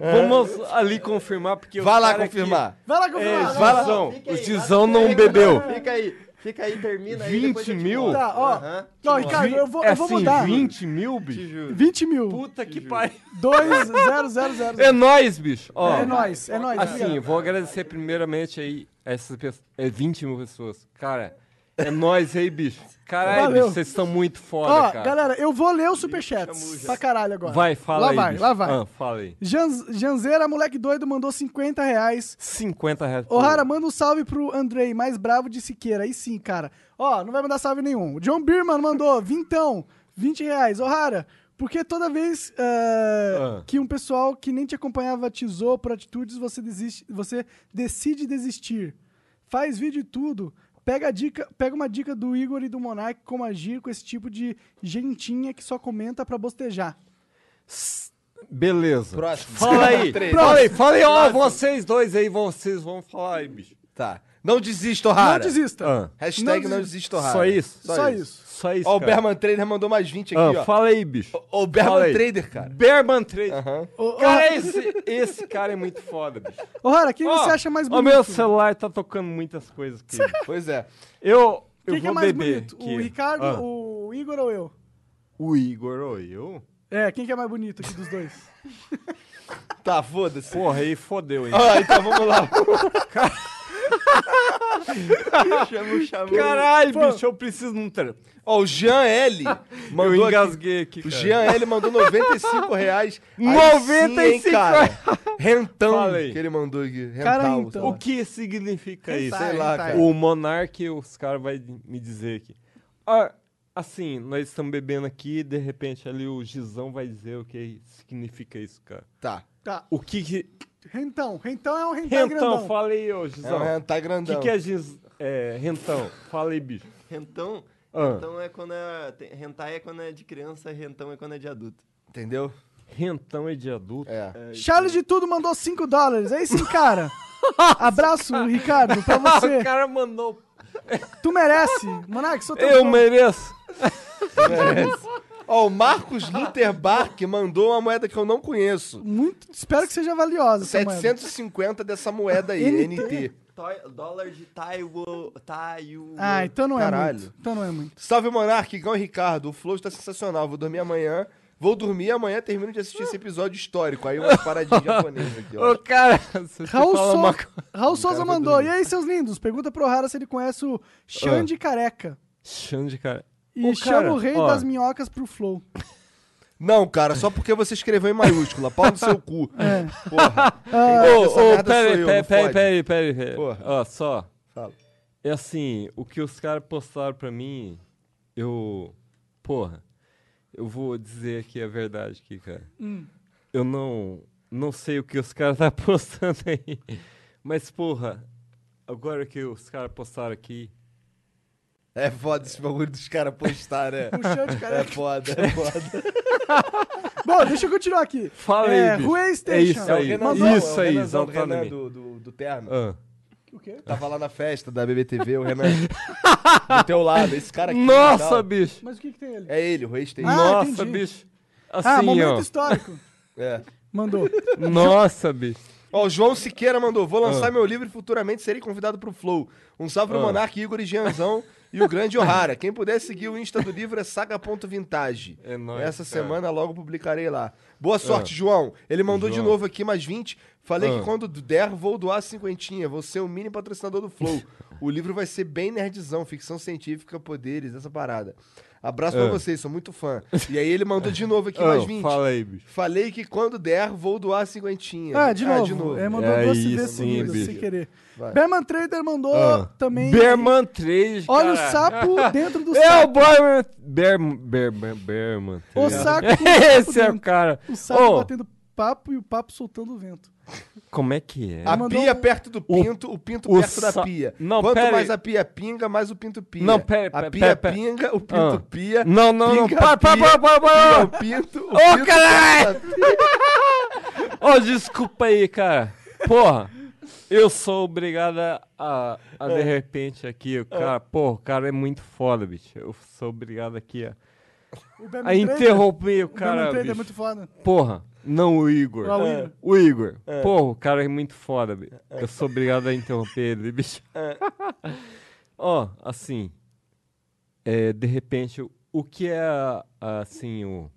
É.
Vamos ali confirmar, porque o
Vai lá
cara que-
confirmar.
Vai lá
É,
confirmar.
vai
lá.
Dizão.
Fica
O
aí,
Dizão
vai,
não
fica aí,
bebeu.
Fica aí, fica aí, termina aí.
20
depois eu te
mil?
mostro.
Tá, ó.
Aham.
Não, Ricardo, eu vou,
é
eu vou
assim,
mudar.
20 mil, bicho?
20 mil.
Puta que pariu.
2000.
É nóis, bicho. Ó,
É nóis, é nóis.
Assim, eu
obrigado.
vou agradecer primeiramente aí essas pessoas, é 20 mil pessoas. Cara, é nóis aí, bicho. Caralho,
Valeu.
bicho, vocês estão muito foda,
Ó,
cara.
galera, eu vou ler os superchats pra caralho agora.
Vai, fala
lá
aí.
Vai,
bicho.
lá vai,
Ah, fala aí.
Jan- Janzeira, moleque doido, mandou 50 reais.
50 reais. por-
Ohara, manda um salve pro Andrei, mais bravo de Siqueira. Aí sim, cara. Ó, não vai mandar salve nenhum. O John Birman mandou vintão, 20 reais. Ohara, porque toda vez ah,
Ah.
que um pessoal que nem te acompanhava te zoa por atitudes, você, desiste, você decide desistir. Faz vídeo e tudo. Pega, a dica, pega uma dica do Igor e do Monark como agir com esse tipo de gentinha que só comenta pra bostejar.
S- Beleza.
Próximo.
Fala aí.
Três.
fala aí, fala aí, ó, vocês dois aí, vocês vão falar aí, bicho.
Tá. Não desista, Ohara.
Não desista.
Ah,
Hashtag
Não
não, desista, Ohara.
Só isso?
Só, isso.
Só isso,
Ó, o
cara.
Berman Trader mandou mais 20
Ah,
aqui, ó.
fala aí, bicho.
Ó, O Berman
aí.
Trader, cara.
Berman 3.
Ô,
Cara, esse, esse cara é muito foda, bicho.
Ohara, quem você
Ó,
acha mais
ó,
bonito?
meu celular tá tocando muitas coisas aqui.
Pois é.
Eu,
Quem
eu
que
vou
é mais
beber.
bonito?
aqui.
O Ricardo,
Ah,
o Igor ou eu?
o Igor ou eu?
É, quem que é mais bonito aqui dos dois?
Tá, foda-se.
Porra, aí fodeu, hein?
Ah, então vamos lá.
Chama o chamou.
Caralho, bicho, eu preciso de um trampo.
Ó, o Jean L.
Eu
Mandou aqui.
engasguei aqui,
O
cara.
Jean L mandou 95 reais. Aí sim, hein,
95
cara. Rentão
Fala aí.
que ele mandou aqui. Rental.
Cara, então.
sei lá.
O que significa É isso?
Sei lá, cara.
O Monark, os caras vão me dizer aqui. Ah, assim, nós estamos bebendo aqui e de repente ali o Gizão vai dizer o que significa isso, cara.
Tá.
Tá.
O que que...
Rentão. Rentão é um rentai grandão.
Rentão, fala aí, ô Gizão.
tá
o
grandão.
que que é giz... É, rentão, fala aí, bicho.
Rentão,
Ah.
rentão é quando é. tem- Rentai é quando é de criança, rentão é quando é de adulto.
Entendeu?
Rentão é de adulto?
É.
Charles de Tudo mandou 5 dólares. É sim, cara. Abraço, Ricardo, pra
o
você.
cara mandou...
Tu merece. Monark, sou teu
Eu
fã.
mereço!
Ó, o Marcos Luther Bark mandou uma moeda que eu não conheço.
Muito, espero que seja valiosa essa moeda.
750 dessa moeda aí, NT.
Tó- dólar de Taiwo. Taiwo.
Ah, então não
Caralho.
é muito. Então não é muito.
Salve Monark, Gão e Ricardo. O Flow está sensacional. Vou dormir amanhã. Vou dormir e amanhã termino de assistir esse episódio histórico. Aí umas paradinhas japonesas aqui, ó.
Ô, cara, se você
Raul,
fala
Sou-
uma coisa...
Raul Souza mandou. E aí, seus lindos? Pergunta pro Rara se ele conhece o Xande Careca.
Xande, cara.
E
Ô,
chama
Ah. cara,
o rei
ó.
das minhocas pro Flow.
Não, cara, só porque você escreveu em maiúscula. Pau no seu cu. Porra.
Ô,
É. Ah, Essa
ô,
merda sou
peraí,
eu,
peraí,
não
peraí,
fode.
peraí, peraí, peraí.
Porra.
Ó, só.
Fala.
É assim, o que os caras postaram pra mim, eu. Porra, eu vou dizer aqui a verdade aqui, cara. Eu não. Não sei o que os caras tá postando aí. Mas, porra, agora que os caras postaram aqui.
É foda esse bagulho dos caras postar, né?
O Xande
É
Careca.
foda, é foda.
Bom, deixa eu continuar aqui.
Fala
é,
aí, bicho.
Rua
É
Station.
isso aí.
Mandou-
isso aí,
Renanzão, o Renan
exatamente.
do, do, do terno.
Ah.
O quê?
Tava lá na festa da BBTV, o Renan. do teu lado, esse cara aqui. e
Nossa,
tal.
bicho!
Mas o que, que tem ali?
É ele, o Reis tem.
Ah,
Nossa,
entendi.
bicho!
ah,
Assim,
momento
ó.
histórico.
É.
Mandou.
Nossa, bicho.
Ó, o João Siqueira mandou: vou
Ah.
lançar meu livro e futuramente serei convidado pro Flow. Um salve pro Monark, Igor e Gianzão e o grande O'Hara. Quem puder seguir o Insta do livro é saga.vintage.
É nóis,
Essa
cara. Ah.
semana logo publicarei lá. Boa sorte, João. Ele mandou de
João.
novo aqui mais 20. Falei
Ah.
que quando der, vou doar a cinquentinha. Vou ser o mini patrocinador do Flow. o livro vai ser bem nerdzão, ficção científica, poderes, essa parada. Abraço pra
Ah.
vocês, sou muito fã. E aí ele mandou de novo aqui
Ah,
mais 20.
Fala aí, bicho.
Falei que quando der, vou doar a cinquentinha.
Ah, de novo.
de novo.
É, mandou
É
duas
isso,
vezes
sim,
seguidas, sem
bicho.
querer.
Vai.
Berman Trader mandou
Ah.
também.
Berman 3,
Olha
cara.
o sapo dentro do
É o
sapo.
Berman. Berman. Berman. Berman tá
O
ligado?
saco.
Esse é o
dentro.
cara.
O sapo
Ô,
batendo papo e o papo soltando o vento.
como é que é?
A
mandou
pia
um-
perto do pinto, o, pinto
o
perto da
sa-
pia.
Não,
Quanto
pera
mais
aí.
a pia pinga, mais o pinto pia.
Não, pera-
A
pera-
pia
pera- pera.
pinga, o pinto
Ah.
pia.
Não, não, não.
pinga a
Para, para,
pia,
para, para,
pinga
para.
O pinto, o
Ô,
pinto
caralho!
perto da-
Ô, desculpa aí, cara. Porra. Eu sou obrigado a, a, a,
É.
de repente aqui, o cara, porra, o cara é muito foda, bicho. Eu sou obrigado aqui a,
O Berman
a interromper o
O Berman
cara,
Trader é
bicho.
muito foda.
Porra, não o Igor. É.
Ah, o Igor.
O Igor. Porra, o cara é muito foda, bicho.
É.
Eu sou obrigado a interromper ele, bicho. Ó, assim. é, de repente, o- o que é a- a- assim o.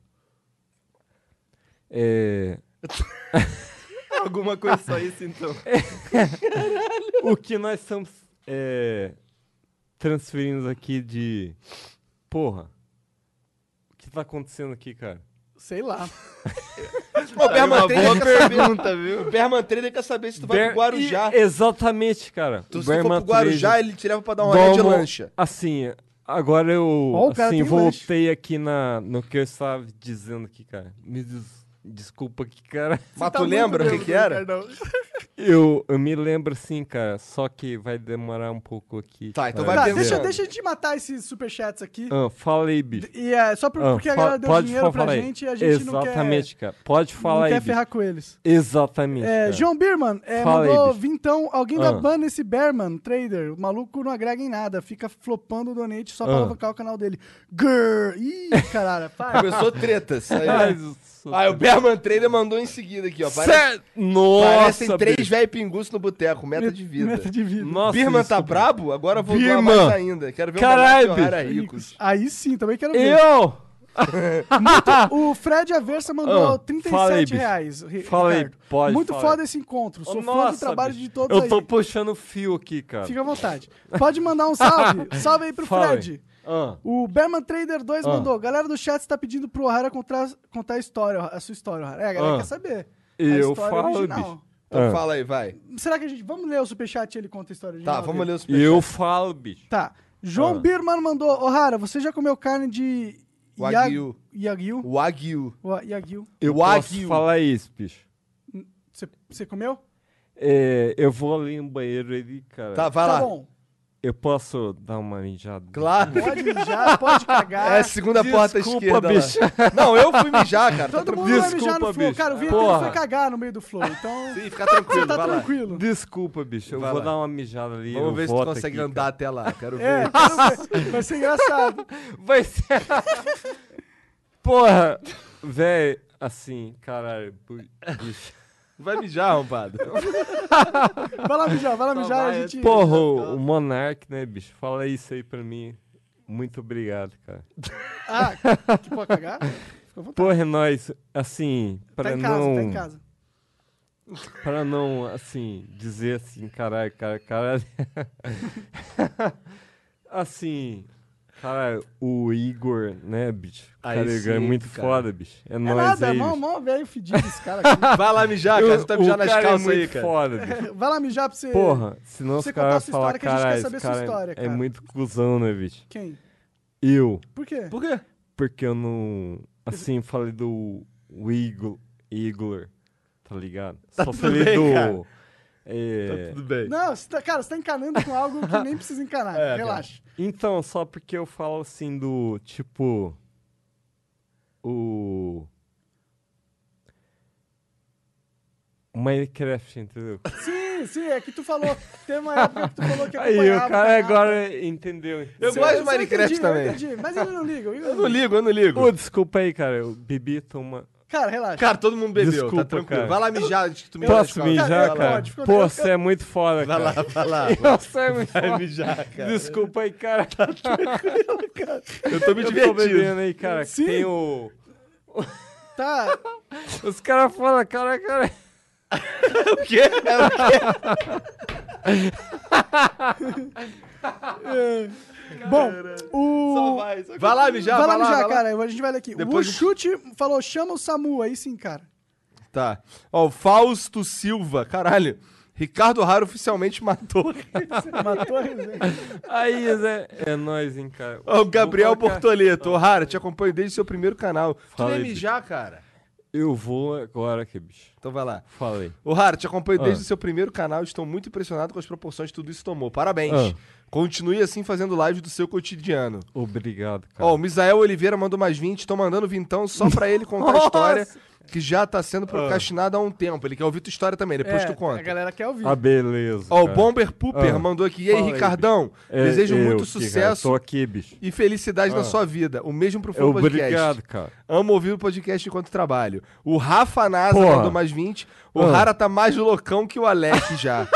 É,
Alguma coisa só isso então.
o que nós estamos é, transferindo aqui de. Porra. O que tá acontecendo aqui, cara?
Sei lá.
Ô, Berman Trader quer saber.
é Pergunta, viu?
O Berman Trader quer saber se tu vai
Ber-
pro Guarujá.
E- exatamente, cara.
Tu, se tu
Berman
for pro Guarujá,
Trader.
ele te leva pra dar uma olhada Então, de
Vamos-
lancha.
Assim, agora eu
Ó, o cara
assim,
tem lanche.
voltei aqui na, no que eu estava dizendo aqui, cara. Me des- desculpa aqui, cara.
Mas
Tá
tu
muito né,
lembra o que
bêbado,
que era?
Ricardão.
Eu, eu me lembro sim, cara. Só que vai demorar um pouco aqui.
Tá, então
pra
vai
Tá,
ter- um
dizer.
deixa, deixa de matar esses superchats aqui.
Ah, fala aí, bicho.
E é só por-
Ah,
porque a
fa-
galera deu
pode
dinheiro pra
falar aí.
gente e a gente não quer.
Exatamente, cara. Pode
não
falar aí,
quer
bicho.
ferrar com eles.
Exatamente,
É,
cara.
João Birman é,
Fala aí,
mandou
bicho.
vintão. Alguém da
Ah.
ban esse Berman, trader. O maluco não agrega em nada, fica flopando o donate só pra
Ah.
alavancar o canal dele. Grrr! Ih, caralho, para.
Começou treta. isso aí.
Mas isso-
Ah, o Berman Trader mandou em seguida aqui, ó. Parece,
Cê- Nossa,
parecem três
bicho.
velho pinguço no boteco, meta de vida.
Meta de vida.
Nossa,
Birman
isso,
tá
bicho.
brabo? Agora eu vou doar
Birman.
mais ainda. Quero ver um
Caralho,
o Monark e O'Hara ricos.
Aí sim, também quero ver.
Eu!
O Fred Aversa mandou
Ah,
37
fala aí, bicho.
reais. Ri-
Fala aí,
Ricardo.
pode,
Muito
fala
foda
aí.
esse encontro. Sou fã
Nossa,
do trabalho
bicho.
de todos
Eu
aí.
tô puxando fio aqui, cara.
Fica à vontade. Pode mandar um salve. salve aí pro
Fala aí.
Fred.
Ah.
O Berman Trader 2
Ah.
mandou. Galera do chat está pedindo pro O'Hara contar, contar a história, a sua história, O'Hara. É, a galera
Ah.
quer saber. A
Eu
história
falo,
original.
bicho.
Então
Ah.
fala aí, vai.
Será que a gente. Vamos ler o superchat e ele conta a história original?
Tá, vamos
dele?
ler os
Eu falo, bicho.
Tá.
Ah.
João Birman mandou, Ohara, você já comeu carne de
Wagyu.
Yagyu?
Wagyu.
Yagyu.
Eu posso
Wagyu.
falar isso, bicho.
Você comeu?
É, eu vou ali no banheiro ali, cara.
Tá, vai lá.
Tá bom.
Eu posso dar uma mijada?
Claro.
Pode mijar, pode cagar.
É, segunda porta à
Desculpa,
esquerda. lá.
bicho.
Não, eu fui mijar, cara.
Todo
tá
mundo vai
Desculpa,
mijar no flow.
bicho.
Cara, o Vitor
Porra.
foi cagar no meio do flow, então
Sim, fica tranquilo,
você tá
vai lá.
tranquilo.
Desculpa, bicho. Eu
Vai
vou
lá.
dar uma mijada ali. eu
Vamos ver se tu
volto
consegue
aqui,
andar até lá. Quero
É,
ver.
quero ver. vai ser engraçado.
cara. Vai ser. Porra, velho, assim, caralho, bu- bicho.
Vai mijar, arrombado.
Tá.
Vai lá mijar, vai lá
Só
mijar,
vai,
a gente...
Porra, o o Monark, né, bicho? Fala isso aí pra mim. Muito obrigado, cara.
Ah, que pode cagar? Fica à vontade.
Porra, é nóis, assim, pra
Tá em casa,
não.
tá em casa.
Pra não, assim, dizer assim, caralho, cara, caralho. assim, caralho, o Igor, né, bicho?
Aí
Cara, o Igor é
sim,
muito
cara.
foda, bicho. É,
É
nóis
nada, é
aí,
mó,
bicho.
mó velho fedido esse cara aqui.
Vai lá mijar, cara. Tu tá
O-
mijando
o
nas
cara
calças
é
aí,
muito
cara.
foda, bicho.
Vai lá mijar pra você...
Porra, senão os
você contar
caras
sua
falam,
história que a gente quer
caralho, esse
saber sua
cara,
história,
é
cara."
muito cuzão, né, bicho?
Quem?
Eu,
Por quê?
Por quê?
porque eu não, assim, eu falei do o Igor, Igor, tá ligado? Só
tudo
falei
bem,
do...
cara.
é,
Tá tudo bem.
Não, você tá- cara, você tá encanando com algo que nem precisa encanar.
É,
Relaxa.
Então, só porque eu falo assim do tipo. O. Minecraft, entendeu?
Sim, sim, é que tu falou. Tem uma época que tu falou que
Aí
acompanhava,
o cara
acompanhava.
agora entendeu.
Eu
Você-
gosto de
eu
Minecraft
entendi,
também.
Eu entendi, mas ele não liga. o Igor
Eu não ligo, eu não ligo.
Ô, desculpa aí, cara. Eu bebi, toma.
Cara, relaxa.
Cara, todo mundo bebeu,
Desculpa,
tá tranquilo.
cara.
Vai lá mijar antes que tu mija nas
Posso
calças.
cara,
mijar,
Vai lá.
cara?
pode, fica-
Pô,
eu-
você é muito foda,
Vai lá,
cara.
vai lá.
Você é muito
Vai
foda.
mijar, cara. Tá
Desculpa aí, cara.
Eu né? tô me
Eu tô
divertindo.
bebendo aí, cara.
Sim.
Tem o.
Tá.
Os caras falam, cara, cara.
O quê? É o quê?
Bom, o.
Só vai, só
Vai lá mijar,
vai
vai
lá mijar,
vai lá.
cara. A gente vai ler aqui.
Depois-
O chute falou, chama o Samu. Aí sim, cara.
Tá. Ó, o Fausto Silva, caralho. Ricardo Raro oficialmente matou.
Matou a resenha.
Aí, Zé. É nóis, hein, cara.
Ó, o Gabriel
Vou colocar-
Bortoleto. Ô, Raro, te acompanho desde seu primeiro canal. Tu
Fala
nem
aí, bicho.
mijar, cara.
Eu vou agora aqui, bicho.
Então vai lá.
Falei.
Ô, Raro, te acompanho
Ah.
desde o seu primeiro canal. Estou muito impressionado com as proporções que tudo isso tomou. Parabéns.
Ah.
Continue assim fazendo live do seu cotidiano.
Obrigado, cara.
Ó, o Misael Oliveira mandou mais 20. Tô mandando vintão só pra ele contar a história que já tá
Ah.
sendo procrastinada há um tempo. Ele quer ouvir tua história também, depois
É,
tu
A
conta.
galera quer ouvir.
Ah, beleza.
Ó, o
cara.
Bomber Pooper
Ah.
mandou aqui. E aí,
Fala aí,
Ricardão,
É,
desejo
eu
muito
aqui, cara.
sucesso
Tô aqui, bicho.
e felicidade na
Ah.
sua vida. O mesmo pro Flow Podcast.
Obrigado, cara.
Amo ouvir o podcast enquanto trabalho. O Rafa Nasa
Porra.
mandou mais 20. O
Ah.
Rara tá mais loucão que o Alec já.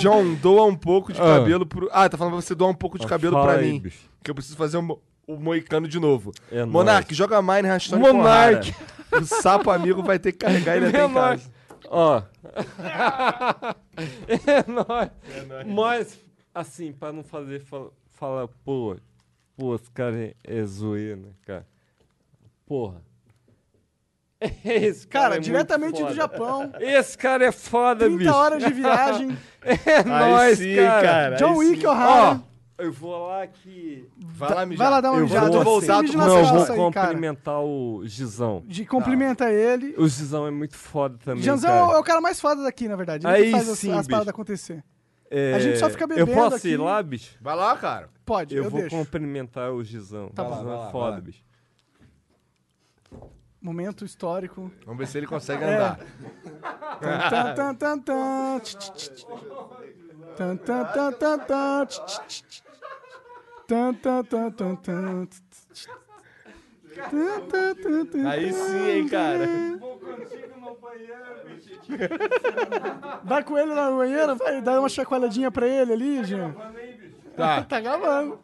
John, doa um pouco de
Ah.
cabelo pro. Ah, tá falando pra você doar um pouco de
Ah,
cabelo
fala
pra
aí,
mim.
bicho.
Que eu preciso fazer o, mo- o moicano de novo.
É
Monark, joga Mine Rastone
Monark.
com o Rara. O sapo amigo vai ter que carregar ele até em
Menor.
casa.
É Ó. é nóis. Mas, assim, pra não fazer fala, fala pô, pô, os caras é, é zoeira, né, cara? Porra. Esse
Cara,
cara, é muito
diretamente do
foda.
Japão.
Esse cara é foda,
30
bicho.
horas de viagem.
É nóis,
sim,
cara.
cara. Aí
John Wick,
sim.
O'Hara.
Eu vou lá que.
Vai lá, mijar.
Vai lá dar uma
Eu
mijada.
vou
Você
voltar,
mija
tu-
nas
não, eu vou
calças aí, cara.
cumprimentar o Gizão.
De
Tá.
cumprimenta ele.
O Gizão é muito foda também.
Janzão é
cara.
o cara mais foda daqui, na verdade. Ele
Aí
que faz as-
sim,
as,
bicho.
paradas acontecer.
É,
a gente só fica bebendo
Eu posso
aqui.
ir lá, bicho?
Vai lá, cara.
Pode, eu,
Eu, vou
deixo.
cumprimentar o Gizão.
Tá
o
bom.
Gizão
Vai
é
lá,
foda,
vai lá.
bicho.
Momento histórico.
Vamos ver se ele consegue
É.
andar.
Tan, tan, tan, tan, tch, tch, tch. Tan, tan, tan, tan, tan, tch, tch, tch. Tan, tan, tan, tan, tan, tch, tch, tch. Tan, tan, tan, tan,
Aí sim, hein, cara.
Vai com ele na banheira, vai dar uma chacoalhadinha pra ele ali, gente.
Tá,
Tá gravando.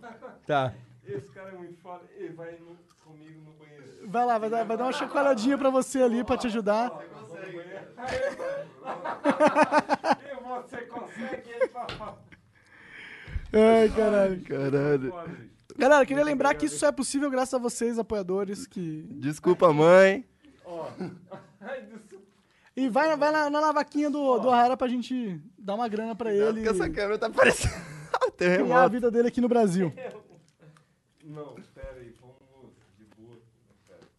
tá.
Esse cara é muito foda. Ele vai comigo no banheiro.
Vai lá, vai dar, vai dar uma chacoalhadinha pra você ali, pra te ajudar.
Você consegue ele pra
Ai, caralho. Caralho. Galera, queria lembrar que isso só é possível graças a vocês, apoiadores, que...
Desculpa, mãe.
E vai, vai na, na lavaquinha do, do Ahara pra gente dar uma grana pra
Cuidado
ele.
que essa câmera tá parecendo.
criar a
terremoto.
vida dele aqui no Brasil.
Não, pera aí, vamos de boa.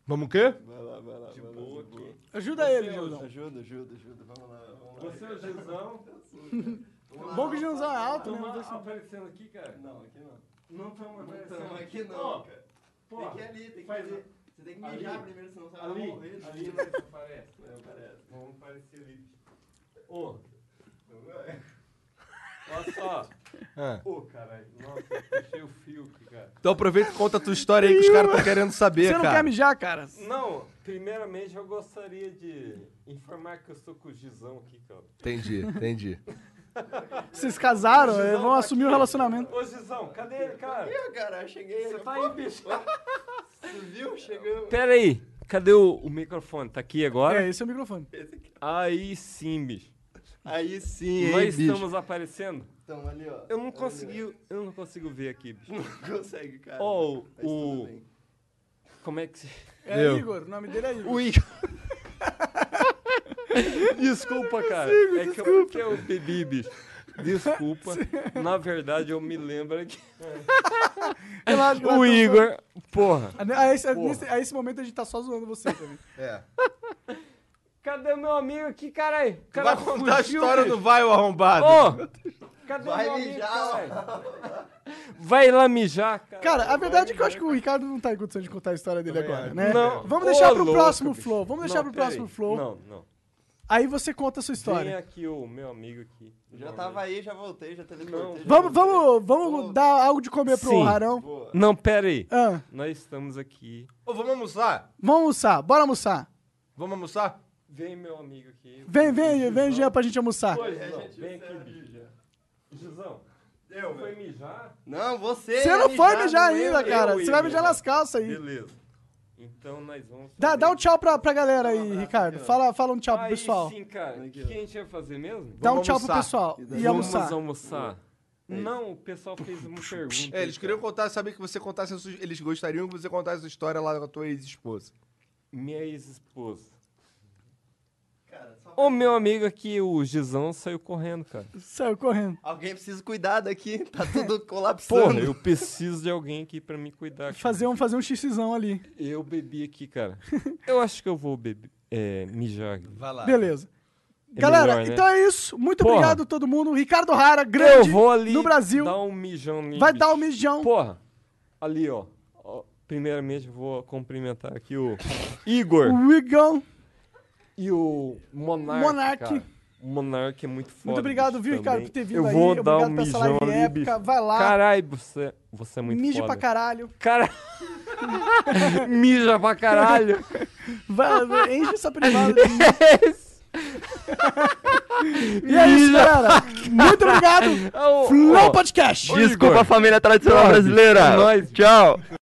Vamos o quê?
Vai lá, vai lá. De boa, aqui.
Ajuda
é
ele, Jordão.
Ajuda, ajuda, ajuda. Vamos lá, vamos lá.
Você é o Gisão?
Bom que o Janzão é alto, né?
Tamo aparecendo aqui, cara?
Não, aqui não.
Não estamos aparecendo.
Não, aqui
Ó,
não, cara.
Pô,
Tem que ir ali, tem que ir
faz
ali. Você tem que mijar
Ali.
primeiro, senão você vai
ali,
morrer.
ali nós aparece.
Não aparece.
Vamos aparecer ali. Ô, olha só.
Ah.
Ô, caralho. Nossa, eu puxei o fio aqui, cara.
Então aproveita e conta a tua história aí que os caras estão querendo saber,
Você não
cara.
quer mijar, cara?
Não, primeiramente eu gostaria de informar que eu estou com o Gizão aqui, cara.
Entendi, entendi.
Vocês casaram,
Gizão
eh, vão
tá
assumir o
aqui.
relacionamento.
Ô, Gizão, cadê ele, cara?
Ih, cara, eu cheguei.
Você
eu-
tá aí, bicho.
Você viu? Chegamos.
Pera aí, cadê o, o microfone? Tá aqui agora?
É, esse é o microfone.
Aí sim, bicho.
Aí sim, hein,
nós
bicho.
estamos aparecendo?
Então, ali, ó.
Eu não
Ali, ó.
consegui, eu não consigo ver aqui, bicho.
Não consegue, cara.
Ó,
Mas tudo
o-
bem.
Como é que se...
É
Meu.
Igor, o nome dele é Igor.
O Igor. Desculpa, cara. é que eu, que eu bebi, bicho. Desculpa. Na verdade, eu me lembro que. o Igor. Porra.
A, a esse, a nesse- a esse momento a gente tá só zoando você também.
É.
Cadê meu amigo aqui, caralho? O cara
Vai contar a
fugiu,
história
bicho.
do vai, o arrombado.
Ô! Cadê
Vai
meu amigo,
mijar.
caralho? Vai lá mijar, cara.
Cara, a verdade é que eu acho que o Ricardo não tá em condição de contar a história dele agora, né?
Não.
Vamos deixar
Ô,
pro
louco,
próximo
bicho.
flow. Vamos deixar
Não,
pro próximo
peraí.
flow.
Não, não.
Aí você conta a sua
Vem
história.
aqui o meu amigo aqui.
Já tava aí, já voltei, já
Não.
teleportei. já
Vamos,
voltei.
vamos, vamos dar algo de comer pro
Sim.
Rarão.
Boa.
Não, pera aí.
Ah,
Nós estamos aqui.
Ô, vamos almoçar?
vamos almoçar, bora almoçar.
Vamos almoçar?
Vem, meu amigo aqui.
Vem, vem, vem, Jean, pra gente almoçar.
Ô, Gisão, vem aqui, bicho. Gisão, eu foi mijar?
Não, você.
Você
é
não foi
mijado,
mijar
eu-
ainda, cara.
eu,
Você
eu,
vai
eu.
mijar nas calças aí.
Beleza. Então nós vamos.
Dá,
fazer-
dá um tchau pra, pra galera aí, Ricardo. Fala, fala um tchau pro
Aí
pessoal.
Sim, cara. O é que a gente ia fazer mesmo?
Dá um
Vamos
tchau pro
almoçar.
pessoal e
Vamos
almoçar.
almoçar. Não, o pessoal fez uma pergunta.
É, eles
cara.
queriam contar, saber que você contasse, a sua- eles gostariam que você contasse a sua história lá com a tua ex-esposa.
Minha ex-esposa.
Cara, só-
Ô, meu amigo aqui, o Gisão, saiu correndo, cara.
Saiu correndo.
Alguém precisa cuidar daqui, tá tudo colapsando.
Porra, eu preciso de alguém aqui pra me cuidar. cara.
Fazer um, fazer um xixizão ali.
Eu bebi aqui, cara. Eu acho que eu vou beber. É, mijar. aqui.
Vai lá.
Beleza.
É
Galera,
melhor, né?
então é isso. Muito
Porra.
obrigado a todo mundo. Ricardo Rara, grande
eu vou ali
no Brasil.
dar um mijão ali,
Vai
bicho.
dar um mijão.
Porra, ali, ó. Ó, Primeiramente, eu vou cumprimentar aqui o Igor
O Igão.
e o Monark.
Monark.
cara. O Monark é muito foda.
Muito obrigado,
bicho,
viu, Ricardo,
também.
por ter vindo
eu
aí.
Vou dar
Obrigado
um
por essa
mijão
live
ali,
épica.
bicho.
Vai lá.
Caralho, você, você é muito
Mijo
foda.
pra caralho.
caralho. Cara... Mija pra caralho. É
Vai, vai, enche essa privada. de- E é isso,
Mija
galera. Muito obrigado.
Ô, ô,
Flow Podcast.
Desculpa,
família tradicional brasileira.
Nós.
Tchau.